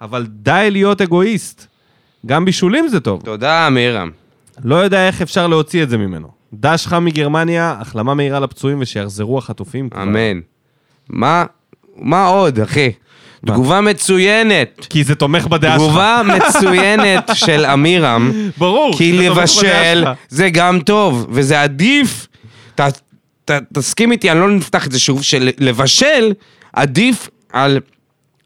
Speaker 1: אבל די להיות אגואיסט. גם בישולים זה טוב.
Speaker 2: תודה, אמירם.
Speaker 1: לא יודע איך אפשר להוציא את זה ממנו. דש חם מגרמניה, החלמה מהירה לפצועים ושיחזרו החטופים. כבר.
Speaker 2: אמן. מה, מה עוד, אחי?
Speaker 1: מה?
Speaker 2: תגובה מצוינת.
Speaker 1: כי זה תומך בדעה שלך.
Speaker 2: תגובה מצוינת של אמירם.
Speaker 1: ברור.
Speaker 2: כי
Speaker 1: זה תומך בדעה
Speaker 2: לבשל
Speaker 1: שלך.
Speaker 2: זה גם טוב, וזה עדיף. ת, ת, תסכים איתי, אני לא נפתח את זה שוב, שלבשל עדיף על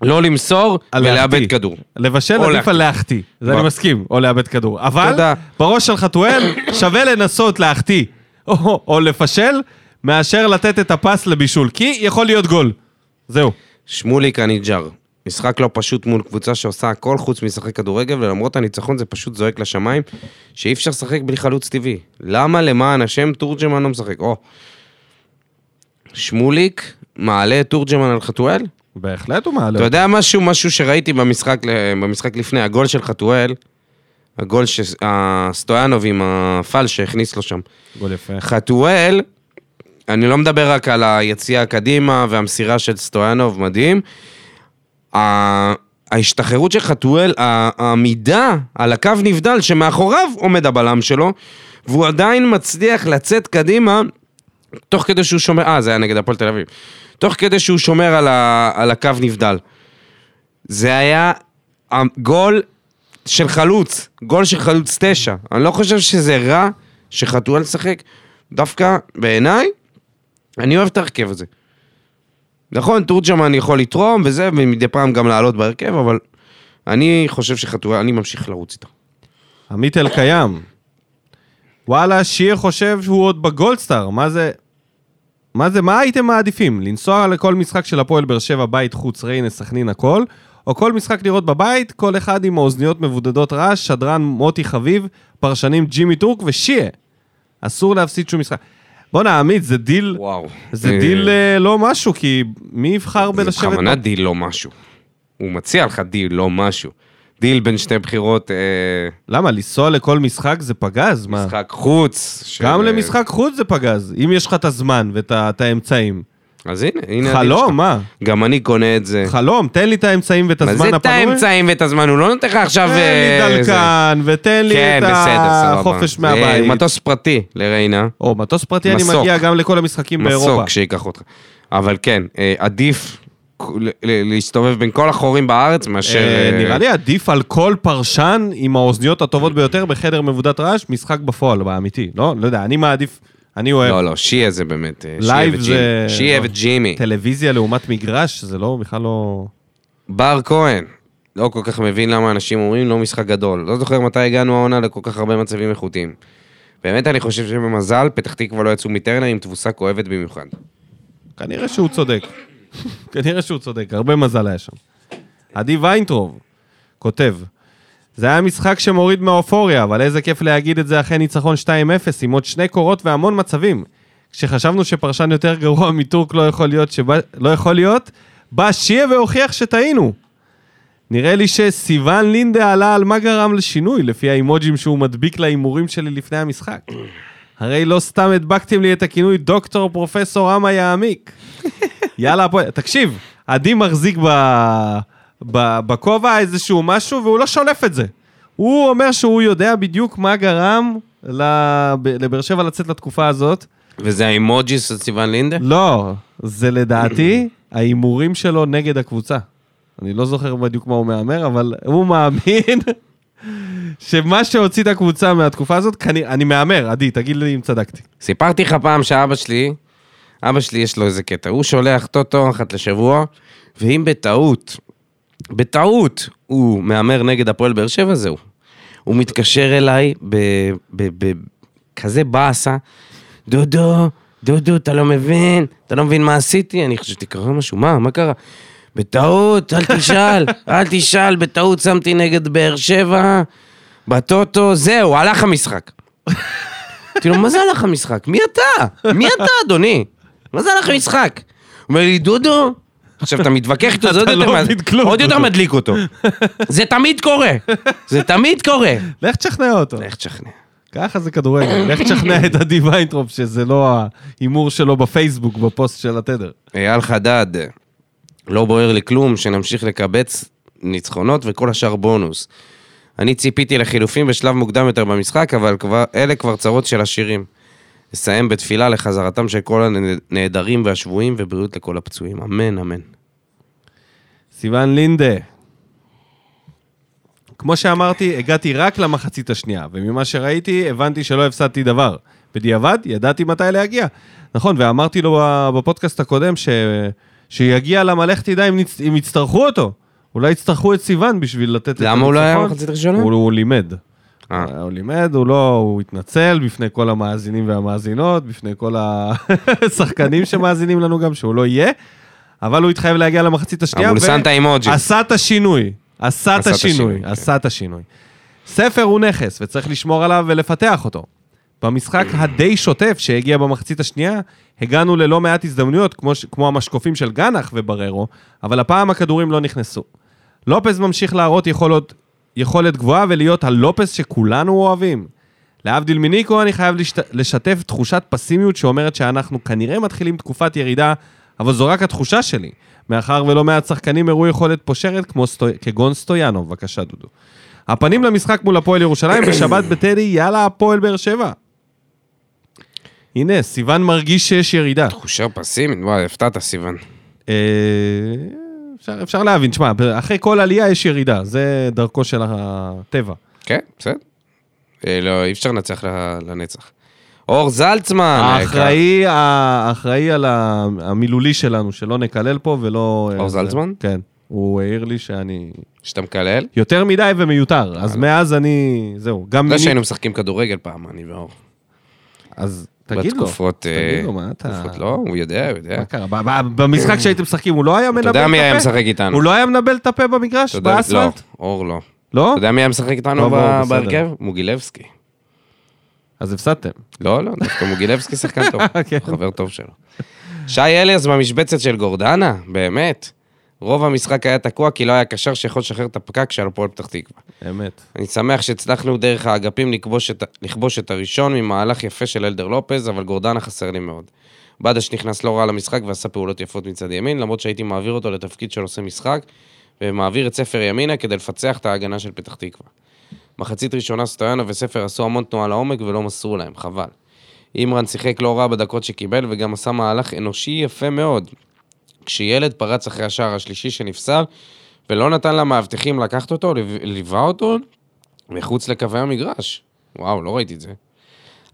Speaker 2: לא למסור
Speaker 1: על
Speaker 2: ולאבד
Speaker 1: להחטיא.
Speaker 2: כדור.
Speaker 1: לבשל
Speaker 2: או
Speaker 1: עדיף
Speaker 2: להחטיא.
Speaker 1: על להחטיא. זה אני
Speaker 2: ב-
Speaker 1: מסכים, או לאבד כדור. אבל
Speaker 2: תודה.
Speaker 1: בראש של חתואל שווה לנסות להחטיא או או לפשל, מאשר לתת את הפס לבישול. כי יכול להיות גול. זהו.
Speaker 2: שמוליק הניג'ר. משחק לא פשוט מול קבוצה שעושה הכל חוץ משחק כדורגל, ולמרות הניצחון זה פשוט זועק לשמיים, שאי אפשר לשחק בלי חלוץ טבעי. למה למען השם תורג'מן לא משחק? או. שמוליק מעלה את תורג'מן על חתואל?
Speaker 1: לא. בהחלט הוא מעלה.
Speaker 2: אתה יודע משהו, משהו שראיתי במשחק, ל- במשחק לפני, הגול של חתואל, הגול שסטויאנוב עם הפל שהכניס לו שם.
Speaker 1: גול יפה.
Speaker 2: חתואל, אני לא מדבר רק על היציאה קדימה והמסירה של סטויאנוב, מדהים. ה- ההשתחררות של חתואל, ה- העמידה על הקו נבדל שמאחוריו עומד הבלם שלו, והוא עדיין מצליח לצאת קדימה תוך כדי שהוא שומר, אה, זה היה נגד הפועל תל אביב, תוך כדי שהוא שומר על, ה- על הקו נבדל. זה היה הגול של חלוץ, גול של חלוץ תשע. אני לא חושב שזה רע שחתואל לשחק. דווקא בעיניי, אני אוהב את ההרכב הזה. נכון, תורג'מן יכול לתרום וזה, ומדי פעם גם לעלות בהרכב, אבל אני חושב שחתואל, אני ממשיך לרוץ איתו.
Speaker 1: עמית אלקיים. וואלה, שיר חושב שהוא עוד בגולדסטאר, מה זה... מה זה, מה הייתם מעדיפים? לנסוע לכל משחק של הפועל באר שבע, בית, חוץ, ריינה, סכנין, הכל? או כל משחק לראות בבית, כל אחד עם האוזניות מבודדות רעש, שדרן מוטי חביב, פרשנים ג'ימי טורק ושיעה. אסור להפסיד שום משחק. בואנה, עמית, זה דיל,
Speaker 2: וואו.
Speaker 1: זה
Speaker 2: אה,
Speaker 1: דיל אה, לא משהו, כי מי יבחר בלשבת...
Speaker 2: זה בכוונה דיל לא משהו. הוא מציע לך דיל לא משהו. דיל בין שתי בחירות, אה,
Speaker 1: למה, לנסוע לכל משחק זה פגז? מה?
Speaker 2: משחק חוץ. של-
Speaker 1: גם למשחק חוץ זה פגז, אם יש לך את הזמן ואת ה- את האמצעים.
Speaker 2: אז הנה, הנה הדיל שלך.
Speaker 1: חלום, מה?
Speaker 2: גם אני קונה את זה.
Speaker 1: חלום, תן לי את האמצעים ואת
Speaker 2: כן. מה
Speaker 1: הזמן
Speaker 2: זה את
Speaker 1: הפנוי.
Speaker 2: האמצעים ואת הזמן? הוא לא נותן לך עכשיו...
Speaker 1: תן לי
Speaker 2: אה, זה.
Speaker 1: דלקן, ותן לי
Speaker 2: כן,
Speaker 1: את
Speaker 2: בסדר, סבבה.
Speaker 1: החופש
Speaker 2: זה
Speaker 1: מהבית.
Speaker 2: מטוס פרטי לריינה.
Speaker 1: או מטוס פרטי, אני
Speaker 2: מסוק.
Speaker 1: מגיע גם לכל המשחקים באירופה.
Speaker 2: מסוק שייקח אותך. אבל כן, אה, עדיף ל- ל- להסתובב בין כל החורים בארץ מאשר...
Speaker 1: אה,
Speaker 2: אה,
Speaker 1: נראה לי עדיף על כל פרשן עם האוזניות הטובות ביותר בחדר מבודת רעש, משחק בפועל, באמיתי. לא, לא יודע, אני מעדיף, אני אוהב.
Speaker 2: לא, לא, שיהיה זה באמת. אה, שיהיה
Speaker 1: לייב
Speaker 2: וג'ימי.
Speaker 1: זה-
Speaker 2: שיהיה
Speaker 1: לא.
Speaker 2: וג'ימי.
Speaker 1: טלוויזיה לעומת מגרש, זה לא, בכלל לא...
Speaker 2: בר כהן, לא כל כך מבין למה אנשים אומרים לא משחק גדול. לא זוכר מתי הגענו העונה לכל כך הרבה מצבים איכותיים. באמת אני חושב שבמזל, פתח תקווה לא יצאו מטרנר עם תבוסה כואבת במיוחד.
Speaker 1: כנראה שהוא צודק. כנראה שהוא צודק, הרבה מזל היה שם. עדי ויינטרוב כותב, זה היה משחק שמוריד מהאופוריה, אבל איזה כיף להגיד את זה אחרי ניצחון 2-0 עם עוד שני קורות והמון מצבים. כשחשבנו שפרשן יותר גרוע מטורק לא יכול להיות, שבא, לא יכול להיות, בא שיה והוכיח שטעינו. נראה לי שסיוון לינדה עלה על מה גרם לשינוי, לפי האימוג'ים שהוא מדביק להימורים שלי לפני המשחק. הרי לא סתם הדבקתם לי את הכינוי דוקטור פרופסור עמה יעמיק. יאללה, הפועל. תקשיב, עדי מחזיק ב... ב... בכובע איזשהו משהו, והוא לא שולף את זה. הוא אומר שהוא יודע בדיוק מה גרם לב- לבאר שבע לצאת לתקופה הזאת.
Speaker 2: וזה האימוג'י של סיוון לינדה?
Speaker 1: לא, זה לדעתי ההימורים שלו נגד הקבוצה. אני לא זוכר בדיוק מה הוא מהמר, אבל הוא מאמין שמה שהוציא את הקבוצה מהתקופה הזאת, כנראה, אני מהמר, עדי, תגיד לי אם צדקתי.
Speaker 2: סיפרתי לך פעם שאבא שלי, אבא שלי יש לו איזה קטע, הוא שולח טוטו אחת לשבוע, ואם בטעות, בטעות הוא מהמר נגד הפועל באר שבע, זהו. הוא מתקשר אליי בכזה באסה, דודו, דודו, אתה לא מבין, אתה לא מבין מה עשיתי, אני חשבתי, קרה משהו, מה, מה קרה? בטעות, אל תשאל, אל תשאל, בטעות שמתי נגד באר שבע, בטוטו, זהו, הלך המשחק. אמרתי לו, מה זה הלך המשחק? מי אתה? מי אתה, אדוני? מה זה הלך המשחק? הוא אומר לי, דודו... עכשיו, אתה מתווכח איתו, זה עוד
Speaker 1: אתה
Speaker 2: יותר
Speaker 1: לא
Speaker 2: מה-
Speaker 1: מבין כלום,
Speaker 2: עוד יותר
Speaker 1: דודו.
Speaker 2: מדליק אותו. זה תמיד קורה, זה תמיד קורה.
Speaker 1: לך תשכנע אותו.
Speaker 2: איך תשכנע?
Speaker 1: ככה זה כדורגל. לך תשכנע את עדי ויינטרופ שזה לא ההימור שלו בפייסבוק, בפוסט של התדר.
Speaker 2: אייל חדד, לא בוער לי כלום, שנמשיך לקבץ ניצחונות וכל השאר בונוס. אני ציפיתי לחילופים בשלב מוקדם יותר במשחק, אבל כבר, אלה כבר צרות של עשירים. אסיים בתפילה לחזרתם של כל הנעדרים והשבויים ובריאות לכל הפצועים. אמן, אמן.
Speaker 1: סיוון לינדה. כמו שאמרתי, הגעתי רק למחצית השנייה, וממה שראיתי, הבנתי שלא הפסדתי דבר. בדיעבד, ידעתי מתי להגיע. נכון, ואמרתי לו בפודקאסט הקודם ש... שיגיע למה לך תדע אם, נצ... אם יצטרכו אותו. אולי יצטרכו את סיוון בשביל לתת את
Speaker 2: למה הוא לא היה
Speaker 1: הניצחון.
Speaker 2: במחצית הראשונה?
Speaker 1: הוא, הוא לימד.
Speaker 2: אה.
Speaker 1: הוא לימד, הוא לא, הוא התנצל בפני כל המאזינים והמאזינות, בפני כל השחקנים שמאזינים לנו גם, שהוא לא יהיה, אבל הוא התחייב להגיע למחצית השנייה.
Speaker 2: אבל הוא
Speaker 1: ו-
Speaker 2: שם את האימוג'י.
Speaker 1: עשה את השינוי, עשה את
Speaker 2: עשה את
Speaker 1: השינוי,
Speaker 2: השינוי, כן.
Speaker 1: עשה את השינוי. ספר הוא נכס, וצריך לשמור עליו ולפתח אותו. במשחק הדי שוטף שהגיע במחצית השנייה, הגענו ללא מעט הזדמנויות, כמו, ש- כמו המשקופים של גנח ובררו, אבל הפעם הכדורים לא נכנסו. לופז ממשיך להראות יכולות, יכולת גבוהה ולהיות הלופז שכולנו אוהבים. להבדיל מניקו, אני חייב לשת... לשתף תחושת פסימיות שאומרת שאנחנו כנראה מתחילים תקופת ירידה, אבל זו רק התחושה שלי, מאחר ולא מעט שחקנים הראו יכולת פושרת כמו סטו... כגון סטויאנוב. בבקשה, דודו. הפנים למשחק מול הפועל ירושלים בשבת בטדי, יאללה, הפועל באר שבע. הנה, סיוון מרגיש שיש ירידה.
Speaker 2: תחושה פסימית, וואי, הפתעת סיוון.
Speaker 1: אה, אפשר, אפשר להבין, תשמע, אחרי כל עלייה יש ירידה, זה דרכו של הטבע.
Speaker 2: כן, בסדר. אה, לא, אי אפשר לנצח ל- לנצח. אור זלצמן! אה, היקר.
Speaker 1: האחראי, האחראי על ה- המילולי שלנו, שלא נקלל פה ולא...
Speaker 2: אור
Speaker 1: אה,
Speaker 2: זלצמן?
Speaker 1: זה- כן. הוא העיר לי שאני
Speaker 2: שאתה מקלל?
Speaker 1: יותר מדי ומיותר, אז מאז אני... זהו, גם...
Speaker 2: אה. זה
Speaker 1: מינית-
Speaker 2: שהיינו משחקים כדורגל פעם, אני ואור.
Speaker 1: אז תגיד לו,
Speaker 2: בתקופות...
Speaker 1: תגיד
Speaker 2: אה,
Speaker 1: לו, מה אתה...
Speaker 2: תקופות, לא, הוא יודע, הוא יודע.
Speaker 1: מה קרה? ב- ב- במשחק שהייתם משחקים, הוא לא היה מנבל את
Speaker 2: אתה
Speaker 1: הפה?
Speaker 2: יודע מי היה משחק איתנו?
Speaker 1: הוא לא היה מנבל את הפה במגרש?
Speaker 2: אתה יודע-
Speaker 1: באספלט?
Speaker 2: לא, אור לא.
Speaker 1: לא?
Speaker 2: אתה יודע מי היה משחק איתנו
Speaker 1: טוב, אור,
Speaker 2: ב-
Speaker 1: בסדר.
Speaker 2: בהרכב? מוגילבסקי.
Speaker 1: אז הפסדתם.
Speaker 2: לא, לא, דווקא מוגילבסקי שחקן טוב,
Speaker 1: כן.
Speaker 2: הוא חבר טוב שלו. שי אליאס במשבצת של גורדנה, באמת. רוב המשחק היה תקוע כי לא היה קשר שיכול לשחרר את הפקק של הפועל פתח תקווה.
Speaker 1: אמת.
Speaker 2: אני שמח שהצלחנו דרך האגפים לכבוש את, לכבוש את הראשון ממהלך יפה של אלדר לופז, אבל גורדנה חסר לי מאוד. בדש נכנס לא רע למשחק ועשה פעולות יפות מצד ימין, למרות שהייתי מעביר אותו לתפקיד של עושה משחק, ומעביר את ספר ימינה כדי לפצח את ההגנה של פתח תקווה. מחצית ראשונה סטויאנו וספר עשו המון תנועה לעומק ולא מסרו להם, חבל. אימרן שיחק לא רע בדקות שקיבל וגם עשה מהלך אנושי יפה מאוד. כשילד פרץ אחרי השער השלישי שנפסל ולא נתן למאבטחים לקחת אותו, ליו- ליווה אותו מחוץ לקווי המגרש. וואו, לא ראיתי את זה.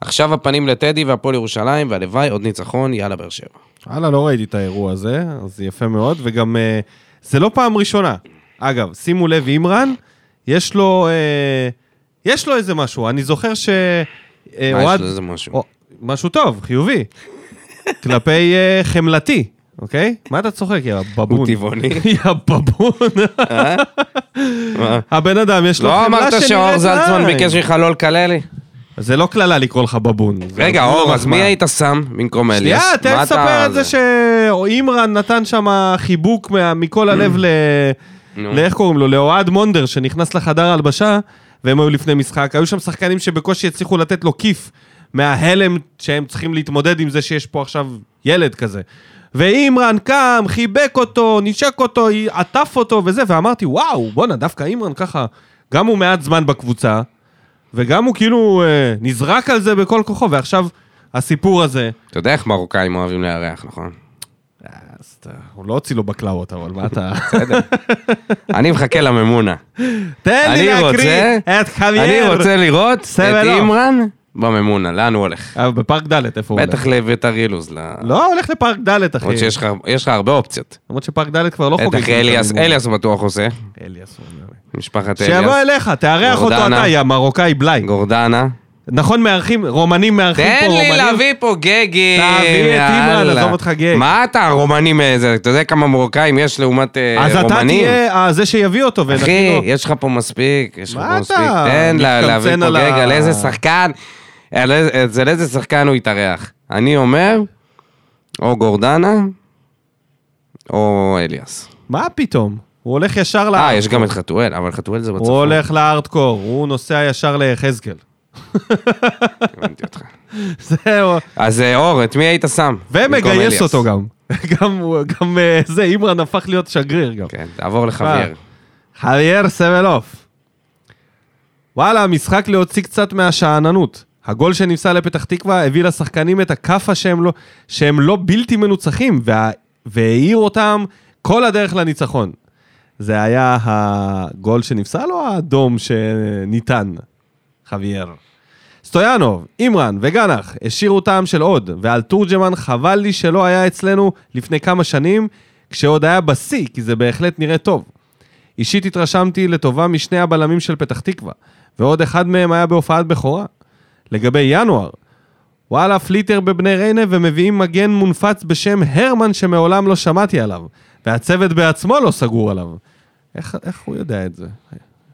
Speaker 2: עכשיו הפנים לטדי והפועל ירושלים, והלוואי עוד ניצחון, יאללה באר שבע.
Speaker 1: וואלה, לא ראיתי את האירוע הזה, אז זה יפה מאוד, וגם אה, זה לא פעם ראשונה. אגב, שימו לב, אימרן, יש לו, אה, יש לו איזה משהו, אני זוכר ש... אה,
Speaker 2: מה יש
Speaker 1: אוהד-
Speaker 2: לזה משהו?
Speaker 1: או- משהו טוב, חיובי. כלפי אה, חמלתי, אוקיי? מה אתה צוחק, יא בבון?
Speaker 2: הוא טבעוני.
Speaker 1: יא בבון.
Speaker 2: מה?
Speaker 1: הבן אדם, יש לו
Speaker 2: לא
Speaker 1: חמלה
Speaker 2: אמרת
Speaker 1: שנראית
Speaker 2: שאור זלצמן
Speaker 1: לעין.
Speaker 2: ביקש ממך לא לקלל לי?
Speaker 1: זה לא קללה לקרוא לך בבון. זה
Speaker 2: רגע,
Speaker 1: אפילו
Speaker 2: אור,
Speaker 1: לא
Speaker 2: אז
Speaker 1: מחמאה.
Speaker 2: מי היית שם במקום אליאס?
Speaker 1: שנייה, תן
Speaker 2: מה אתה-
Speaker 1: לספר את זה שאימרן נתן שם חיבוק מה- מכל הלב ל...
Speaker 2: נו.
Speaker 1: לאיך קוראים לו? לאוהד מונדר, שנכנס לחדר ההלבשה, והם היו לפני משחק. היו שם שחקנים שבקושי הצליחו לתת לו כיף מההלם שהם צריכים להתמודד עם זה שיש פה עכשיו ילד כזה. ואימרן קם, חיבק אותו, נשק אותו, עטף אותו וזה, ואמרתי, וואו, בואנה, דווקא אימרן ככה, גם הוא מעט זמן בקבוצה, וגם הוא כאילו אה, נזרק על זה בכל כוחו, ועכשיו הסיפור הזה,
Speaker 2: אתה יודע איך מרוקאים אוהבים לארח, נכון?
Speaker 1: אז אתה, הוא לא הוציא לו בקלאות, אבל מה אתה...
Speaker 2: בסדר. אני מחכה לממונה.
Speaker 1: תן לי
Speaker 2: אני
Speaker 1: להקריא
Speaker 2: רוצה-
Speaker 1: את חוויאר.
Speaker 2: אני רוצה לראות את
Speaker 1: סבל אור.
Speaker 2: אימרן בממונה, לאן הוא הולך?
Speaker 1: אבל אה, בפארק ד', איפה הוא הולך?
Speaker 2: בטח לביתר אילוז, ל-
Speaker 1: לא, הוא הולך לפארק ד', אחי.
Speaker 2: למרות שיש לך- יש לך הרבה אופציות.
Speaker 1: למרות שפארק ד' כבר לא חוגג.
Speaker 2: בטח אליאס, אליאס בטוח עושה,
Speaker 1: אליאס. הוא אומר.
Speaker 2: משפחת
Speaker 1: שיבוא
Speaker 2: אליאס.
Speaker 1: אליך, תארח אותו
Speaker 2: גורדנה.
Speaker 1: אתה, יא מרוקאי בלאי.
Speaker 2: גורדנה.
Speaker 1: נכון, מארחים, רומנים מארחים פה
Speaker 2: תן
Speaker 1: רומנים.
Speaker 2: לי להביא פה גגים.
Speaker 1: תביא את
Speaker 2: יאללה.
Speaker 1: אימרן, עזוב אותך גג.
Speaker 2: מה אתה, רומנים איזה, אתה יודע כמה מרוקאים יש לעומת אה,
Speaker 1: אז אתה
Speaker 2: רומנים?
Speaker 1: תהיה אה, זה שיביא אותו
Speaker 2: אחי,
Speaker 1: ונכין לו.
Speaker 2: יש לך פה מספיק, יש לך
Speaker 1: מה
Speaker 2: פה
Speaker 1: אתה?
Speaker 2: מספיק. תן לה- להביא
Speaker 1: מתקמצן
Speaker 2: פה
Speaker 1: על
Speaker 2: גג,
Speaker 1: ה-
Speaker 2: על איזה שחקן, על איזה- אצל איזה שחקן הוא יתארח. אני אומר, או גורדנה, או אליאס.
Speaker 1: מה פתאום? הוא הולך ישר ל...
Speaker 2: אה, יש גם את חתואל, אבל חתואל זה
Speaker 1: הוא
Speaker 2: בצפון.
Speaker 1: הולך לארדקור, הוא נוסע ישר ליחזקאל.
Speaker 2: הבנתי אותך.
Speaker 1: זהו.
Speaker 2: אז אה, אור, את מי היית שם? במקום
Speaker 1: ומגייס
Speaker 2: אליאס?
Speaker 1: אותו גם. גם הוא- גם אה, זה, אימרן הפך להיות שגריר גם.
Speaker 2: כן, תעבור
Speaker 1: אה.
Speaker 2: לחבר.
Speaker 1: חוויאר סבלוף. וואלה, המשחק להוציא קצת מהשאננות. הגול שנפסל לפתח תקווה הביא לשחקנים את הכאפה שהם לא, שהם לא בלתי מנוצחים, וה, והעיר אותם כל הדרך לניצחון. זה היה הגול שנפסל או האדום שניתן, חוויאר? סטויאנוב, אימרן וגנח השאירו טעם של עוד, ועל תורג'מן חבל לי שלא היה אצלנו לפני כמה שנים, כשעוד היה בשיא, כי זה בהחלט נראה טוב. אישית התרשמתי לטובה משני הבלמים של פתח תקווה, ועוד אחד מהם היה בהופעת בכורה. לגבי ינואר, וואלה, פליטר בבני ריינה ומביאים מגן מונפץ בשם הרמן שמעולם לא שמעתי עליו, והצוות בעצמו לא סגור עליו. איך, איך הוא יודע את זה,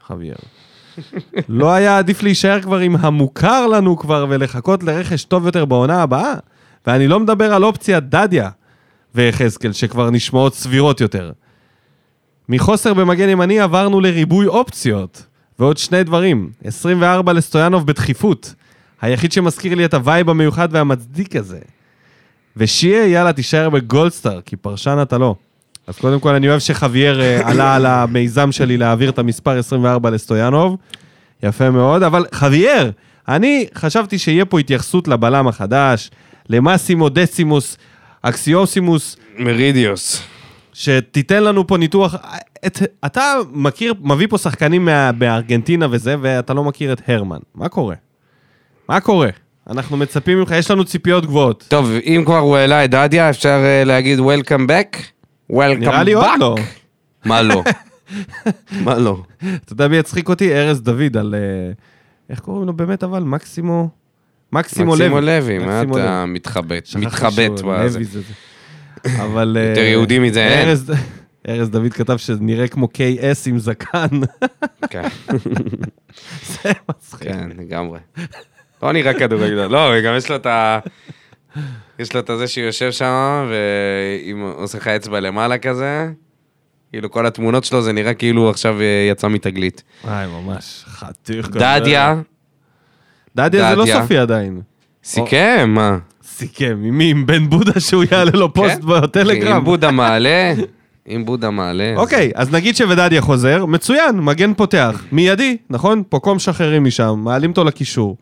Speaker 1: חוויאר? לא היה עדיף להישאר כבר עם המוכר לנו כבר ולחכות לרכש טוב יותר בעונה הבאה? ואני לא מדבר על אופציית דדיה ויחזקאל, שכבר נשמעות סבירות יותר. מחוסר במגן ימני עברנו לריבוי אופציות. ועוד שני דברים, 24 לסטויאנוב בדחיפות, היחיד שמזכיר לי את הווייב המיוחד והמצדיק הזה. ושיהיה, יאללה, תישאר בגולדסטאר, כי פרשן אתה לא. אז קודם כל, אני אוהב שחוויאר אה, עלה על המיזם שלי להעביר את המספר 24 לסטויאנוב. יפה מאוד, אבל חוויאר, אני חשבתי שיהיה פה התייחסות לבלם החדש, למאסימו דסימוס, אקסיוסימוס,
Speaker 2: מרידיוס.
Speaker 1: שתיתן לנו פה ניתוח. את, אתה מכיר, מביא פה שחקנים מה, בארגנטינה וזה, ואתה לא מכיר את הרמן. מה קורה? מה קורה? אנחנו מצפים ממך, יש לנו ציפיות גבוהות.
Speaker 2: טוב, אם כבר הוא העלה את דדיה, אפשר אה, להגיד Welcome back? Welcome
Speaker 1: נראה לי עוד
Speaker 2: back?
Speaker 1: לא.
Speaker 2: מה לא? מה לא?
Speaker 1: אתה יודע מי יצחיק אותי? ארז דוד על... אה, איך קוראים לו באמת, אבל? מקסימו... מקסימו לוי.
Speaker 2: מקסימו לוי, מה
Speaker 1: מקסימו
Speaker 2: אתה מתחבט?
Speaker 1: שכחתי
Speaker 2: מתחבט
Speaker 1: שהוא
Speaker 2: בזה.
Speaker 1: לוי זה זה. אבל...
Speaker 2: יותר
Speaker 1: אה,
Speaker 2: יהודי מזה אין.
Speaker 1: ארז- ארז דוד כתב שנראה כמו KS עם זקן.
Speaker 2: כן,
Speaker 1: זה מצחיק.
Speaker 2: כן, לגמרי. לא נראה כדורגלן, לא, גם יש לו את ה... יש לו את הזה שיושב שם, ואם עושה לך אצבע למעלה כזה, כאילו כל התמונות שלו זה נראה כאילו הוא עכשיו אה, יצא מתגלית.
Speaker 1: וואי, ממש חתיך. כזה.
Speaker 2: דדיה
Speaker 1: דדיה זה לא
Speaker 2: דדיה.
Speaker 1: סופי עדיין.
Speaker 2: סיכם, מה?
Speaker 1: סיכם, עם מי? עם בן בודה שהוא יעלה לו פוסט
Speaker 2: כן?
Speaker 1: בטלגרם.
Speaker 2: אם בודה מעלה, אם בודה מעלה. אז-
Speaker 1: אוקיי, אז נגיד שוודדיה חוזר, מצוין, מגן פותח, מיידי, נכון? פוקו משחררים משם, מעלים אותו לקישור.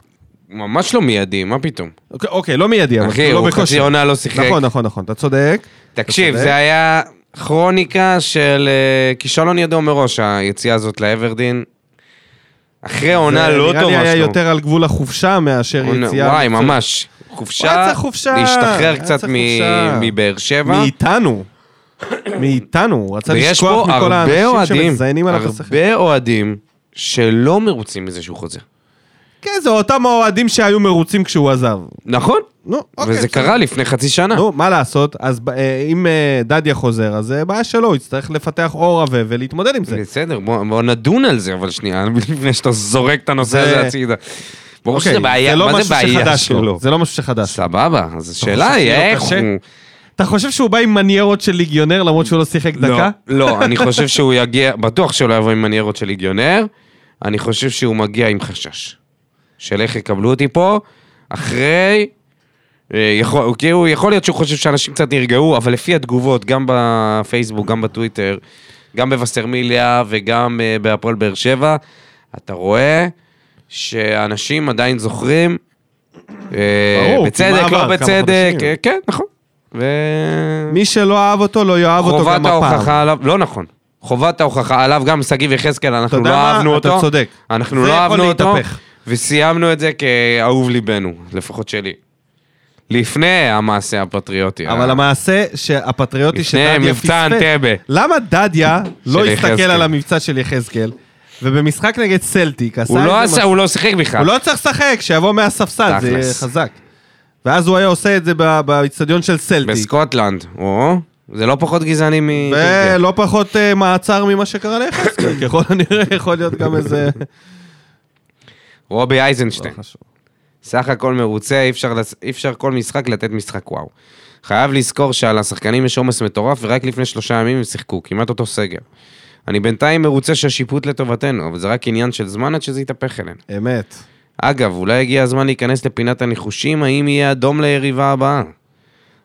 Speaker 2: ממש לא מיידי, מה פתאום?
Speaker 1: אוקיי, אוקיי, לא מיידי, אבל
Speaker 2: אחי,
Speaker 1: לא
Speaker 2: הוא
Speaker 1: בכושר.
Speaker 2: חצי עונה לא שיחק.
Speaker 1: נכון, נכון, נכון, אתה צודק.
Speaker 2: תקשיב,
Speaker 1: אתה צודק.
Speaker 2: זה היה כרוניקה של אה, כישלון ידוע מראש, היציאה הזאת לאברדין. אחרי עונה
Speaker 1: זה
Speaker 2: לא טובה שלו.
Speaker 1: נראה לי היה יותר על גבול החופשה מאשר
Speaker 2: עונה-
Speaker 1: יציאה.
Speaker 2: וואי,
Speaker 1: מקצועית.
Speaker 2: ממש. חופשה.
Speaker 1: היה צריך חופשה,
Speaker 2: להשתחרר
Speaker 1: היה
Speaker 2: קצת
Speaker 1: צריך
Speaker 2: מ-
Speaker 1: חופשה.
Speaker 2: מבאר שבע.
Speaker 1: מאיתנו. מאיתנו, הוא רצה
Speaker 2: ויש
Speaker 1: לשכוח
Speaker 2: פה
Speaker 1: מכל
Speaker 2: הרבה
Speaker 1: האנשים
Speaker 2: אוהדים,
Speaker 1: שמזיינים עליו את השחק.
Speaker 2: הרבה אוהדים שלא מרוצים מזה שהוא חוזר.
Speaker 1: כן, זה אותם האוהדים שהיו מרוצים כשהוא עזב.
Speaker 2: נכון.
Speaker 1: נו, אוקיי.
Speaker 2: וזה
Speaker 1: בסדר.
Speaker 2: קרה לפני חצי שנה.
Speaker 1: נו, מה לעשות? אז ב- אה, אם אה, דדיה חוזר, אז זה בעיה שלו, הוא יצטרך לפתח אור עבה ולהתמודד עם זה.
Speaker 2: בסדר, בוא בוא נדון על זה, אבל שנייה, לפני שאתה זורק את הנושא
Speaker 1: זה-
Speaker 2: הזה הצידה. ברור
Speaker 1: אוקיי,
Speaker 2: שזה בעיה,
Speaker 1: לא
Speaker 2: מה זה
Speaker 1: משהו
Speaker 2: בעיה
Speaker 1: שחדש לו,
Speaker 2: שלו?
Speaker 1: זה לא משהו שחדש.
Speaker 2: סבבה, אז השאלה
Speaker 1: חושב
Speaker 2: היא
Speaker 1: שיהיה לו
Speaker 2: איך
Speaker 1: קשה?
Speaker 2: הוא...
Speaker 1: אתה חושב שהוא בא עם מניירות של ליגיונר למרות שהוא לא שיחק דקה?
Speaker 2: לא, לא, אני חושב שהוא יגיע, בטוח שהוא לא יבוא עם מניירות של ליגיונר, אני חושב שהוא מגיע עם חשש. של איך יקבלו אותי פה, אחרי... אה, יכול, כאילו, יכול להיות שהוא חושב שאנשים קצת נרגעו, אבל לפי התגובות, גם בפייסבוק, גם בטוויטר, גם בווסרמיליה וגם אה, בהפועל באר שבע, אתה רואה שאנשים עדיין זוכרים, אה,
Speaker 1: ברור, כי
Speaker 2: בצדק,
Speaker 1: מה עבר?
Speaker 2: לא
Speaker 1: כמה
Speaker 2: בצדק,
Speaker 1: חודשים.
Speaker 2: אה, כן, נכון. ו...
Speaker 1: מי שלא אהב אותו, לא יאהב אותו
Speaker 2: חובת
Speaker 1: גם הפעם.
Speaker 2: ההוכחה עליו, לא נכון. חובת ההוכחה עליו, גם שגיב יחזקאל,
Speaker 1: אתה
Speaker 2: אנחנו
Speaker 1: יודע
Speaker 2: לא
Speaker 1: מה?
Speaker 2: אהבנו
Speaker 1: אתה
Speaker 2: אותו.
Speaker 1: צודק.
Speaker 2: אנחנו
Speaker 1: זה
Speaker 2: לא
Speaker 1: יכול
Speaker 2: אהבנו אותו,
Speaker 1: להתהפך.
Speaker 2: וסיימנו את זה כאהוב ליבנו, לפחות שלי. לפני המעשה הפטריוטי.
Speaker 1: אבל
Speaker 2: ה-
Speaker 1: המעשה שהפטריוטי
Speaker 2: לפני
Speaker 1: שדדיה פספס...
Speaker 2: מבצע אנטבה.
Speaker 1: למה דדיה לא
Speaker 2: של
Speaker 1: הסתכל
Speaker 2: יחזקאל.
Speaker 1: על המבצע של יחזקאל, ובמשחק נגד סלטיק עשה
Speaker 2: הוא
Speaker 1: איזה
Speaker 2: לא
Speaker 1: משהו-
Speaker 2: עשה, הוא לא שיחק בכלל.
Speaker 1: הוא לא צריך לשחק, שיבוא מהספסל, זה יהיה
Speaker 2: תכלס.
Speaker 1: חזק. ואז הוא היה עושה את זה ב- באיצטדיון של סלטיק.
Speaker 2: בסקוטלנד, או, זה לא פחות גזעני מ...
Speaker 1: ולא פחות אה, מעצר ממה שקרה ליחזקאל, ככל הנראה יכול להיות גם איזה...
Speaker 2: רובי
Speaker 1: לא
Speaker 2: אייזנשטיין.
Speaker 1: חשוב.
Speaker 2: סך הכל מרוצה, אי אפשר, לס- אי אפשר כל משחק לתת משחק וואו. חייב לזכור שעל השחקנים יש עומס מטורף, ורק לפני שלושה ימים הם שיחקו, כמעט אותו סגר. אני בינתיים מרוצה שהשיפוט לטובתנו, אבל זה רק עניין של זמן עד שזה יתהפך אלינו.
Speaker 1: אמת.
Speaker 2: אגב, אולי הגיע הזמן להיכנס לפינת הניחושים, האם יהיה אדום ליריבה הבאה.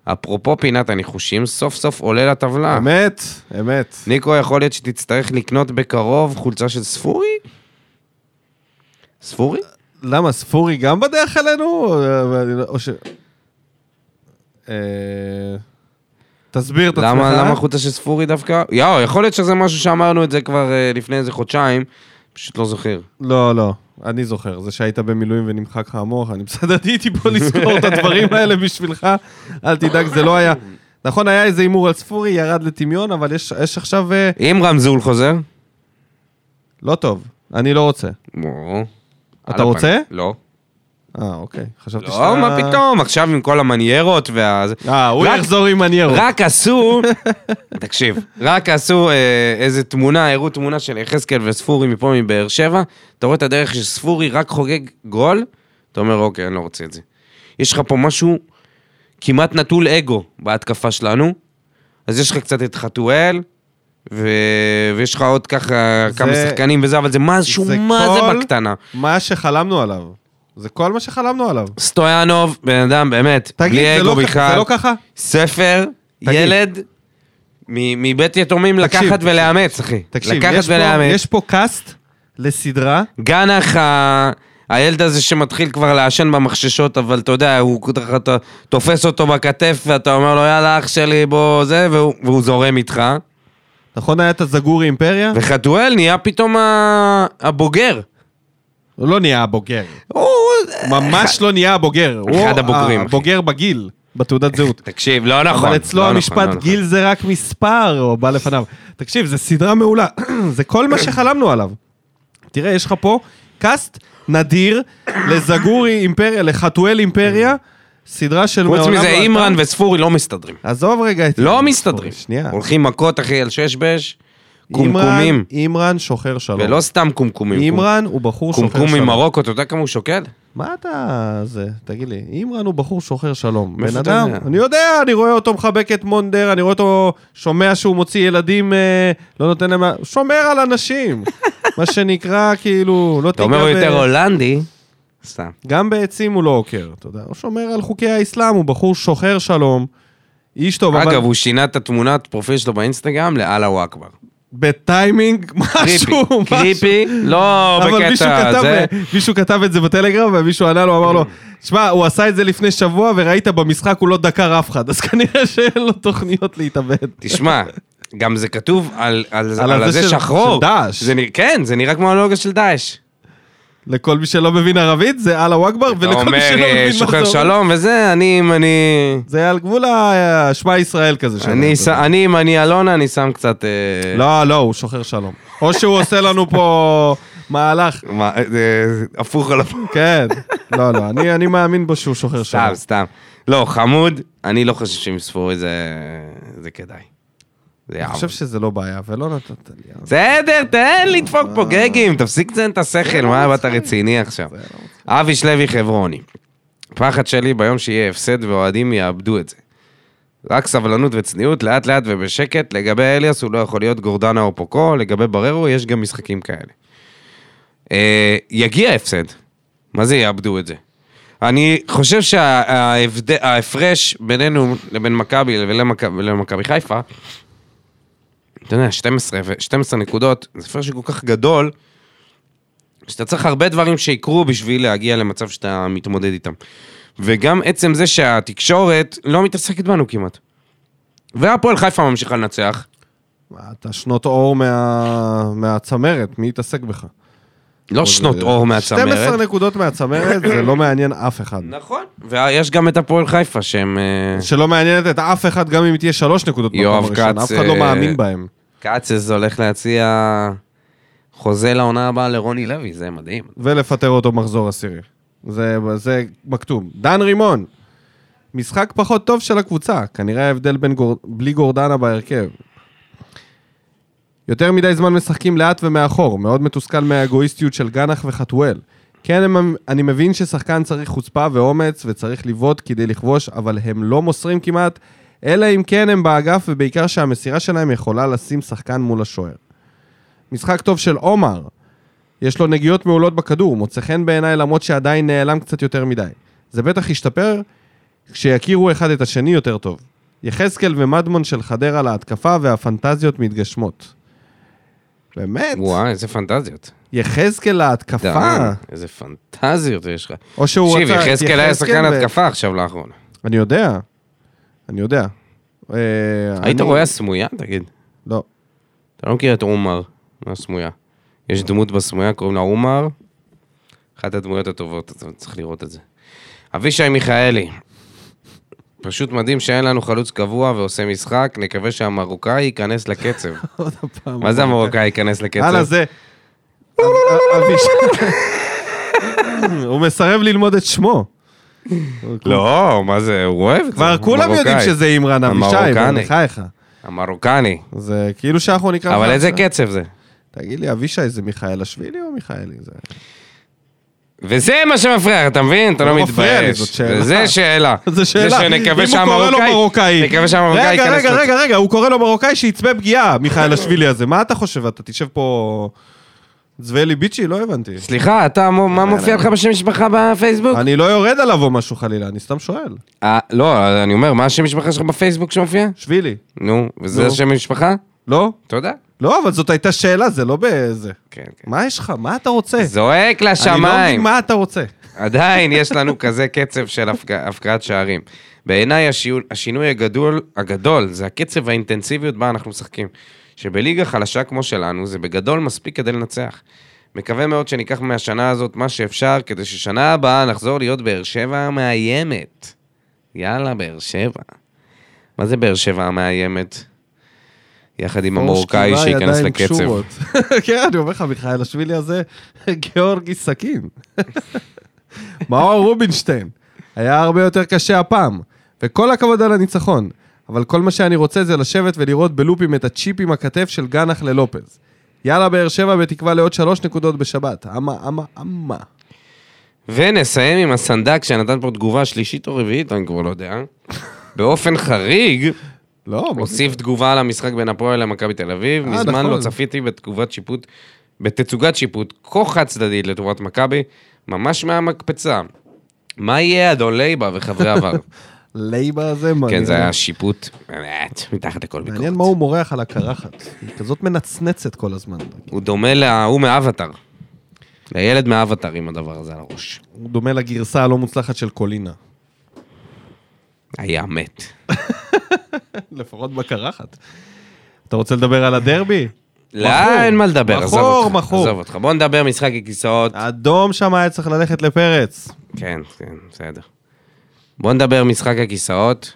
Speaker 2: אפרופו פינת הניחושים, סוף סוף עולה
Speaker 1: אה.
Speaker 2: לטבלה.
Speaker 1: אמת, אמת.
Speaker 2: ניקו, יכול להיות שתצטרך לקנות בקרוב חולצה של ספורי? ספורי?
Speaker 1: למה, ספורי גם בדרך אלינו? או- אני לא- או ש... אה, תסביר את עצמך.
Speaker 2: למה, למה חולצה של ספורי דווקא? יואו, יכול להיות שזה משהו שאמרנו את זה כבר אה, לפני איזה חודשיים, פשוט לא זוכר.
Speaker 1: לא, לא, אני זוכר. זה שהיית במילואים ונמחק לך המוח, אני בסדר, הייתי פה לזכור את הדברים האלה בשבילך. אל תדאג, זה לא היה... נכון, היה איזה הימור על ספורי, ירד לטמיון, אבל יש, יש עכשיו... אה,
Speaker 2: אם רמזול חוזר?
Speaker 1: לא טוב, אני לא רוצה.
Speaker 2: בוא.
Speaker 1: אתה
Speaker 2: על הפנים.
Speaker 1: רוצה?
Speaker 2: לא.
Speaker 1: אה, אוקיי. חשבתי
Speaker 2: לא, מה פתאום, עכשיו עם כל המניירות וה...
Speaker 1: אה, הוא
Speaker 2: רק-
Speaker 1: יחזור עם מניירות.
Speaker 2: רק עשו, תקשיב, רק עשו אה, איזה תמונה, הראו תמונה של יחזקאל וספורי מפה מבאר שבע, אתה רואה את הדרך שספורי רק חוגג גול, אתה אומר, אוקיי, אני לא רוצה את זה. יש לך פה משהו כמעט נטול אגו בהתקפה שלנו, אז יש לך קצת את חתואל, ו... ויש לך עוד ככה
Speaker 1: זה-
Speaker 2: כמה שחקנים וזה, אבל זה משהו,
Speaker 1: זה
Speaker 2: מה זה
Speaker 1: כל-
Speaker 2: בקטנה.
Speaker 1: מה שחלמנו עליו. זה כל מה שחלמנו עליו.
Speaker 2: סטויאנוב, בן אדם, באמת,
Speaker 1: תגיד,
Speaker 2: בלי
Speaker 1: זה
Speaker 2: אגו
Speaker 1: לא כ-
Speaker 2: בכלל.
Speaker 1: זה לא ככה?
Speaker 2: ספר,
Speaker 1: תגיד.
Speaker 2: ילד, מ- מבית יתומים
Speaker 1: תקשיב,
Speaker 2: לקחת
Speaker 1: תקשיב,
Speaker 2: ולאמץ, אחי.
Speaker 1: תקשיב,
Speaker 2: לקחת
Speaker 1: יש פה,
Speaker 2: ולאמץ.
Speaker 1: יש פה קאסט לסדרה,
Speaker 2: גנח ה- הילד הזה שמתחיל כבר לעשן במחששות, אבל אתה יודע, הוא ככה, אתה תופס אותו בכתף ואתה אומר לו, יאללה, אח שלי, בוא, זה, והוא, והוא זורם איתך.
Speaker 1: נכון היה את הזגורי אימפריה?
Speaker 2: וחתואל נהיה פתאום ה- הבוגר.
Speaker 1: הוא לא נהיה הבוגר.
Speaker 2: הוא...
Speaker 1: ממש לא נהיה הבוגר. הוא
Speaker 2: אחד הבוגרים, אחי.
Speaker 1: הבוגר בגיל, בתעודת זהות.
Speaker 2: תקשיב, לא נכון.
Speaker 1: אבל אצלו
Speaker 2: לא נכון,
Speaker 1: המשפט
Speaker 2: לא נכון.
Speaker 1: גיל זה רק מספר, או בא לפניו. תקשיב, זו סדרה מעולה, זה כל מה שחלמנו עליו. תראה, יש לך פה קאסט נדיר לזגורי אימפריה, לחתואל אימפריה, סדרה של
Speaker 2: חוץ
Speaker 1: מעולם
Speaker 2: מזה,
Speaker 1: לא עלתה.
Speaker 2: אימרן וספורי לא מסתדרים.
Speaker 1: עזוב רגע את...
Speaker 2: לא מסתדרים.
Speaker 1: שנייה.
Speaker 2: הולכים מכות, אחי, על ששבש,
Speaker 1: אימרן-
Speaker 2: קומקומים.
Speaker 1: אימרן שוחר שלום.
Speaker 2: ולא סתם קומקומים.
Speaker 1: אימרן הוא בחור שוחר שלום.
Speaker 2: קומקום ממרוקו, אתה יודע כמה הוא שוקל?
Speaker 1: מה אתה זה? תגיד לי, אימרן הוא בחור שוחר שלום.
Speaker 2: מאיפה
Speaker 1: בן
Speaker 2: אתה
Speaker 1: אדם,
Speaker 2: יודע?
Speaker 1: אני יודע, אני רואה אותו מחבק את מונדר, אני רואה אותו שומע שהוא מוציא ילדים, אה, לא נותן להם... הוא שומר על אנשים. מה שנקרא, כאילו, לא
Speaker 2: אתה
Speaker 1: תיגע
Speaker 2: אומר הוא
Speaker 1: ב-
Speaker 2: יותר הולנדי? סתם.
Speaker 1: גם בעצים הוא לא עוקר, אתה יודע. הוא שומר על חוקי האסלאם, הוא בחור שוחר שלום. איש טוב, אבל
Speaker 2: אגב, הוא שינה את התמונת פרופיל שלו באינסטגרם לאללה אכבר.
Speaker 1: בטיימינג
Speaker 2: קריפי,
Speaker 1: משהו, משהו.
Speaker 2: קריפי, לא
Speaker 1: אבל מישהו
Speaker 2: בקטע
Speaker 1: כתב,
Speaker 2: זה.
Speaker 1: מישהו כתב את זה בטלגרם, ומישהו ענה לו, אמר לו, שמע, הוא עשה את זה לפני שבוע, וראית במשחק הוא לא דקר אף אחד, אז כנראה שאין לו תוכניות להתאבד.
Speaker 2: תשמע, גם זה כתוב על- על
Speaker 1: על
Speaker 2: על
Speaker 1: הזה
Speaker 2: הזה
Speaker 1: של-
Speaker 2: שחור.
Speaker 1: של דאעש.
Speaker 2: זה נראה- כן, זה נראה כמו הלוגו של דאעש.
Speaker 1: לכל מי שלא מבין ערבית, זה אללה וואגבר,
Speaker 2: אתה
Speaker 1: ולכל
Speaker 2: אומר
Speaker 1: מי שלא
Speaker 2: אה,
Speaker 1: מבין
Speaker 2: שוחר
Speaker 1: מה זה אומר.
Speaker 2: שלום וזה, אני אם אני...
Speaker 1: זה על גבול ה- שמע ישראל כזה. שלו.
Speaker 2: אני ש- אני, אם אני אלונה, אני שם קצת... אה,
Speaker 1: לא, לא, הוא שוחר שלום. או שהוא עושה לנו פה מהלך.
Speaker 2: מה, אה, זה- הפוך על הפוך.
Speaker 1: כן, לא, לא, אני אני מאמין בו שהוא שוחר שלום.
Speaker 2: סתם, סתם. לא, חמוד, אני לא חושב שהם יספרו את זה, זה כדאי. זה
Speaker 1: אני
Speaker 2: יעבור.
Speaker 1: חושב שזה לא בעיה, ולא נתת לי. אז-
Speaker 2: בסדר, תן לי לדפוק
Speaker 1: אה.
Speaker 2: פה גגים, תפסיק לציין את השכל, מה באת רציני עכשיו?
Speaker 1: לא-
Speaker 2: אבי שלוי חברוני. פחד שלי ביום שיהיה הפסד ואוהדים יאבדו את זה. רק סבלנות וצניעות, לאט לאט ובשקט. לגבי אליאס הוא לא יכול להיות גורדנה או פוקו, לגבי בררו יש גם משחקים כאלה. אה, יגיע הפסד. מה זה יאבדו את זה? אני חושב שההפרש בינינו לבין מכבי ולמכבי- ולמכבי חיפה, אתה יודע, 12, ו- 12 נקודות, זה הפרש כל כך גדול, שאתה צריך הרבה דברים שיקרו בשביל להגיע למצב שאתה מתמודד איתם. וגם עצם זה שהתקשורת לא מתעסקת בנו כמעט. והפועל חיפה ממשיכה לנצח.
Speaker 1: מה, אתה שנות אור מה- מהצמרת, מי יתעסק בך?
Speaker 2: לא שנות אור מהצמרת.
Speaker 1: 12 אה, נקודות מהצמרת, זה לא מעניין אף אחד.
Speaker 2: נכון. ויש גם את הפועל חיפה שהם... אה,
Speaker 1: שלא מעניינת את אף אחד, גם אם תהיה שלוש נקודות מקום
Speaker 2: יואב
Speaker 1: הראשון, אף
Speaker 2: כץ,
Speaker 1: אחד לא
Speaker 2: אה,
Speaker 1: מאמין בהם.
Speaker 2: קצז הולך להציע חוזה לעונה הבאה לרוני לוי, זה מדהים.
Speaker 1: ולפטר אותו מחזור עשירי. זה, זה מכתום. דן רימון, משחק פחות טוב של הקבוצה, כנראה ההבדל בין גור... בלי גורדנה בהרכב. יותר מדי זמן משחקים לאט ומאחור, מאוד מתוסכל מהאגואיסטיות של גנח וחתואל. כן, הם, אני מבין ששחקן צריך חוצפה ואומץ וצריך לבעוט כדי לכבוש, אבל הם לא מוסרים כמעט, אלא אם כן הם באגף ובעיקר שהמסירה שלהם יכולה לשים שחקן מול השוער. משחק טוב של עומר, יש לו נגיעות מעולות בכדור, הוא מוצא חן בעיניי למרות שעדיין נעלם קצת יותר מדי. זה בטח ישתפר כשיכירו אחד את השני יותר טוב. יחזקאל ומדמון של חדרה להתקפה והפנטזיות מתגשמות. באמת?
Speaker 2: וואי, איזה פנטזיות.
Speaker 1: יחזקאל להתקפה?
Speaker 2: דן, איזה פנטזיות יש לך.
Speaker 1: או שהוא
Speaker 2: תקשיב,
Speaker 1: רצה את
Speaker 2: יחזקאל היה שחקן
Speaker 1: כן, ב-
Speaker 2: התקפה עכשיו לאחרונה.
Speaker 1: אני יודע, אני יודע. אה,
Speaker 2: היית
Speaker 1: אני-
Speaker 2: רואה סמויה? תגיד.
Speaker 1: לא.
Speaker 2: אתה לא מכיר את עומר, מהסמויה. יש דמות בסמויה, קוראים לה עומר. אחת הדמויות הטובות, אתה צריך לראות את זה. אבישי מיכאלי, פשוט מדהים שאין לנו חלוץ קבוע ועושה משחק, נקווה שהמרוקאי ייכנס לקצב.
Speaker 1: עוד הפעם.
Speaker 2: מה זה המרוקאי ייכנס לקצב?
Speaker 1: הלאה, זה... אב- אב- אבישי. הוא מסרב ללמוד את שמו.
Speaker 2: לא, מה זה, הוא אוהב את זה.
Speaker 1: כבר כולם יודעים
Speaker 2: המרוקאי.
Speaker 1: שזה אימרן אבישי,
Speaker 2: המרוקני.
Speaker 1: אבל בחייך.
Speaker 2: המרוקני.
Speaker 1: זה כאילו שאנחנו נקרא...
Speaker 2: אבל
Speaker 1: לך
Speaker 2: איזה
Speaker 1: עכשיו.
Speaker 2: קצב זה?
Speaker 1: תגיד לי, אבישי זה מיכאל השבילי או מיכאלי? זה-
Speaker 2: וזה מה שמפריע, אתה מבין? אתה
Speaker 1: לא
Speaker 2: לא
Speaker 1: מפריע לי,
Speaker 2: מתבייש.
Speaker 1: זאת שאלה.
Speaker 2: וזה שאלה.
Speaker 1: זה שאלה.
Speaker 2: שנקווה
Speaker 1: אם הוא קורא לו
Speaker 2: שהמרוקאי-
Speaker 1: מרוקאי.
Speaker 2: נקווה שהמרוקאי
Speaker 1: רגע,
Speaker 2: ייכנס...
Speaker 1: רגע,
Speaker 2: לצד.
Speaker 1: רגע, רגע, הוא קורא לו מרוקאי שיצפה פגיעה, מיכאל השבילי הזה. מה אתה חושב? אתה תשב פה... זוולי ביצ'י? לא הבנתי.
Speaker 2: סליחה, אתה, מו- מה מופיע לך בשם משפחה בפייסבוק?
Speaker 1: אני לא יורד עליו או משהו חלילה, אני סתם שואל.
Speaker 2: אה, לא, אני אומר, מה השם משפחה שלך בפייסבוק שמופיע?
Speaker 1: שבילי.
Speaker 2: נו, וזה
Speaker 1: נו.
Speaker 2: השם משפחה?
Speaker 1: לא?
Speaker 2: תודה.
Speaker 1: לא, אבל זאת הייתה שאלה, זה לא באיזה.
Speaker 2: כן, כן.
Speaker 1: מה יש לך? מה אתה רוצה?
Speaker 2: זועק
Speaker 1: אה. אני לא מבין
Speaker 2: לשמיים.
Speaker 1: מה אתה רוצה.
Speaker 2: עדיין יש לנו כזה קצב של הפק- הפקעת שערים. בעיניי השיו- השינוי הגדול, הגדול זה הקצב והאינטנסיביות בה אנחנו משחקים. שבליגה חלשה כמו שלנו, זה בגדול מספיק כדי לנצח. מקווה מאוד שניקח מהשנה הזאת מה שאפשר, כדי ששנה הבאה נחזור להיות באר שבע המאיימת. יאללה, באר שבע. מה זה באר שבע המאיימת? יחד עם המורקאי
Speaker 1: שקילה,
Speaker 2: שייכנס
Speaker 1: ידיים
Speaker 2: לקצב.
Speaker 1: קשורות. כן, אני אומר לך, מיכאל השבילי הזה, גיאורגי סכין. מאור רובינשטיין, היה הרבה יותר קשה הפעם, וכל הכבוד על הניצחון, אבל כל מה שאני רוצה זה לשבת ולראות בלופים את הצ'יפ עם הכתף של גנח ללופז. יאללה, באר שבע, בתקווה לעוד שלוש נקודות בשבת. אמה, אמה, אמה.
Speaker 2: ונסיים עם הסנדק שנתן פה תגובה שלישית או רביעית, אני כבר לא יודע. באופן חריג,
Speaker 1: לא,
Speaker 2: הוסיף תגובה על המשחק בין הפועל למכבי תל אביב.
Speaker 1: אה,
Speaker 2: מזמן
Speaker 1: נכון.
Speaker 2: לא צפיתי בתגובת שיפוט, בתצוגת שיפוט כה חד צדדית לטובת מכבי, ממש מהמקפצה. מה יהיה אדון לייבה וחברי עבר?
Speaker 1: לייבה הזה מעניין.
Speaker 2: כן, זה היה שיפוט, באמת, מתחת לכל
Speaker 1: מעניין מה
Speaker 2: ביקורת.
Speaker 1: הוא מורח על הקרחת. היא כזאת מנצנצת כל הזמן.
Speaker 2: הוא דומה להוא מאבטר. לילד מאבטר עם הדבר הזה על הראש.
Speaker 1: הוא דומה לגרסה הלא מוצלחת של קולינה.
Speaker 2: היה מת.
Speaker 1: לפחות בקרחת. אתה רוצה לדבר על הדרבי?
Speaker 2: לא, אין מה לדבר, עזוב
Speaker 1: מכור,
Speaker 2: אותך.
Speaker 1: מכור.
Speaker 2: עזוב אותך. בוא נדבר משחק עם כיסאות.
Speaker 1: האדום שם היה צריך ללכת לפרץ.
Speaker 2: כן, כן, בסדר. בוא נדבר משחק הכיסאות.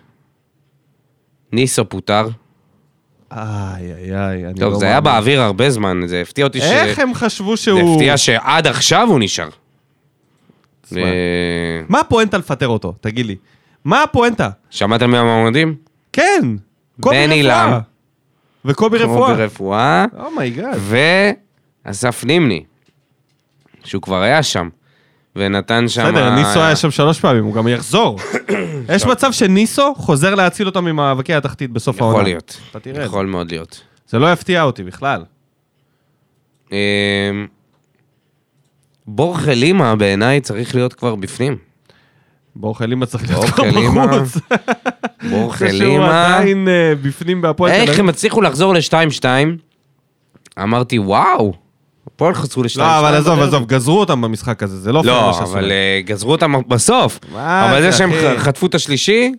Speaker 2: ניסו פוטר.
Speaker 1: איי, איי, איי, אני לא...
Speaker 2: טוב, זה היה
Speaker 1: מאמין.
Speaker 2: באוויר הרבה זמן, זה הפתיע אותי ש...
Speaker 1: איך הם חשבו
Speaker 2: זה
Speaker 1: שהוא...
Speaker 2: הפתיע שעד עכשיו הוא נשאר.
Speaker 1: זמן.
Speaker 2: אה,
Speaker 1: מה הפואנטה לפטר אותו? תגיד לי. מה הפואנטה?
Speaker 2: שמעת מהמועמדים?
Speaker 1: כן! קובי
Speaker 2: בן
Speaker 1: רפואה.
Speaker 2: עילם.
Speaker 1: וקובי רפואה. Oh
Speaker 2: ברפואה.
Speaker 1: אומייגאד.
Speaker 2: ואסף נימני, שהוא כבר היה שם. ונתן שם...
Speaker 1: בסדר, ניסו היה שם שלוש פעמים, הוא גם יחזור. יש מצב שניסו חוזר להציל אותם ממאבקי התחתית בסוף העונה.
Speaker 2: יכול להיות.
Speaker 1: אתה תראה. את זה.
Speaker 2: יכול מאוד להיות.
Speaker 1: זה לא יפתיע אותי בכלל.
Speaker 2: אמ, בורחה לימה בעיניי צריך להיות כבר בפנים.
Speaker 1: בורחה לימה צריך להיות
Speaker 2: בורחה
Speaker 1: כבר
Speaker 2: לימה.
Speaker 1: בחוץ.
Speaker 2: בורחה
Speaker 1: זה שהוא
Speaker 2: לימה.
Speaker 1: עדיין אה, בפנים בהפועל תל
Speaker 2: איך
Speaker 1: אביב.
Speaker 2: הם הצליחו לחזור ל-2-2? אמרתי, וואו, הפועל חזרו ל-2-2.
Speaker 1: לא, אבל עזוב, עזוב, גזרו אותם במשחק הזה, זה לא פייר מה
Speaker 2: לא,
Speaker 1: שעשו.
Speaker 2: אבל אה, גזרו אותם בסוף.
Speaker 1: מה
Speaker 2: אבל
Speaker 1: זה,
Speaker 2: זה שהם
Speaker 1: אחי?
Speaker 2: ח- חטפו את השלישי,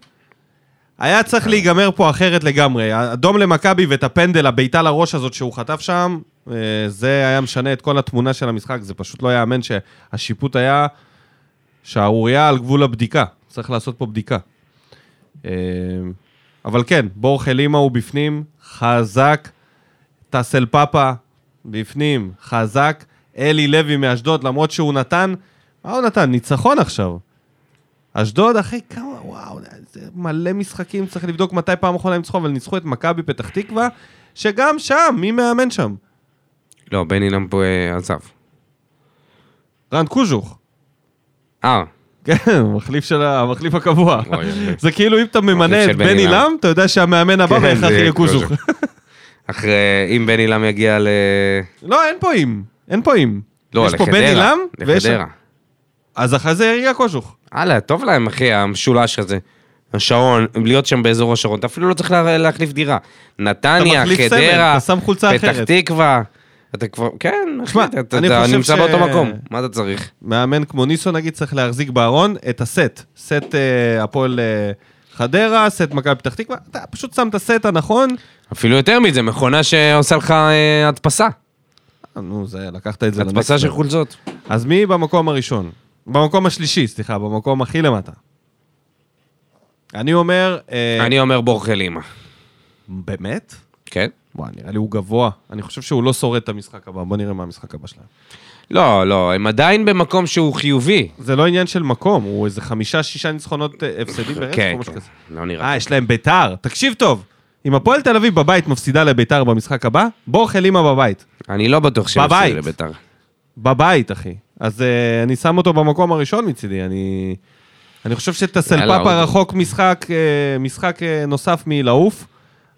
Speaker 1: היה צריך להיגמר פה אחרת לגמרי. האדום למכבי ואת הפנדל, הבעיטה לראש הזאת שהוא חטף שם, אה, זה היה משנה את כל התמונה של המשחק. זה פשוט לא ייאמן שהשיפוט היה שערורייה על גבול הבדיקה. צריך לעשות פה בדיקה. אה, אבל כן, בורחה לימה הוא בפנים, חזק. טסל פאפה, בפנים, חזק. אלי לוי מאשדוד, למרות שהוא נתן, מה הוא נתן? ניצחון עכשיו. אשדוד, אחי, כמה, וואו, זה מלא משחקים, צריך לבדוק מתי פעם אחרונה הם ניצחו, אבל ניצחו את מכבי פתח תקווה, שגם שם, מי מאמן שם?
Speaker 2: לא, בן אילם פה אה, עזב.
Speaker 1: רן קוז'וך.
Speaker 2: אה,
Speaker 1: כן, המחליף של ה- המחליף הקבוע.
Speaker 2: אוי, אוי.
Speaker 1: זה כאילו אם אתה ממנה
Speaker 2: של
Speaker 1: את
Speaker 2: בן
Speaker 1: בן
Speaker 2: עילם.
Speaker 1: עילם, אתה יודע שהמאמן הבא
Speaker 2: כן,
Speaker 1: בהכרח
Speaker 2: זה
Speaker 1: יהיה קוז'וך.
Speaker 2: אחרי, אם בן אילם יגיע ל...
Speaker 1: לא, אין פה אם, אין פה אם.
Speaker 2: לא,
Speaker 1: יש פה בן
Speaker 2: לחדרה.
Speaker 1: עילם, ויש-
Speaker 2: לחדרה.
Speaker 1: אז אחרי זה יגיע קוז'וך.
Speaker 2: הלאה, טוב להם, אחי, המשולש הזה. השרון, להיות שם באזור השרון, אתה אפילו לא צריך לה, להחליף דירה. נתניה,
Speaker 1: מחליף סמל,
Speaker 2: חדרה,
Speaker 1: אתה שם חולצה
Speaker 2: פתח
Speaker 1: אחרת.
Speaker 2: תקווה. אתה כבר, כן, אחי,
Speaker 1: שמע,
Speaker 2: אתה, אתה,
Speaker 1: אני
Speaker 2: אתה
Speaker 1: חושב
Speaker 2: נמצא
Speaker 1: ש-
Speaker 2: באותו מקום, מה אתה צריך?
Speaker 1: מאמן כמו ניסו נגיד צריך להחזיק בארון את הסט. סט אה, הפועל אה, חדרה, סט מכבי פתח תקווה, אתה פשוט שם את הסט הנכון.
Speaker 2: אפילו יותר מזה, מכונה שעושה לך אה, הדפסה.
Speaker 1: אה, נו, זה, לקחת את זה לא לנקסט.
Speaker 2: הדפסה של חולצות.
Speaker 1: אז מי במקום הראשון? במקום השלישי, סליחה, במקום הכי למטה. אני אומר... אה,
Speaker 2: אני אומר בורחל אימא.
Speaker 1: באמת?
Speaker 2: כן?
Speaker 1: וואי, נראה לי הוא גבוה. אני חושב שהוא לא שורד את המשחק הבא, בוא נראה מה המשחק הבא שלהם.
Speaker 2: לא, לא, הם עדיין במקום שהוא חיובי.
Speaker 1: זה לא עניין של מקום, הוא איזה חמישה-שישה ניצחונות אה, הפסדים ברצף
Speaker 2: כן,
Speaker 1: או משהו
Speaker 2: כן,
Speaker 1: כזה.
Speaker 2: לא נראה.
Speaker 1: אה, יש להם ביתר. תקשיב טוב, אם הפועל תל אביב בבית מפסידה לביתר במשחק הבא, בורחל אימא בבית.
Speaker 2: אני לא בטוח שהם
Speaker 1: בבית.
Speaker 2: יפסידו לביתר.
Speaker 1: בבית, אחי. אז אה, אני שם אותו במקום הראשון מצידי. אני, אני חושב
Speaker 2: יאללה,
Speaker 1: שטסל
Speaker 2: עוד.
Speaker 1: פאפה רחוק משחק, אה, משחק אה, נוסף מלעוף,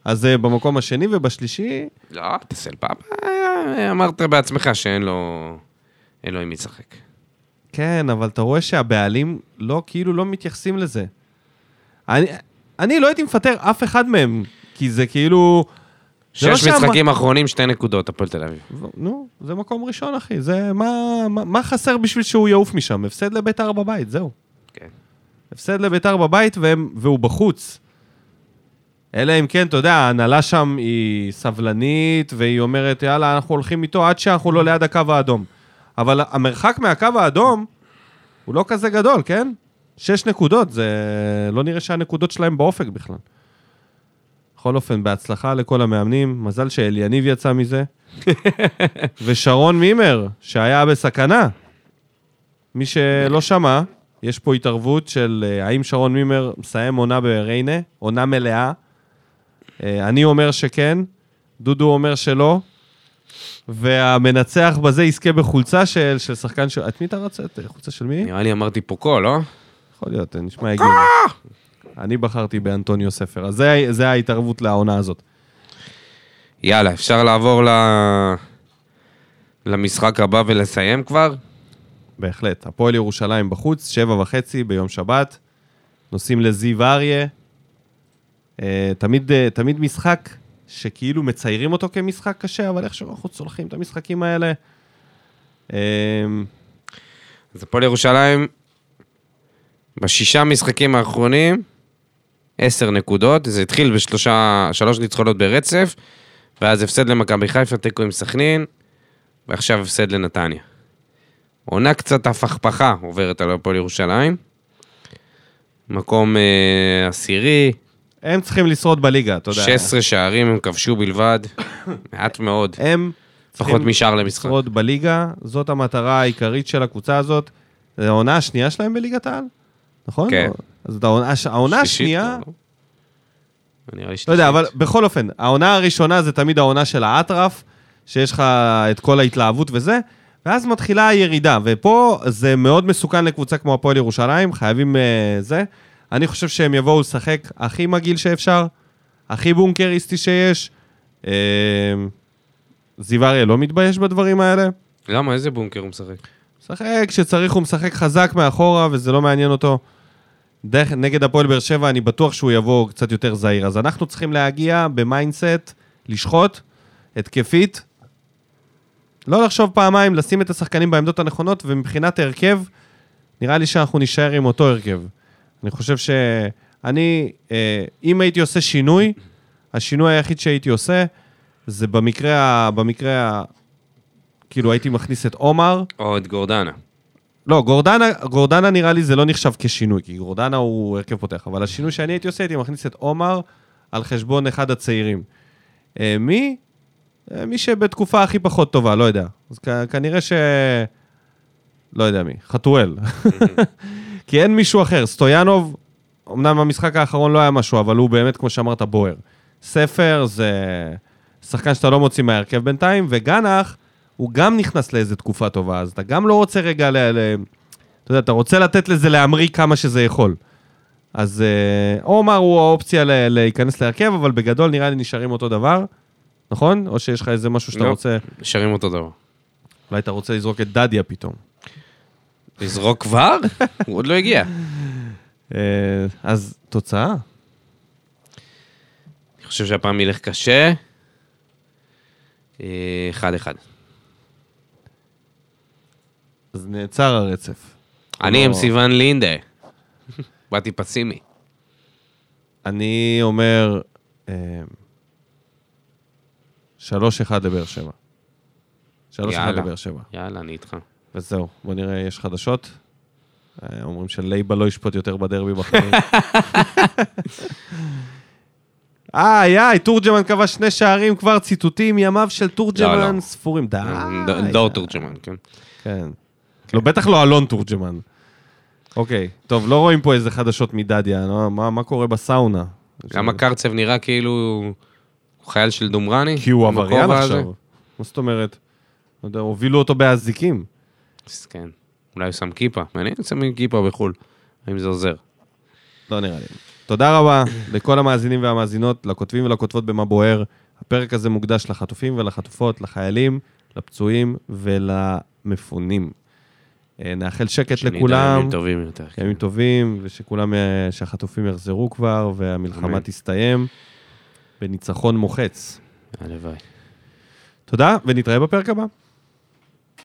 Speaker 1: אז אה, במקום השני ובשלישי,
Speaker 2: לא, תסל פעם. אה, אמרת בעצמך שאין לו... אין לו עם מי לשחק.
Speaker 1: כן, אבל אתה רואה שהבעלים לא, כאילו לא מתייחסים לזה. אני, אני לא הייתי מפטר אף אחד מהם, כי זה כאילו... זה לא
Speaker 2: שש
Speaker 1: שהם-
Speaker 2: משחקים אחרונים, שתי נקודות, הפועל תל אביב.
Speaker 1: ו- נו, זה מקום ראשון, אחי. זה מה, מה, מה חסר בשביל שהוא יעוף משם? הפסד לביתר בבית, זהו.
Speaker 2: כן.
Speaker 1: הפסד לביתר בבית והם, והוא בחוץ. אלא אם כן, אתה יודע, ההנהלה שם היא סבלנית, והיא אומרת, יאללה, אנחנו הולכים איתו עד שאנחנו לא ליד הקו האדום. אבל המרחק מהקו האדום הוא לא כזה גדול, כן? שש נקודות, זה... לא נראה שהנקודות שלהם באופק בכלל. בכל אופן, בהצלחה לכל המאמנים. מזל שאליניב יצא מזה. ושרון מימר, שהיה בסכנה. מי שלא שמע, יש פה התערבות של אה, האם שרון מימר מסיים עונה בריינה, עונה מלאה. אה, אני אומר שכן, דודו אומר שלא, והמנצח בזה יזכה בחולצה של, של שחקן של... את מי אתה רצה? את החולצה של מי?
Speaker 2: נראה לי אמרתי פה קול, לא?
Speaker 1: יכול להיות, נשמע הגיוני. אני בחרתי באנטוניו ספר, אז זה, זה ההתערבות לעונה הזאת.
Speaker 2: יאללה, אפשר לעבור ל... למשחק הבא ולסיים כבר?
Speaker 1: בהחלט. הפועל ירושלים בחוץ, שבע וחצי ביום שבת. נוסעים לזיו אריה. אה, תמיד, אה, תמיד משחק שכאילו מציירים אותו כמשחק קשה, אבל איכשהו אנחנו צולחים את המשחקים האלה. אה,
Speaker 2: אז הפועל ירושלים, בשישה משחקים האחרונים, עשר נקודות. זה התחיל בשלושה, שלוש ניצחונות ברצף, ואז הפסד למכבי חיפה, תיקו עם סכנין, ועכשיו הפסד לנתניה. עונה קצת הפכפכה עוברת על הפועל ירושלים. מקום אה, עשירי,
Speaker 1: הם צריכים לשרוד בליגה, אתה יודע.
Speaker 2: 16 שערים הם כבשו בלבד, מעט מאוד,
Speaker 1: הם
Speaker 2: פחות
Speaker 1: צריכים
Speaker 2: משאר למשחק.
Speaker 1: לשרוד בליגה, זאת המטרה העיקרית של הקבוצה הזאת. זו העונה השנייה שלהם בליגת העל, נכון?
Speaker 2: כן.
Speaker 1: אז זאת העונה- העונה השנייה,
Speaker 2: שלישית, לא? נראה לי
Speaker 1: לא יודע,
Speaker 2: שלישית.
Speaker 1: אבל בכל אופן, העונה הראשונה זה תמיד העונה של האטרף, שיש לך את כל ההתלהבות וזה, ואז מתחילה הירידה, ופה זה מאוד מסוכן לקבוצה כמו הפועל ירושלים, חייבים אה, זה. אני חושב שהם יבואו לשחק הכי מגעיל שאפשר, הכי בונקריסטי שיש. אה, זיו אריה לא מתבייש בדברים האלה.
Speaker 2: למה? איזה בונקר הוא משחק?
Speaker 1: משחק כשצריך, הוא משחק חזק מאחורה, וזה לא מעניין אותו. דרך, נגד הפועל באר שבע, אני בטוח שהוא יבוא קצת יותר זהיר. אז אנחנו צריכים להגיע במיינדסט, לשחוט, התקפית. לא לחשוב פעמיים, לשים את השחקנים בעמדות הנכונות, ומבחינת ההרכב, נראה לי שאנחנו נישאר עם אותו הרכב. אני חושב ש... אני, אה, אם הייתי עושה שינוי, השינוי היחיד שהייתי עושה, זה במקרה ה... במקרה ה... כאילו הייתי מכניס את עומר,
Speaker 2: או את גורדנה.
Speaker 1: לא, גורדנה, גורדנה נראה לי זה לא נחשב כשינוי, כי גורדנה הוא הרכב פותח, אבל השינוי שאני הייתי עושה, הייתי מכניס את עומר על חשבון אחד הצעירים. אה, מי? אה, מי שבתקופה הכי פחות טובה, לא יודע. אז כ- כנראה ש... לא יודע מי, חתואל. כי אין מישהו אחר. סטויאנוב, אמנם המשחק האחרון לא היה משהו, אבל הוא באמת, כמו שאמרת, בוער. ספר זה שחקן שאתה לא מוציא מההרכב בינתיים, וגנח, הוא גם נכנס לאיזו תקופה טובה, אז אתה גם לא רוצה רגע ל... ל... אתה יודע, אתה רוצה לתת לזה להמריא כמה שזה יכול. אז אה, עומר הוא האופציה ל- להיכנס להרכב, אבל בגדול נראה לי נשארים אותו דבר, נכון? או שיש לך איזה משהו שאתה
Speaker 2: לא.
Speaker 1: רוצה...
Speaker 2: נשארים אותו דבר.
Speaker 1: אולי אתה רוצה לזרוק את דדיה פתאום.
Speaker 2: לזרוק כבר? הוא עוד לא הגיע.
Speaker 1: אה, אז תוצאה?
Speaker 2: אני חושב שהפעם ילך קשה. אה, אחד אחד.
Speaker 1: אז נעצר הרצף.
Speaker 2: אני עם סיוון לינדה. לא. באתי פסימי.
Speaker 1: אני אומר, אה, 3-1 לבאר שבע. 3-1
Speaker 2: יאללה.
Speaker 1: לבאר שבע.
Speaker 2: יאללה, אני איתך.
Speaker 1: וזהו, בוא נראה, יש חדשות. אה, אומרים שלייבה לא ישפוט יותר בדרבי בחיים. אה, יאי, תורג'מן כבש שני שערים כבר, ציטוטים, ימיו של
Speaker 2: לא,
Speaker 1: תורג'מן
Speaker 2: לא.
Speaker 1: ספורים. די.
Speaker 2: ד- דור תורג'מן, כן.
Speaker 1: כן. לא, בטח לא אלון תורג'מן. אוקיי, טוב, לא רואים פה איזה חדשות מדדיה, לא? מה- מה קורה בסאונה?
Speaker 2: גם הקרצב נראה כאילו הוא חייל של דומרני.
Speaker 1: כי הוא
Speaker 2: עם
Speaker 1: עבריין
Speaker 2: הכובע
Speaker 1: עכשיו.
Speaker 2: הזה.
Speaker 1: מה זאת אומרת? לא יודע, הובילו אותו באזיקים.
Speaker 2: מסכן. אולי הוא שם כיפה. מעניין אם שמים כיפה בחו"ל. האם זה עוזר.
Speaker 1: לא נראה לי. תודה רבה לכל המאזינים והמאזינות, לכותבים ולכותבות במה בוער. הפרק הזה מוקדש לחטופים ולחטופות, לחיילים, לפצועים ולמפונים. אה, נאחל שקט
Speaker 2: שנדע
Speaker 1: לכולם,
Speaker 2: ימים טובים יותר. כן.
Speaker 1: ימים טובים, ושכולם, אה, שהחטופים יחזרו כבר, והמלחמה
Speaker 2: אמן.
Speaker 1: תסתיים בניצחון מוחץ.
Speaker 2: כן, הלוואי.
Speaker 1: תודה, ונתראה בפרק הבא.